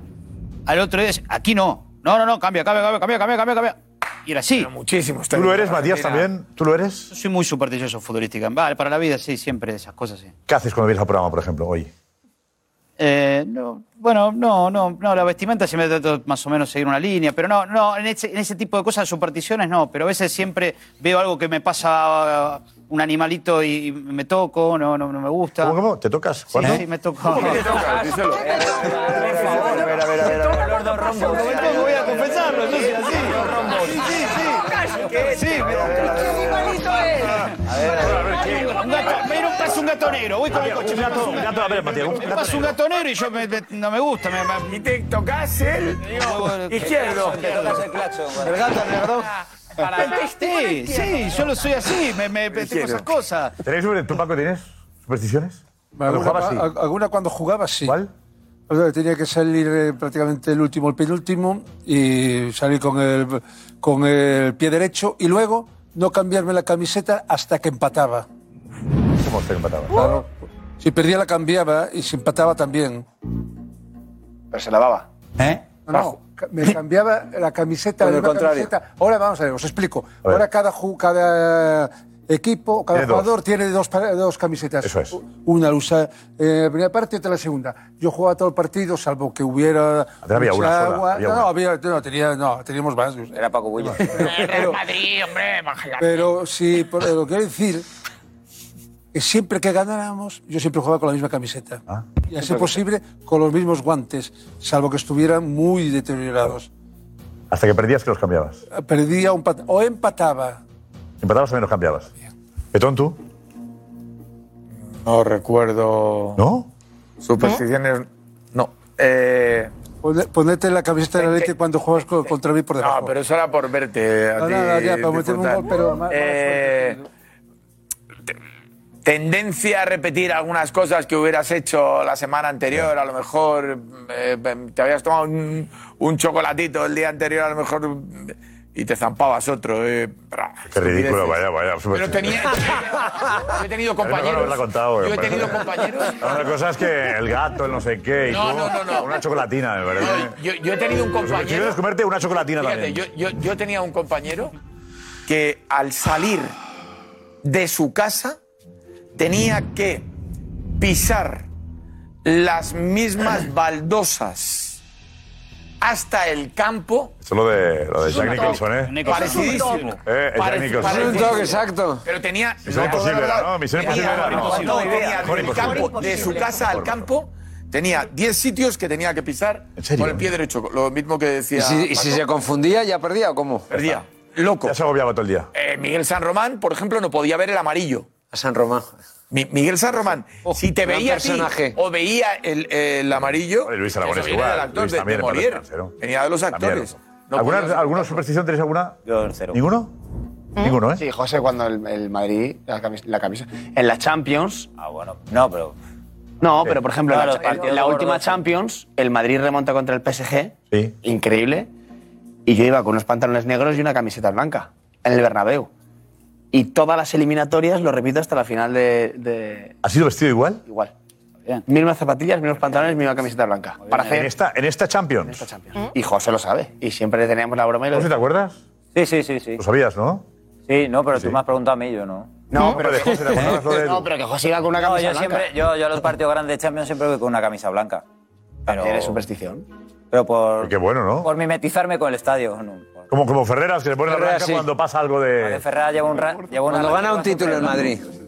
[SPEAKER 4] al otro día decía, aquí no. No, no, no, cambia, cambia, cambia, cambia, cambia, cambia, cambia. Y era así. Muchísimo.
[SPEAKER 7] ¿Tú lo eres, Matías, también? ¿Tú lo eres?
[SPEAKER 4] Yo soy muy supersticioso futbolística. Vale, para la vida sí, siempre esas cosas sí.
[SPEAKER 7] ¿Qué haces cuando vienes al programa, por ejemplo, hoy?
[SPEAKER 4] Eh, no, bueno, no, no, no, la vestimenta siempre trato más o menos seguir una línea, pero no, no, en ese, en ese tipo de cosas, supersticiones no, pero a veces siempre veo algo que me pasa uh, un animalito y y me toco, no, no, no me gusta. ¿Cómo,
[SPEAKER 7] ¿Te tocas?
[SPEAKER 4] Sí, sí, me toco.
[SPEAKER 21] voy a confesarlo, yo soy así. Sí, sí, sí. Sí,
[SPEAKER 4] Un gato- me dieron un paso un gato negro, voy con el coche. me paso un gato-
[SPEAKER 7] a ver, Matías, un
[SPEAKER 4] Me pasa un gato negro y yo me- me- no me gusta. ¿Y te tocas el
[SPEAKER 21] izquierdo.
[SPEAKER 4] El gato, perdón. Sí, sí, yo lo soy así, me, me, tengo esas cosas.
[SPEAKER 7] ¿Tenéis sobre tú, Paco, tienes supersticiones? Cuando
[SPEAKER 16] ¿Alguna,
[SPEAKER 7] jugabas, sí.
[SPEAKER 16] a- alguna cuando jugaba, sí.
[SPEAKER 7] ¿Cuál?
[SPEAKER 16] O sea, tenía que salir eh, prácticamente el último, el penúltimo, y salir con el, con el pie derecho, y luego no cambiarme la camiseta hasta que empataba.
[SPEAKER 7] ¿Cómo te empataba?
[SPEAKER 16] Claro. Si perdía la cambiaba, y si empataba también.
[SPEAKER 1] Pero se lavaba.
[SPEAKER 16] ¿Eh? No, no, ca- me cambiaba la camiseta.
[SPEAKER 1] Por el
[SPEAKER 16] la misma
[SPEAKER 1] contrario.
[SPEAKER 16] camiseta. Ahora vamos a ver, os explico.
[SPEAKER 7] A ver.
[SPEAKER 16] Ahora cada, ju- cada equipo, cada
[SPEAKER 7] Tiene dos.
[SPEAKER 16] jugador tiene dos, pa- dos camisetas.
[SPEAKER 7] Eso es.
[SPEAKER 16] Una la usa eh, la primera parte y otra la segunda. Yo jugaba todo el partido, salvo que hubiera
[SPEAKER 7] Antes había una sola, había
[SPEAKER 16] no,
[SPEAKER 7] una.
[SPEAKER 16] no, había, no, tenía, no, teníamos más. Era Paco Bullo.
[SPEAKER 4] Madrid, hombre, bájala.
[SPEAKER 16] Pero sí, por- lo quiero decir que siempre que ganáramos, yo siempre jugaba con la misma camiseta.
[SPEAKER 17] Ah.
[SPEAKER 16] Y a ser posible, con los mismos guantes, salvo que estuvieran muy deteriorados.
[SPEAKER 7] Hasta que perdías que los cambiabas.
[SPEAKER 16] Perdía un pat- o empataba.
[SPEAKER 7] Empatabas también los cambiabas. Betón, tú.
[SPEAKER 17] No recuerdo.
[SPEAKER 7] ¿No?
[SPEAKER 17] Supersticiones. No. Eh,
[SPEAKER 16] Pone- Ponete la camiseta de la Leti cuando juegas co- contra mí por debajo.
[SPEAKER 17] no, pero eso era por verte. A
[SPEAKER 16] No,
[SPEAKER 17] ti
[SPEAKER 16] no, no, ya, pero metemos
[SPEAKER 17] disfrutar.
[SPEAKER 16] un gol, pero ma-
[SPEAKER 17] Eh, te- Tendencia a repetir algunas cosas que hubieras hecho la semana anterior, a lo mejor eh, te habías tomado un, un chocolatito el día anterior, a lo mejor y te zampabas otro. eh, brah,
[SPEAKER 7] Qué ridículo,
[SPEAKER 17] estupideces.
[SPEAKER 7] vaya, vaya.
[SPEAKER 17] Pero tenía, yo he tenido compañeros.
[SPEAKER 7] haberla contado,
[SPEAKER 17] yo he
[SPEAKER 7] hombre.
[SPEAKER 17] tenido compañeros.
[SPEAKER 7] Otra cosa es que el gato, el no sé qué. y
[SPEAKER 17] No,
[SPEAKER 7] tú,
[SPEAKER 17] no, no, no.
[SPEAKER 7] Una chocolatina, me parece. Pues,
[SPEAKER 17] Yo, yo he tenido un
[SPEAKER 7] Los supersticiosos
[SPEAKER 17] compañero.
[SPEAKER 7] es comerte una chocolatina
[SPEAKER 17] Fíjate,
[SPEAKER 7] también.
[SPEAKER 17] yo, yo- yo tenía un compañero que al salir de su casa tenía que pisar las mismas baldosas hasta el campo.
[SPEAKER 7] Esto es lo de, lo de Jack Nicholson, ¿eh?
[SPEAKER 17] Parecidísimo.
[SPEAKER 7] Eh, es Jack
[SPEAKER 17] Parec-
[SPEAKER 7] Nicholson.
[SPEAKER 17] parec-
[SPEAKER 7] Es un toque,
[SPEAKER 16] exacto.
[SPEAKER 17] Pero tenía.
[SPEAKER 7] Misión imposible,
[SPEAKER 17] tenía-
[SPEAKER 7] ¿no? Misión
[SPEAKER 17] tenía-
[SPEAKER 7] imposible, ¿no?
[SPEAKER 17] No, tenía
[SPEAKER 7] Mejor
[SPEAKER 17] del
[SPEAKER 7] imposible.
[SPEAKER 17] campo- de su casa al campo. Tenía 10 sitios que tenía que pisar con el pie derecho, lo mismo que decía.
[SPEAKER 3] ¿Y si, y si
[SPEAKER 17] Paco.
[SPEAKER 3] se confundía, ya perdía o cómo?
[SPEAKER 17] Perdía. Loco.
[SPEAKER 7] Ya se agobiaba todo el día.
[SPEAKER 17] Eh, Miguel San Román, por ejemplo, no podía ver el amarillo.
[SPEAKER 3] A San Román. Oh,
[SPEAKER 17] Mi- Miguel San Román, si te
[SPEAKER 3] gran
[SPEAKER 17] veía a ti
[SPEAKER 3] personaje.
[SPEAKER 17] o veía el, el amarillo.
[SPEAKER 7] Luis Aragonés
[SPEAKER 17] eso viene
[SPEAKER 7] igual,
[SPEAKER 17] del actor
[SPEAKER 7] Luis
[SPEAKER 17] de,
[SPEAKER 7] también
[SPEAKER 17] de
[SPEAKER 7] le parece
[SPEAKER 17] Molière.
[SPEAKER 7] cancerbero.
[SPEAKER 17] Venía de los actores. No
[SPEAKER 7] ¿Alguna,
[SPEAKER 17] podía-
[SPEAKER 7] ¿Alguna superstición tenéis alguna?
[SPEAKER 14] Yo cero.
[SPEAKER 7] ¿Ninguno? Ninguno, ¿eh?
[SPEAKER 1] Sí, José, cuando el, el Madrid, la camisa, la camisa- En la Champions.
[SPEAKER 14] Ah, bueno. No, pero.
[SPEAKER 1] No,
[SPEAKER 14] Sí.
[SPEAKER 1] pero por ejemplo, en
[SPEAKER 14] Claro, este.
[SPEAKER 1] la-
[SPEAKER 14] los partidos
[SPEAKER 1] en la
[SPEAKER 14] gordos,
[SPEAKER 1] última
[SPEAKER 14] sí.
[SPEAKER 1] Champions, el Madrid remonta contra el PSG.
[SPEAKER 7] Sí.
[SPEAKER 1] Increíble. Y yo iba con unos pantalones negros y una camiseta blanca en el Bernabéu. Y todas las eliminatorias, lo repito, hasta la final de. de-
[SPEAKER 7] ¿Ha sido vestido igual?
[SPEAKER 1] igual. Mismas zapatillas, mismos pantalones, misma camiseta blanca. Para hacer.
[SPEAKER 7] ¿En esta, en esta Champions?
[SPEAKER 1] Y José lo sabe. Y siempre teníamos la broma y lo.
[SPEAKER 7] ¿José, te acuerdas?
[SPEAKER 14] Sí, sí, sí, sí.
[SPEAKER 7] Lo sabías, ¿no?
[SPEAKER 14] Sí, no, pero tú me has preguntado a mí, yo no.
[SPEAKER 1] No, pero,
[SPEAKER 7] de
[SPEAKER 1] que-
[SPEAKER 7] José, ¿te acuerdas lo de
[SPEAKER 1] no, pero que José iba con una
[SPEAKER 14] No,
[SPEAKER 1] camisa
[SPEAKER 14] yo
[SPEAKER 1] blanca.
[SPEAKER 14] siempre, yo, yo a los partidos grandes de Champions siempre voy con una camisa blanca. Pero,
[SPEAKER 1] Eres superstición.
[SPEAKER 14] pero por,
[SPEAKER 7] Qué bueno, ¿no?
[SPEAKER 14] por mimetizarme con el estadio. No.
[SPEAKER 7] Como, como Ferreras, que le pone la
[SPEAKER 14] Ferreras,
[SPEAKER 7] blanca
[SPEAKER 14] sí.
[SPEAKER 7] cuando pasa algo de...
[SPEAKER 14] Porque Ferreras lleva un ra- lleva una
[SPEAKER 7] Cuando gana
[SPEAKER 14] racha
[SPEAKER 7] un título el
[SPEAKER 14] bastante-
[SPEAKER 7] Madrid.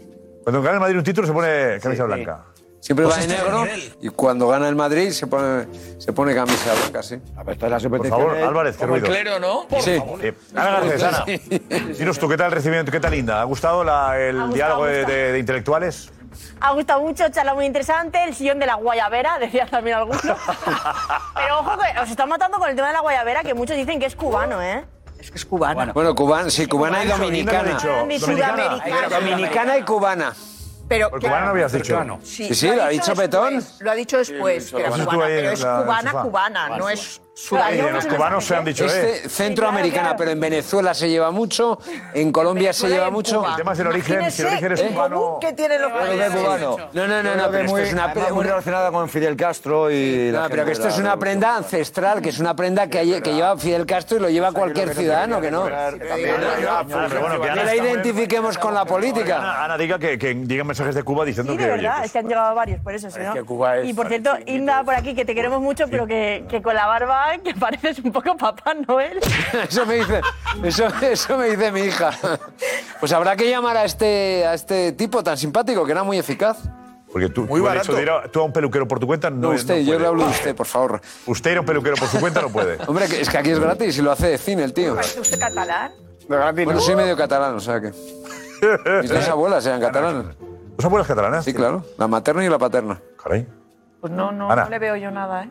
[SPEAKER 7] Cuando gana el Madrid un título se pone camisa blanca.
[SPEAKER 3] Siempre
[SPEAKER 37] Pues
[SPEAKER 3] va de
[SPEAKER 37] este
[SPEAKER 3] negro
[SPEAKER 37] nivel.
[SPEAKER 3] y cuando gana el Madrid se pone, se pone camisa blanca, sí. A ver, las
[SPEAKER 7] Por favor, Álvarez, qué ruido.
[SPEAKER 3] ¿no?
[SPEAKER 7] Sí. Eh, Ana Garcés, Ana, dinos tú, ¿qué tal el recibimiento? ¿Qué tal, Linda? ¿Ha gustado la- el
[SPEAKER 10] gustado,
[SPEAKER 7] diálogo
[SPEAKER 10] ha
[SPEAKER 7] de,
[SPEAKER 10] gustado.
[SPEAKER 7] de- de intelectuales?
[SPEAKER 10] Ha gustado mucho, charla muy interesante. El sillón de la guayabera, decía también alguno. Pero ojo que os están matando con el tema de la guayabera, que muchos dicen que es cubano, ¿eh?
[SPEAKER 3] Es que es cubana. Bueno, cubana, sí, cubana y dominicana.
[SPEAKER 10] Ni sudamericana.
[SPEAKER 3] Dominicana y cubana.
[SPEAKER 13] Pero
[SPEAKER 3] Por cubana no habías dicho. Sí, sí, lo ha dicho este Petón.
[SPEAKER 13] Lo ha dicho después, que era
[SPEAKER 3] Lo has dicho
[SPEAKER 13] cubana,
[SPEAKER 3] tú ahí
[SPEAKER 13] Pues, pero
[SPEAKER 3] en
[SPEAKER 13] es
[SPEAKER 3] la- en el
[SPEAKER 13] cubana,
[SPEAKER 3] sofá.
[SPEAKER 13] cubana, no es
[SPEAKER 3] Eh,
[SPEAKER 13] sudamericana.
[SPEAKER 3] los cubanos se han dicho,
[SPEAKER 13] Este-
[SPEAKER 3] este, centroamericana, pero en Venezuela se lleva mucho, en Colombia se
[SPEAKER 13] Venezuela y
[SPEAKER 3] lleva
[SPEAKER 13] en
[SPEAKER 3] mucho.
[SPEAKER 13] Cuba. El tema es el origen, si el origen es
[SPEAKER 3] ¿Eh?
[SPEAKER 13] cubano- ¿Qué tiene los
[SPEAKER 3] Yo creo que es cubano. No, no, no, no, pero esto es una
[SPEAKER 15] Además, muy relacionada con Fidel Castro y. la
[SPEAKER 3] No, pero
[SPEAKER 15] gente
[SPEAKER 3] que esto
[SPEAKER 15] de la
[SPEAKER 3] es una prenda ancestral, que es una prenda que, hay- que lleva Fidel Castro y lo lleva cualquier ciudadano, que no.
[SPEAKER 7] Pero bueno, que
[SPEAKER 3] No
[SPEAKER 7] Ana
[SPEAKER 3] la
[SPEAKER 7] está-
[SPEAKER 3] identifiquemos con la política.
[SPEAKER 7] Ana, Ana, diga que, que digan mensajes de Cuba diciendo
[SPEAKER 10] Sí,
[SPEAKER 7] que
[SPEAKER 10] de
[SPEAKER 7] oye, pues,
[SPEAKER 10] verdad, es que han llegado varios, por eso, si
[SPEAKER 7] Es
[SPEAKER 10] no.
[SPEAKER 7] que Cuba es-
[SPEAKER 10] y por cierto, Inda, por aquí, que te queremos mucho, pero que, que con la barba, que pareces un poco Papá Noel.
[SPEAKER 3] Eso me dice, eso, eso me dice mi hija. Pues habrá que llamar a este, a este tipo tan simpático que era muy eficaz.
[SPEAKER 7] Porque tú,
[SPEAKER 3] Muy
[SPEAKER 7] tú, el
[SPEAKER 3] barato.
[SPEAKER 7] hecho de ir a- tú a un peluquero por tu cuenta no
[SPEAKER 3] No, usted, yo le hablo de usted, por favor.
[SPEAKER 7] Usted ir a un peluquero por su cuenta no puede.
[SPEAKER 3] Hombre, que- es que aquí es gratis y lo hace de cine el tío.
[SPEAKER 10] ¿Parece usted catalán?
[SPEAKER 3] Bueno, soy medio catalán, o sea que. Mis dos abuelas eran catalanas.
[SPEAKER 7] ¿Dos abuelas catalanas?
[SPEAKER 3] Sí, claro. La materna y la paterna.
[SPEAKER 7] Caray.
[SPEAKER 10] Pues no, no,
[SPEAKER 3] Ana.
[SPEAKER 10] no le veo yo nada, ¿eh?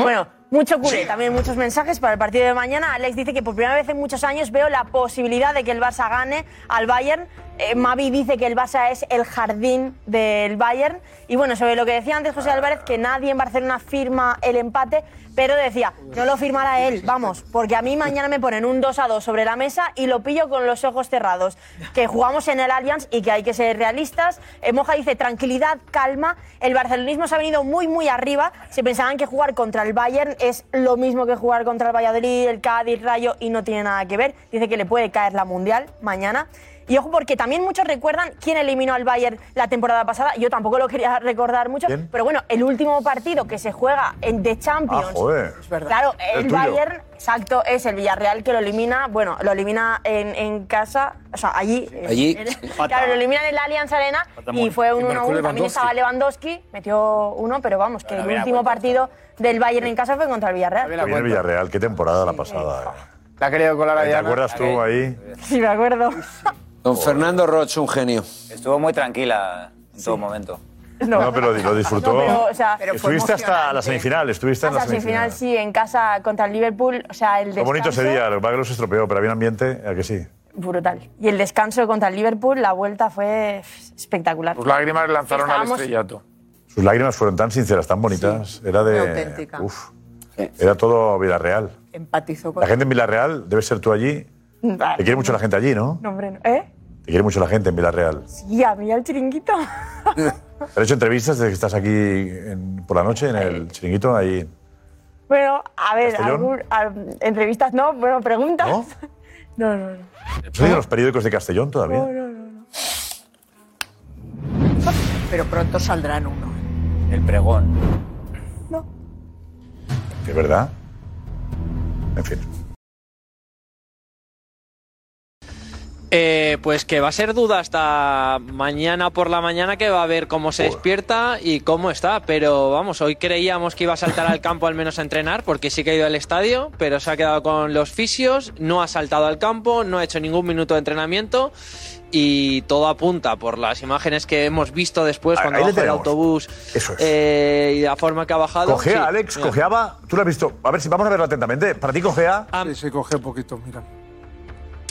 [SPEAKER 10] bueno, mucho culé, también muchos mensajes para el partido de mañana. Alex dice que por primera vez en muchos años veo la posibilidad de que el Barça gane al Bayern. Eh, Mavi dice que el Barça es el jardín del Bayern. Y bueno, sobre lo que decía antes José Álvarez, que nadie en Barcelona firma el empate, pero decía, no lo firmará él, vamos, porque a mí mañana me ponen un 2 a 2 sobre la mesa y lo pillo con los ojos cerrados. Que jugamos en el Allianz y que hay que ser realistas. Eh, Moja dice, tranquilidad, calma. El barcelonismo se ha venido muy, muy arriba. Se pensaban que jugar contra el Bayern es lo mismo que jugar contra el Valladolid, el Cádiz, Rayo y no tiene nada que ver. Dice que le puede caer la Mundial mañana. Y ojo, porque también muchos recuerdan quién eliminó al Bayern la temporada pasada. Yo tampoco lo quería recordar mucho.
[SPEAKER 7] ¿Quién?
[SPEAKER 10] Pero bueno, el último partido que se juega en The Champions.
[SPEAKER 7] Ah, joder.
[SPEAKER 10] Es verdad. Claro,
[SPEAKER 7] El
[SPEAKER 10] el,
[SPEAKER 7] tuyo.
[SPEAKER 10] Bayern, exacto, es el Villarreal que lo elimina. Bueno, lo elimina en, en casa, o sea, allí. eh,
[SPEAKER 3] Allí.
[SPEAKER 10] en- claro, lo eliminan en la Allianz Arena y fue un
[SPEAKER 3] Y marcó
[SPEAKER 10] 1-1. También
[SPEAKER 3] Lewandowski.
[SPEAKER 10] estaba Lewandowski, metió uno, pero vamos, que el
[SPEAKER 7] mira,
[SPEAKER 10] último partido del Bayern en casa fue contra el
[SPEAKER 7] Viene el
[SPEAKER 10] Villarreal.
[SPEAKER 7] Villarreal, qué temporada la pasada. eh.
[SPEAKER 3] ¿Te ha querido colar
[SPEAKER 7] ¿Te acuerdas
[SPEAKER 10] eh,
[SPEAKER 7] tú ahí?
[SPEAKER 10] Sí, me acuerdo.
[SPEAKER 3] Don Fernando Roch, un genio.
[SPEAKER 14] Estuvo muy tranquila en todo momento.
[SPEAKER 10] No.
[SPEAKER 7] No, pero lo disfrutó.
[SPEAKER 10] No, pero, o sea, Pero fue
[SPEAKER 7] estuviste hasta la
[SPEAKER 10] emocionante.
[SPEAKER 7] semifinal, estuviste en
[SPEAKER 10] Hasta
[SPEAKER 7] la
[SPEAKER 10] el
[SPEAKER 7] semifinal.
[SPEAKER 10] final, sí, en casa contra el Liverpool, o sea,
[SPEAKER 7] Qué
[SPEAKER 10] el descanso.
[SPEAKER 7] bonito ese día, lo que pasa es que los estropeó, pero había un ambiente, ¿a que sí?
[SPEAKER 10] Brutal. Y el descanso contra el Liverpool, la vuelta fue espectacular.
[SPEAKER 7] Tus lágrimas lanzaron al
[SPEAKER 10] Estábamos-
[SPEAKER 7] estrellato. Sus lágrimas fueron tan sinceras, tan bonitas. Era de.
[SPEAKER 10] Muy auténtica.
[SPEAKER 7] Uf. Era todo Villarreal.
[SPEAKER 10] Empatizó con
[SPEAKER 7] La gente en Villarreal, debes ser tú allí.
[SPEAKER 10] Vale.
[SPEAKER 7] Te quiere mucho la gente allí, ¿no?
[SPEAKER 10] No, hombre, no. ¿Eh?
[SPEAKER 7] Te quiere mucho la gente en Villarreal.
[SPEAKER 10] Sí, a mí al chiringuito.
[SPEAKER 7] ¿Has hecho entrevistas desde que estás aquí en- por la noche en el chiringuito? Ahí.
[SPEAKER 10] Bueno, a ver,
[SPEAKER 7] ¿Castellón?
[SPEAKER 10] algún- al- entrevistas no, bueno, preguntas. ¿No? No, no, no.
[SPEAKER 7] ¿Has leído los periódicos de Castellón todavía?
[SPEAKER 13] Pero pronto saldrán uno.
[SPEAKER 14] El pregón.
[SPEAKER 7] ¿De verdad? En fin.
[SPEAKER 24] Eh, pues que va a ser duda hasta mañana por la mañana que va a ver cómo se despierta y cómo está. Pero vamos, hoy creíamos que iba a saltar al campo al menos a entrenar porque sí que ha ido al estadio, pero se ha quedado con los fisios, no ha saltado al campo, no ha hecho ningún minuto de entrenamiento y todo apunta por las imágenes que hemos visto después
[SPEAKER 7] Ahí-
[SPEAKER 24] cuando
[SPEAKER 7] ahí le
[SPEAKER 24] baja el
[SPEAKER 7] tenemos.
[SPEAKER 24] autobús eh, y la forma que ha bajado.
[SPEAKER 7] Cogea,
[SPEAKER 24] Sí,
[SPEAKER 7] Alex,
[SPEAKER 24] mira.
[SPEAKER 7] cojeaba. Tú lo has visto. A ver si vamos a verlo atentamente. Para ti, cogea.
[SPEAKER 10] Sí,
[SPEAKER 16] se coge poquito, mira.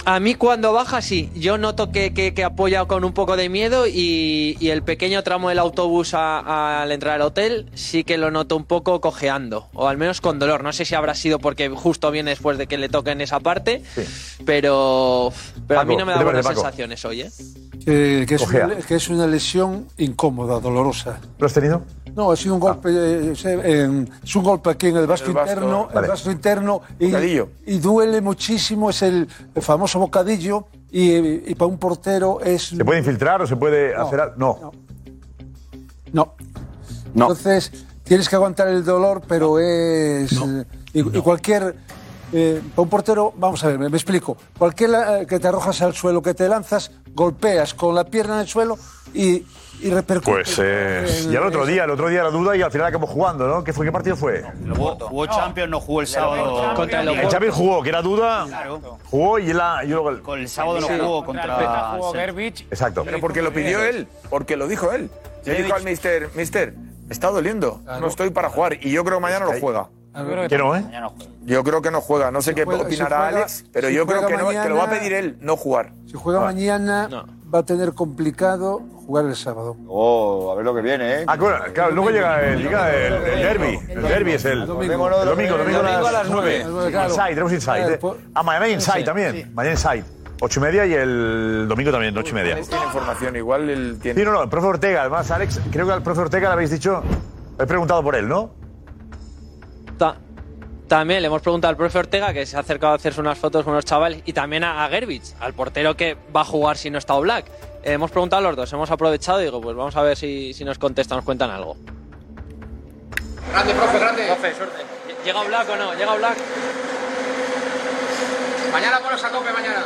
[SPEAKER 24] A mí cuando baja, sí. Yo noto que, que, que apoya con un poco de miedo y, y el pequeño tramo del autobús a- al entrar al hotel sí que lo noto un poco cojeando, o al menos con dolor. No sé si habrá sido porque justo viene después de que le toquen esa parte, pero, pero a
[SPEAKER 7] Paco,
[SPEAKER 24] mí no me
[SPEAKER 7] ¿qué
[SPEAKER 24] da
[SPEAKER 7] te
[SPEAKER 24] buenas
[SPEAKER 7] parece, Paco?
[SPEAKER 24] sensaciones hoy. ¿eh?
[SPEAKER 16] Eh, que, es
[SPEAKER 7] Ojea.
[SPEAKER 16] una, que es una lesión incómoda, dolorosa.
[SPEAKER 7] ¿Lo has tenido? Ah.
[SPEAKER 16] No, ha sido un golpe. eh, se- en- es un golpe aquí en el vasto
[SPEAKER 7] el vasto,
[SPEAKER 16] interno.
[SPEAKER 7] vale.
[SPEAKER 16] El vasto interno. Y,
[SPEAKER 7] Bocadillo.
[SPEAKER 16] y duele muchísimo. Es el famoso bocadillo. Y, y para un portero es.
[SPEAKER 7] ¿Se puede infiltrar o se puede hacer al- No.
[SPEAKER 16] No. Entonces, tienes que aguantar el dolor, pero es. eh, Y, y cualquier eh, para un portero, vamos a ver, me, me explico. Cualquier eh, que te arrojas al suelo, que te lanzas, golpeas con la pierna en el suelo y, y repercute.
[SPEAKER 7] Pues eh, ya el otro día, el otro día la duda y al final acabamos jugando, ¿no? ¿Qué, fue, qué partido fue?
[SPEAKER 11] Jugó, jugó Champions, no jugó el sábado.
[SPEAKER 7] el Xavi jugó, que era duda. Jugó y la. Ah, Yo,
[SPEAKER 11] Con el sábado no jugó contra.
[SPEAKER 7] Exacto.
[SPEAKER 17] Pero porque lo pidió él, porque lo dijo él. Le dijo al mister, mister, me está doliendo,
[SPEAKER 16] Ah,
[SPEAKER 17] no estoy para jugar. Y yo creo que mañana no juega.
[SPEAKER 7] creo que Que no, Pues ¿eh?
[SPEAKER 17] Yo creo que no juega. No sé qué
[SPEAKER 16] juega- si
[SPEAKER 17] opinará
[SPEAKER 16] juega-
[SPEAKER 17] Alex, pero
[SPEAKER 16] si
[SPEAKER 17] yo creo
[SPEAKER 16] juega
[SPEAKER 17] que, no, que lo va a
[SPEAKER 16] mañana-
[SPEAKER 17] pedir él, no jugar.
[SPEAKER 16] Si juega
[SPEAKER 17] Ah.
[SPEAKER 16] mañana, va a tener complicado jugar el sábado.
[SPEAKER 6] Oh, a ver lo que viene, ¿eh?
[SPEAKER 7] Ah, claro, claro, luego llega el, llega el, el derby. El derby es el.
[SPEAKER 6] Domingo,
[SPEAKER 7] el domingo, domingo a las
[SPEAKER 6] nueve.
[SPEAKER 7] 9. Inside, tenemos Inside. eh. Ah, mañana hay Inside también. Mañana Inside. Ocho y media y el domingo también, ocho y media.
[SPEAKER 17] Tiene información, igual él tiene.
[SPEAKER 7] Sí, no, no, el profe Ortega, además, Alex, creo que al profe Ortega le habéis dicho, he preguntado por él, ¿no?
[SPEAKER 24] Ta- también le hemos preguntado al profe Ortega, que se ha acercado a hacerse unas fotos con unos chavales, y también a, a Gervich, al portero que va a jugar si no está Black. hemos preguntado a los dos, hemos aprovechado y digo, pues vamos a ver si, si nos contestan, nos cuentan algo.
[SPEAKER 12] Grande, profe, grande.
[SPEAKER 24] ¿Llega Black o no? ¿Llega Black?
[SPEAKER 12] Mañana ponos a tope, mañana.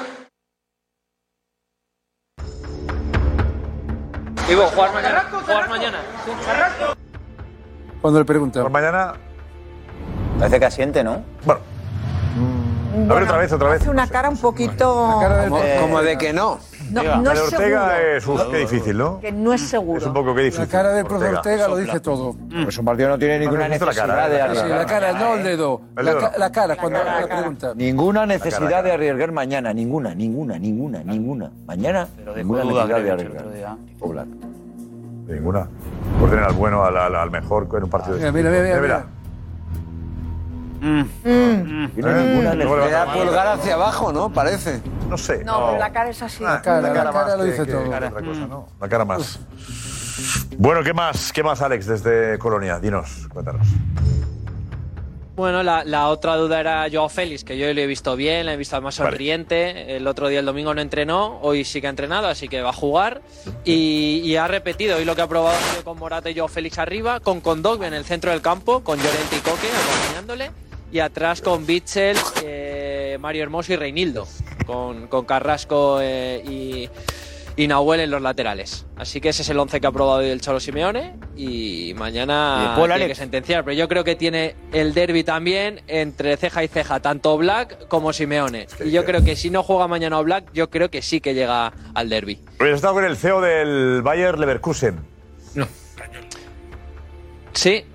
[SPEAKER 24] Digo, jugar mañana. Jugar mañana.
[SPEAKER 16] Cuando le preguntan.
[SPEAKER 7] Por mañana.
[SPEAKER 14] Parece que asiente, ¿no? Mm,
[SPEAKER 7] Bueno.
[SPEAKER 14] A ver, otra vez, otra
[SPEAKER 7] Pues,
[SPEAKER 14] vez.
[SPEAKER 13] Hace una cara un poquito.
[SPEAKER 14] Como- Eh, como de
[SPEAKER 7] que no.
[SPEAKER 13] No, no es
[SPEAKER 7] el Ortega
[SPEAKER 13] seguro.
[SPEAKER 7] es. Uf, qué difícil, ¿no?
[SPEAKER 13] Que no es seguro.
[SPEAKER 7] Es un poco que difícil.
[SPEAKER 16] La cara del profe
[SPEAKER 7] Ortega.
[SPEAKER 16] Ortega lo
[SPEAKER 7] Sopla.
[SPEAKER 16] dice todo.
[SPEAKER 6] Pues un partido no tiene ninguna
[SPEAKER 7] Pero no hizo la
[SPEAKER 6] necesidad
[SPEAKER 7] cara,
[SPEAKER 6] de
[SPEAKER 7] ¿eh?
[SPEAKER 6] arriesgar.
[SPEAKER 16] Sí, la cara, no el dedo.
[SPEAKER 6] El
[SPEAKER 16] La,
[SPEAKER 6] dedo.
[SPEAKER 16] ca- la cara, cuando la, pregunta.
[SPEAKER 6] Ninguna
[SPEAKER 16] cara,
[SPEAKER 6] necesidad
[SPEAKER 16] la cara.
[SPEAKER 6] de arriesgar mañana, ninguna, ninguna, ninguna, ninguna. Mañana, ninguna
[SPEAKER 14] duda,
[SPEAKER 6] necesidad de
[SPEAKER 14] creo, el otro
[SPEAKER 6] arriesgar. Poblar.
[SPEAKER 7] Ninguna. Por tener al bueno, al, al- al mejor en un partido
[SPEAKER 16] Mira, mira, mira, mira.
[SPEAKER 7] Mm.
[SPEAKER 3] Mm.
[SPEAKER 7] Tiene ninguna
[SPEAKER 6] necesidad. Pulgar hacia abajo, ¿no? Parece.
[SPEAKER 7] No sé.
[SPEAKER 13] No, pero la cara es así.
[SPEAKER 7] La cara, Oh. Ah, la cara Mm. más que- que otra cosa, ¿no? La cara más. Bueno, ¿qué más, ¿qué más, Alex, desde Colonia? Dinos, cuéntanos.
[SPEAKER 24] Bueno, la, la otra duda era Joao Félix, que yo le he visto bien, le he visto más sonriente. El otro día, el domingo, no entrenó, hoy sí que ha entrenado, así que va a jugar. Y, y ha repetido, hoy lo que ha probado ha sido con Morata y Joao Félix arriba, con Kondogbia en el centro del campo, con Llorente y Coque acompañándole, y atrás con Bitzel, eh, Mario Hermoso y Reinildo, con, con Carrasco eh, y, y Nahuel en los laterales. Así que ese es el once que ha probado hoy el Cholo Simeone y
[SPEAKER 14] Y
[SPEAKER 24] mañana
[SPEAKER 14] después la
[SPEAKER 24] tiene que
[SPEAKER 14] Alex.
[SPEAKER 24] sentenciar. Pero yo creo que tiene el derby también entre ceja y ceja, tanto Black como Simeone. Y yo creo que si no juega mañana Black, yo creo que sí que llega al derby.
[SPEAKER 7] Hoy has Pues estado con el CEO del Bayer Leverkusen.
[SPEAKER 24] Sí,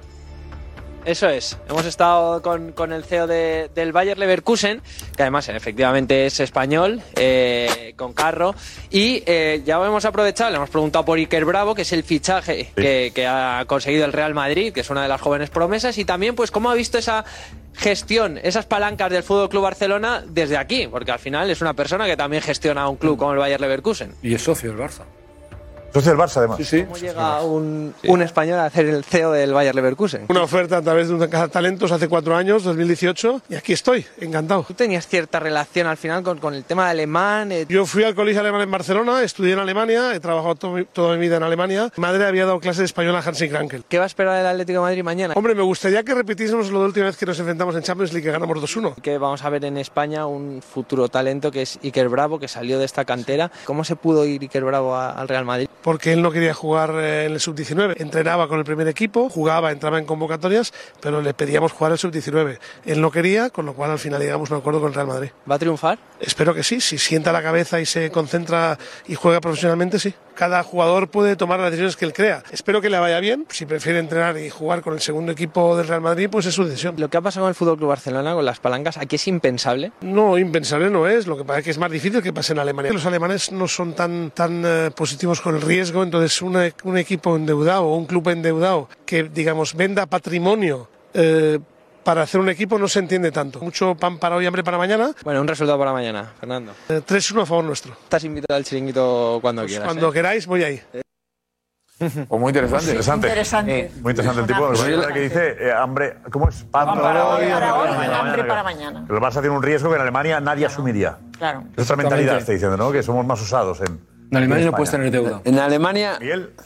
[SPEAKER 24] eso es. Hemos estado con, con el CEO de- del Bayer Leverkusen, que además efectivamente es español, eh, con carro. Y eh, ya hemos aprovechado, le hemos preguntado por Iker Bravo, que es el fichaje que, que ha conseguido el Real Madrid, que es una de las jóvenes promesas, y también, pues, cómo ha visto esa gestión, esas palancas del Fútbol Club Barcelona desde aquí, porque al final es una persona que también gestiona un club como el Bayer Leverkusen.
[SPEAKER 23] Y es socio del Barça.
[SPEAKER 7] Socio del Barça, además.
[SPEAKER 23] Sí, sí.
[SPEAKER 24] ¿Cómo llega un, un español a hacer el CEO del Bayer Leverkusen?
[SPEAKER 22] Una oferta a través de un talentos hace cuatro años, 2018, y aquí estoy, encantado.
[SPEAKER 24] ¿Tú tenías cierta relación al final con, con el tema de alemán? eh,
[SPEAKER 22] Yo fui al colegio alemán en Barcelona, estudié en Alemania, he trabajado to- toda mi vida en Alemania. Mi madre había dado clases de español a Hansi Krankel.
[SPEAKER 24] ¿Qué va a esperar el Atlético de Madrid mañana?
[SPEAKER 22] Hombre, me gustaría que repitiésemos lo de la última vez que nos enfrentamos en Champions League, que ganamos 2-1.
[SPEAKER 24] que vamos a ver en España un futuro talento que es Iker Bravo, que salió de esta cantera. ¿Cómo se pudo ir Iker Bravo a- al Real Madrid?
[SPEAKER 22] Porque él no quería jugar eh, en el sub-19. Entrenaba con el primer equipo, jugaba, entraba en convocatorias, pero le pedíamos jugar el sub-19. Él no quería, con lo cual al final llegamos a un acuerdo con el Real Madrid.
[SPEAKER 24] ¿Va a triunfar?
[SPEAKER 22] Espero que sí. Si sienta la cabeza y se concentra y juega profesionalmente, sí. Cada jugador puede tomar las decisiones que él crea. Espero que le vaya bien. Si prefiere entrenar y jugar con el segundo equipo del Real Madrid, pues es su decisión.
[SPEAKER 24] Lo que ha pasado con el Fútbol Club Barcelona, con las palancas, aquí es impensable.
[SPEAKER 22] No, impensable no es. Lo que pasa es que es más difícil que pase en Alemania. Los alemanes no son tan, tan eh, positivos con el riesgo. Entonces, una- un equipo endeudado o un club endeudado que, digamos, venda patrimonio eh, para hacer un equipo no se entiende tanto. Mucho pan para hoy, hambre para mañana.
[SPEAKER 24] Bueno, un resultado para mañana, Fernando.
[SPEAKER 22] Eh, 3-1 a favor nuestro.
[SPEAKER 24] Estás invitado al chiringuito cuando
[SPEAKER 22] Pues
[SPEAKER 24] quieras.
[SPEAKER 22] cuando
[SPEAKER 24] ¿eh?
[SPEAKER 22] queráis, voy ahí.
[SPEAKER 7] Pues muy interesante.
[SPEAKER 22] Interesante.
[SPEAKER 7] Sí, Muy interesante el tipo.
[SPEAKER 22] Sí.
[SPEAKER 7] el que dice, eh, hambre, ¿cómo es? Pan
[SPEAKER 22] para hoy,
[SPEAKER 7] hambre
[SPEAKER 13] Hambre para mañana.
[SPEAKER 7] El Barça tiene un riesgo que en Alemania nadie asumiría.
[SPEAKER 13] Claro.
[SPEAKER 7] Es otra mentalidad, está diciendo, ¿no? Que somos más usados en.
[SPEAKER 23] En Alemania
[SPEAKER 7] en
[SPEAKER 23] no puedes
[SPEAKER 7] España.
[SPEAKER 23] tener deuda.
[SPEAKER 7] En
[SPEAKER 23] Alemania.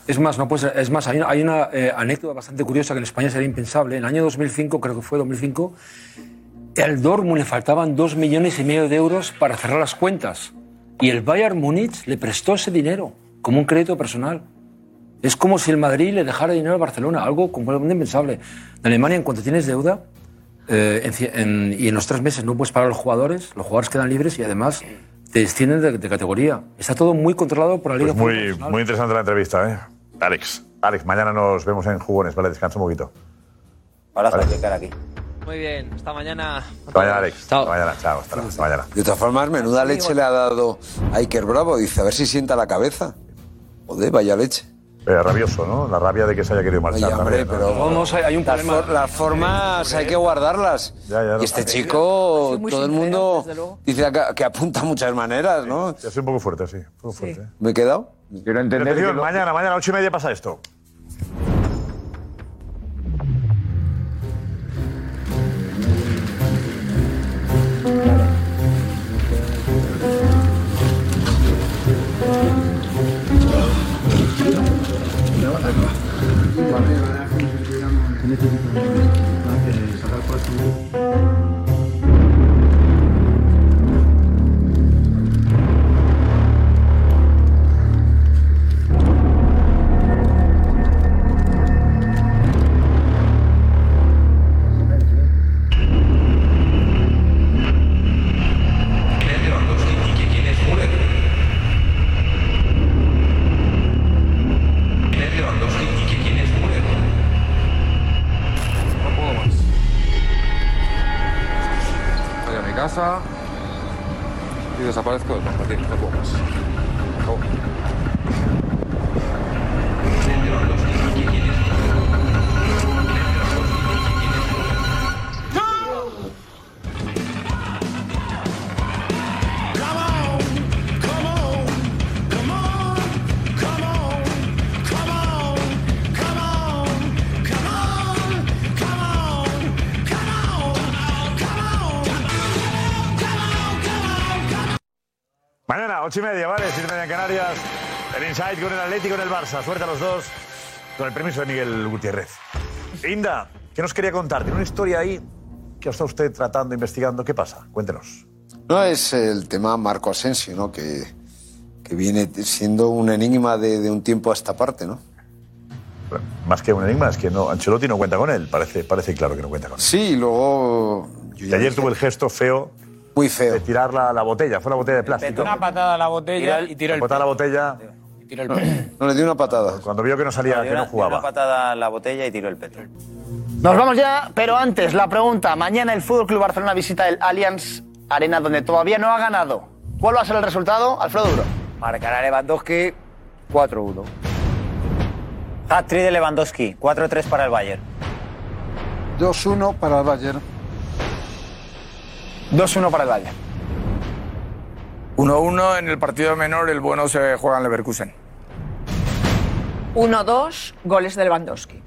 [SPEAKER 23] Es más, no puedes, es más hay, hay una eh, anécdota bastante curiosa que en España sería impensable. En el año 2005, creo que fue 2005, Al Dortmund le faltaban dos millones y medio de euros para cerrar las cuentas. Y el Bayern Múnich le prestó ese dinero como un crédito personal. Es como si el Madrid le dejara dinero a Barcelona, algo completamente impensable. En Alemania, en cuanto tienes deuda, eh, en ci- en- y en los tres meses no puedes pagar a los jugadores, los jugadores quedan libres y además te descienden de, de categoría. Está todo muy controlado por la Liga
[SPEAKER 7] Pues muy,
[SPEAKER 23] Profesional.
[SPEAKER 7] muy interesante la entrevista, ¿eh? Alex, Alex, mañana nos vemos en Jugones, ¿vale? Descansa un poquito.
[SPEAKER 14] Ahora
[SPEAKER 7] Vale.
[SPEAKER 14] aquí.
[SPEAKER 24] ¿eh?
[SPEAKER 22] Muy bien, hasta mañana.
[SPEAKER 7] Hasta mañana, Alex. Hasta mañana, chao. Hasta, la- hasta mañana.
[SPEAKER 3] De todas formas, menuda leche le ha dado a Iker Bravo. Dice, a ver si sienta la cabeza. Joder, vaya leche.
[SPEAKER 7] Eh, rabioso, ¿no? La rabia de que se haya querido
[SPEAKER 3] Ay,
[SPEAKER 7] marchar.
[SPEAKER 3] hombre,
[SPEAKER 7] también, ¿no?
[SPEAKER 3] pero las, for- las formas hay que guardarlas.
[SPEAKER 7] ya,
[SPEAKER 3] y este
[SPEAKER 7] lo sé.
[SPEAKER 3] chico,
[SPEAKER 7] Ha sido muy
[SPEAKER 3] todo el
[SPEAKER 7] sincero,
[SPEAKER 3] mundo dice que, que apunta a muchas maneras, ¿no?
[SPEAKER 7] Es un poco fuerte, sí. Un poco fuerte.
[SPEAKER 3] ¿Me he quedado?
[SPEAKER 7] Quiero
[SPEAKER 3] entender que lo-
[SPEAKER 7] Mañana, mañana, ocho y media pasa esto.
[SPEAKER 17] Voy a mi casa y desaparezco del compartir. No puedo más. Se acabó.
[SPEAKER 7] Mañana, ocho y media, ¿vale? Siete y media en Canarias. El Inside con el Atlético, con el Barça. Suerte a los dos. Con el permiso de Miguel Gutiérrez. Inda, ¿qué nos quería contar? Tiene una historia ahí que está usted tratando, investigando. ¿Qué pasa? Cuéntenos.
[SPEAKER 3] No, es el tema Marco Asensio, ¿no? Que, que viene siendo un enigma de, de un tiempo a esta parte, ¿no?
[SPEAKER 7] Más que un enigma, es que no, Ancelotti no cuenta con él. Parece, parece claro que no cuenta con él.
[SPEAKER 3] Sí, y luego.
[SPEAKER 7] Y ayer tuvo el gesto feo.
[SPEAKER 3] Muy feo.
[SPEAKER 7] De tirar la, la botella. Fue la botella de plástico.
[SPEAKER 9] Una patada a la botella y tiró el
[SPEAKER 7] Botar la botella.
[SPEAKER 3] No, le dio una patada.
[SPEAKER 7] Cuando vio que no salía,
[SPEAKER 14] Dio
[SPEAKER 7] que
[SPEAKER 14] una-
[SPEAKER 7] no
[SPEAKER 14] dio
[SPEAKER 7] jugaba.
[SPEAKER 14] Una patada en la botella y tiró el peto.
[SPEAKER 1] Nos vamos ya, pero antes la pregunta. Mañana el Fútbol Club Barcelona visita el Allianz Arena, donde todavía no ha ganado. ¿Cuál va a ser el resultado, Alfredo Duro?
[SPEAKER 38] Marcará Lewandowski 4-1.
[SPEAKER 14] Hat-trick de Lewandowski. 4-3 para el Bayern.
[SPEAKER 16] 2-1 para el Bayern.
[SPEAKER 1] 2-1 para el Bayern.
[SPEAKER 17] 1-1 en el partido menor, el bueno se juega en Leverkusen.
[SPEAKER 13] 1-2, goles de Lewandowski.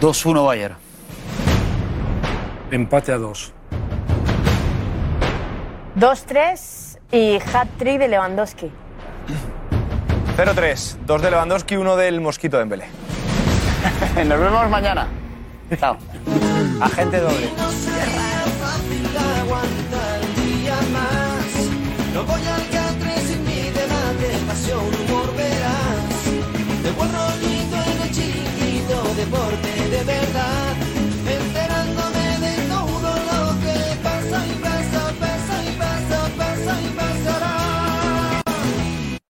[SPEAKER 4] 2-1 Bayern.
[SPEAKER 23] Empate a dos.
[SPEAKER 10] 2-3 y hat-trick de Lewandowski.
[SPEAKER 5] 0-3, 2 de Lewandowski, 1 del Mosquito Dembélé.
[SPEAKER 1] Nos vemos mañana. Chao.
[SPEAKER 14] Agente doble.